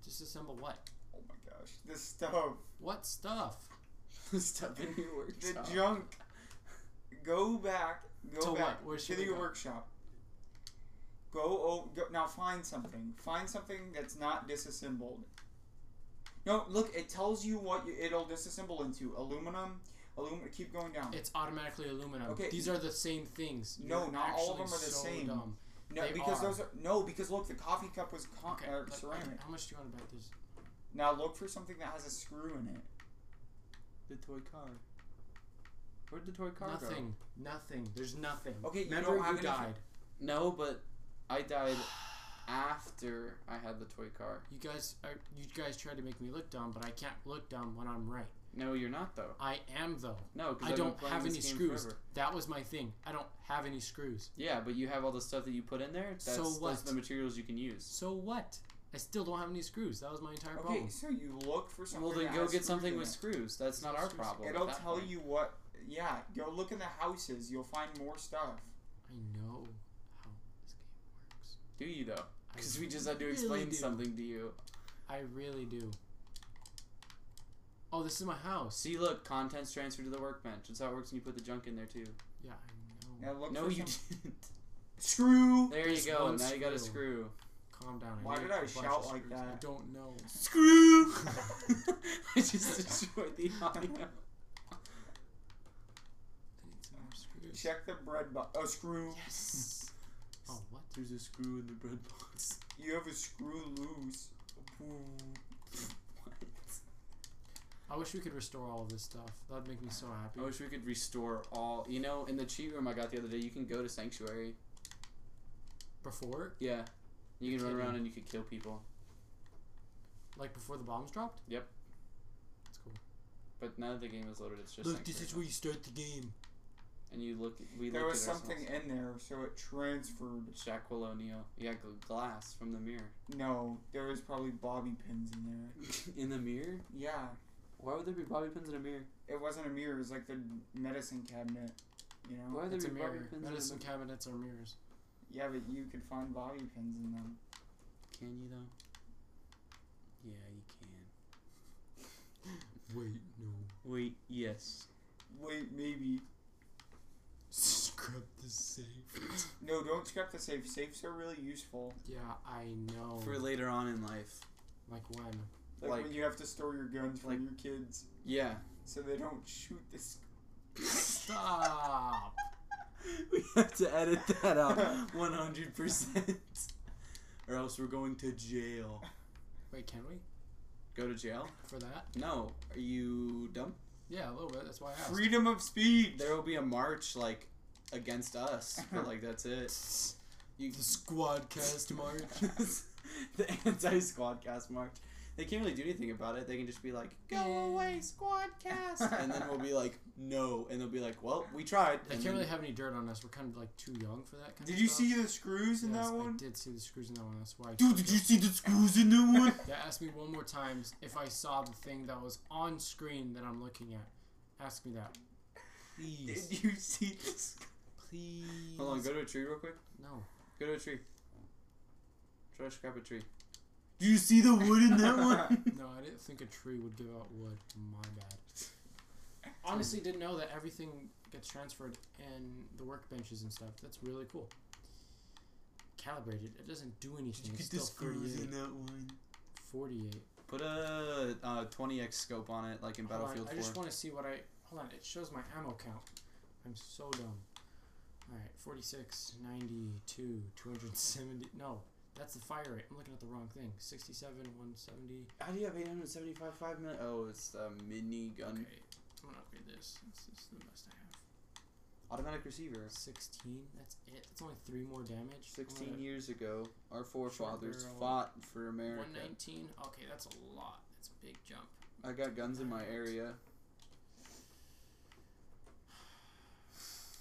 B: Disassemble what?
C: Oh my gosh, the stuff,
B: What stuff?
A: Stuff in your
C: the
A: workshop.
C: junk. Go back.
B: To
C: Go
B: what?
C: back
B: Where
C: to
B: should
C: the
B: we go?
C: workshop. Go, oh, go now. Find something. Find something that's not disassembled. No, look. It tells you what you, it'll disassemble into. Aluminum. Aluminum. Keep going down.
B: It's automatically aluminum.
C: Okay.
B: These are the same things.
C: No,
B: You're
C: not all of
B: actually
C: them are the
B: so
C: same.
B: dumb.
C: no,
B: they
C: because
B: are.
C: those are no. Because look, the coffee cup was con-
B: Okay.
C: uh,
B: look,
C: ceramic.
B: How much do you want to bet this?
C: Now look for something that has a screw in it.
A: The toy car. Where'd the toy car go?
B: Nothing. Nothing. There's nothing.
C: Okay, you
B: Remember
C: don't have anything.
B: died.
A: No, but I died after I had the toy car.
B: You guys are. You guys tried to make me look dumb, but I can't look dumb when I'm right.
A: No, you're not though.
B: I am though.
A: No, because
B: I don't have any
A: this game
B: screws.
A: Forever.
B: That was my thing. I don't have any screws.
A: Yeah, but you have all the stuff that you put in there. That's,
B: So
A: That's
B: what?
A: the materials you can use.
B: So what? I still don't have any screws. That was my entire
C: Okay,
B: problem.
C: so you look for something.
A: well, then
C: that
A: go
C: has
A: get
C: screws
A: something
C: in
A: with
C: it.
A: screws. That's not our problem. at
C: It'll
A: that
C: tell
A: point.
C: you what. Yeah, go look in the houses. You'll find more stuff.
B: I know how this game works.
A: Do you though?
B: I
A: Because we just had to explain
B: really do.
A: something to you.
B: I really do. Oh, this is my house.
A: See, look, contents transferred to the workbench. That's how it works when you put the junk in there too.
B: Yeah, I know.
C: Now look
A: No,
C: for
A: you
C: some-
A: didn't.
C: Screw.
A: There
B: There's
A: you go. Now
B: one
A: you got a
B: screw.
A: screw.
B: Calm down.
C: Why
B: made
C: did
B: a
C: I
B: bunch of
C: shout like
B: screws. I
C: that?
B: don't know.
A: Screw. I just destroyed the audio.
B: I need some more screws.
C: Check the bread box. A screw.
B: Yes. oh, what?
A: There's a screw in the bread box.
C: You have a screw loose.
B: I wish we could restore all of this stuff. That'd make me so happy.
A: I wish we could restore all. You know, in the cheat room I got the other day, you can go to sanctuary.
B: Before,
A: Yeah, you can run
B: Kidding.
A: around and you can kill people.
B: like before the bombs dropped.
A: Yep.
B: That's cool.
A: But now that the game is loaded, it's just
B: Look, this
A: Sanctuary
B: is
A: now.
B: where you start the game.
A: And you look. We
C: There
A: looked
C: was
A: at ourselves.
C: something in there, so it transferred.
A: Jack O'Neal. Yeah, gl- glass from the mirror.
C: No, there was probably bobby pins in there.
A: in the mirror?
C: Yeah,
A: Why would there be bobby pins in a mirror?
C: it wasn't a mirror. It was like the medicine cabinet. You know.
A: Why would there
B: It's a
A: be bobby
B: mirror.
A: pins
B: Medicine
A: in a mirror?
B: cabinets are mirrors.
C: Yeah, but you could find bobby pins in them.
A: Can you though? Yeah, you can.
B: Wait, no.
A: Wait, yes.
C: Wait, maybe.
B: Scrap the safe.
C: No, don't scrap the safe. Safes are really useful.
B: Yeah, I know.
A: For later on in life.
B: like when?
C: Like,
A: Like-
C: when you have to store your guns from
A: like-
C: your kids
A: Yeah.
C: so they don't shoot this.
B: Stop.
A: we have to edit that out 100%. or else we're going to jail.
B: Wait, can we?
A: Go to jail?
B: For that?
A: No. Are you dumb?
B: Yeah, a little bit. That's why I asked.
C: Freedom of speech.
A: There will be a march, like, against us. But, like, that's it. You
B: The squad cast march.
A: the anti squad cast march. They can't really do anything about it. They can just be like, go away, squad cast. and then we'll be like, no. And they'll be like, well, we tried.
B: They
A: And
B: can't really
A: then-
B: have any dirt on us. We're kind of like too young for that kind of
C: Did you
B: stuff.
C: see the screws in
B: Yes,
C: that one?
B: I did see the screws in that one. That's why. I
A: Dude,
B: took
A: did you
B: it.
A: see the screws in that one?
B: Yeah, ask me one more time if I saw the thing that was on screen that I'm looking at. Ask me that. Please.
A: did you see the screws?
B: Please.
A: Hold on, go to a tree real quick.
B: No.
A: Go to a tree. Try to scrap a tree. Do you see the wood in that one?
B: No, I didn't think a tree would give out wood. My bad. Honestly, didn't know that everything gets transferred in the workbenches and stuff. That's really cool. Calibrated. It doesn't do anything. It's still 48.
A: that one?
B: 48.
A: Put a uh, 20x scope on it, like in
B: Hold on,
A: Battlefield
B: I
A: 4.
B: just want to see what I. Hold on, it shows my ammo count. I'm so dumb. Alright, 46, 92, 270. No, that's the fire rate. I'm looking at the wrong thing. 67, 170.
A: How do you have 875 five minute? Oh, it's the mini gun.
B: Okay, I'm gonna upgrade this. This is the best I have.
A: Automatic receiver.
B: 16, that's it. That's only three more damage. I'm
A: 16
B: gonna-
A: years ago, our forefathers
B: barrel.
A: fought for America.
B: 119. Okay, that's a lot. That's a big jump.
A: I got guns in my area.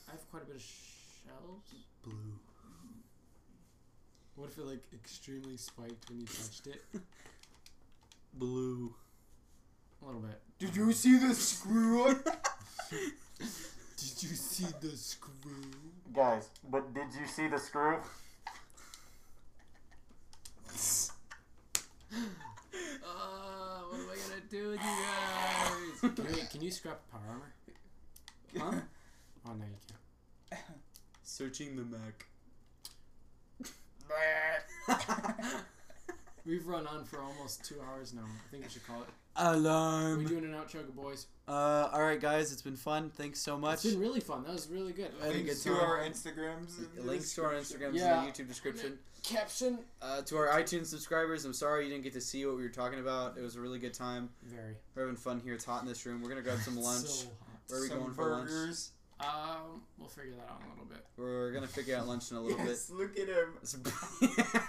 B: I have quite a bit of shells.
A: Blue.
B: What if it like extremely spiked when you touched it?
A: Blue.
B: A little bit.
C: Did you see the screw?
B: Did you see the screw?
C: Guys, but did you see the screw?
B: Uh, what am I gonna do with you guys? Wait, can you scrap power armor?
A: Huh?
B: Oh no, you can't.
A: Searching the Mac.
B: We've run on for almost two hours now. I think we should call it.
A: Alarm.
B: We're doing an outro, boys.
A: Uh, all right, guys, it's been fun. Thanks so much.
B: It's been really fun. That was really good.
A: I had a good
C: Links to
A: time.
C: our Instagrams. in the
A: Links to our
C: description.
A: Instagrams
B: Yeah.
A: and the YouTube description.
B: Caption.
A: Uh, to our iTunes subscribers, I'm sorry you didn't get to see what we were talking about. It was a really good time.
B: Very.
A: We're having fun here. It's hot in this room. We're gonna grab some lunch.
B: So
A: Where are we
C: Some
A: going for lunch?
C: burgers.
B: hot. Um, we'll figure that out in a little bit.
A: We're gonna figure out lunch in a little
C: yes, look at him.
A: bit. It's-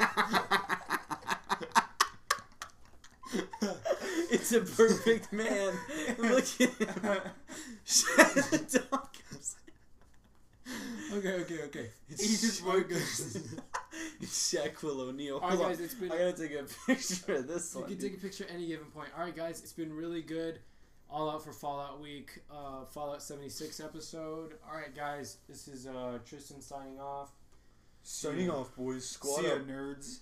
A: it's He's a perfect man. Look at him. Shut the dog.
B: Okay, okay, okay.
A: It's he just woke up. it's Shaquille O'Neal.
B: All right, guys, it's been.
A: I gotta take a picture of this
B: You
A: one.
B: can take a picture at any given point. All right, guys, it's been really good. All out for Fallout Week, uh, Fallout 76 episode. All right, guys, this is uh, Tristan signing off.
C: Signing
A: off, boys.
C: See ya, nerds.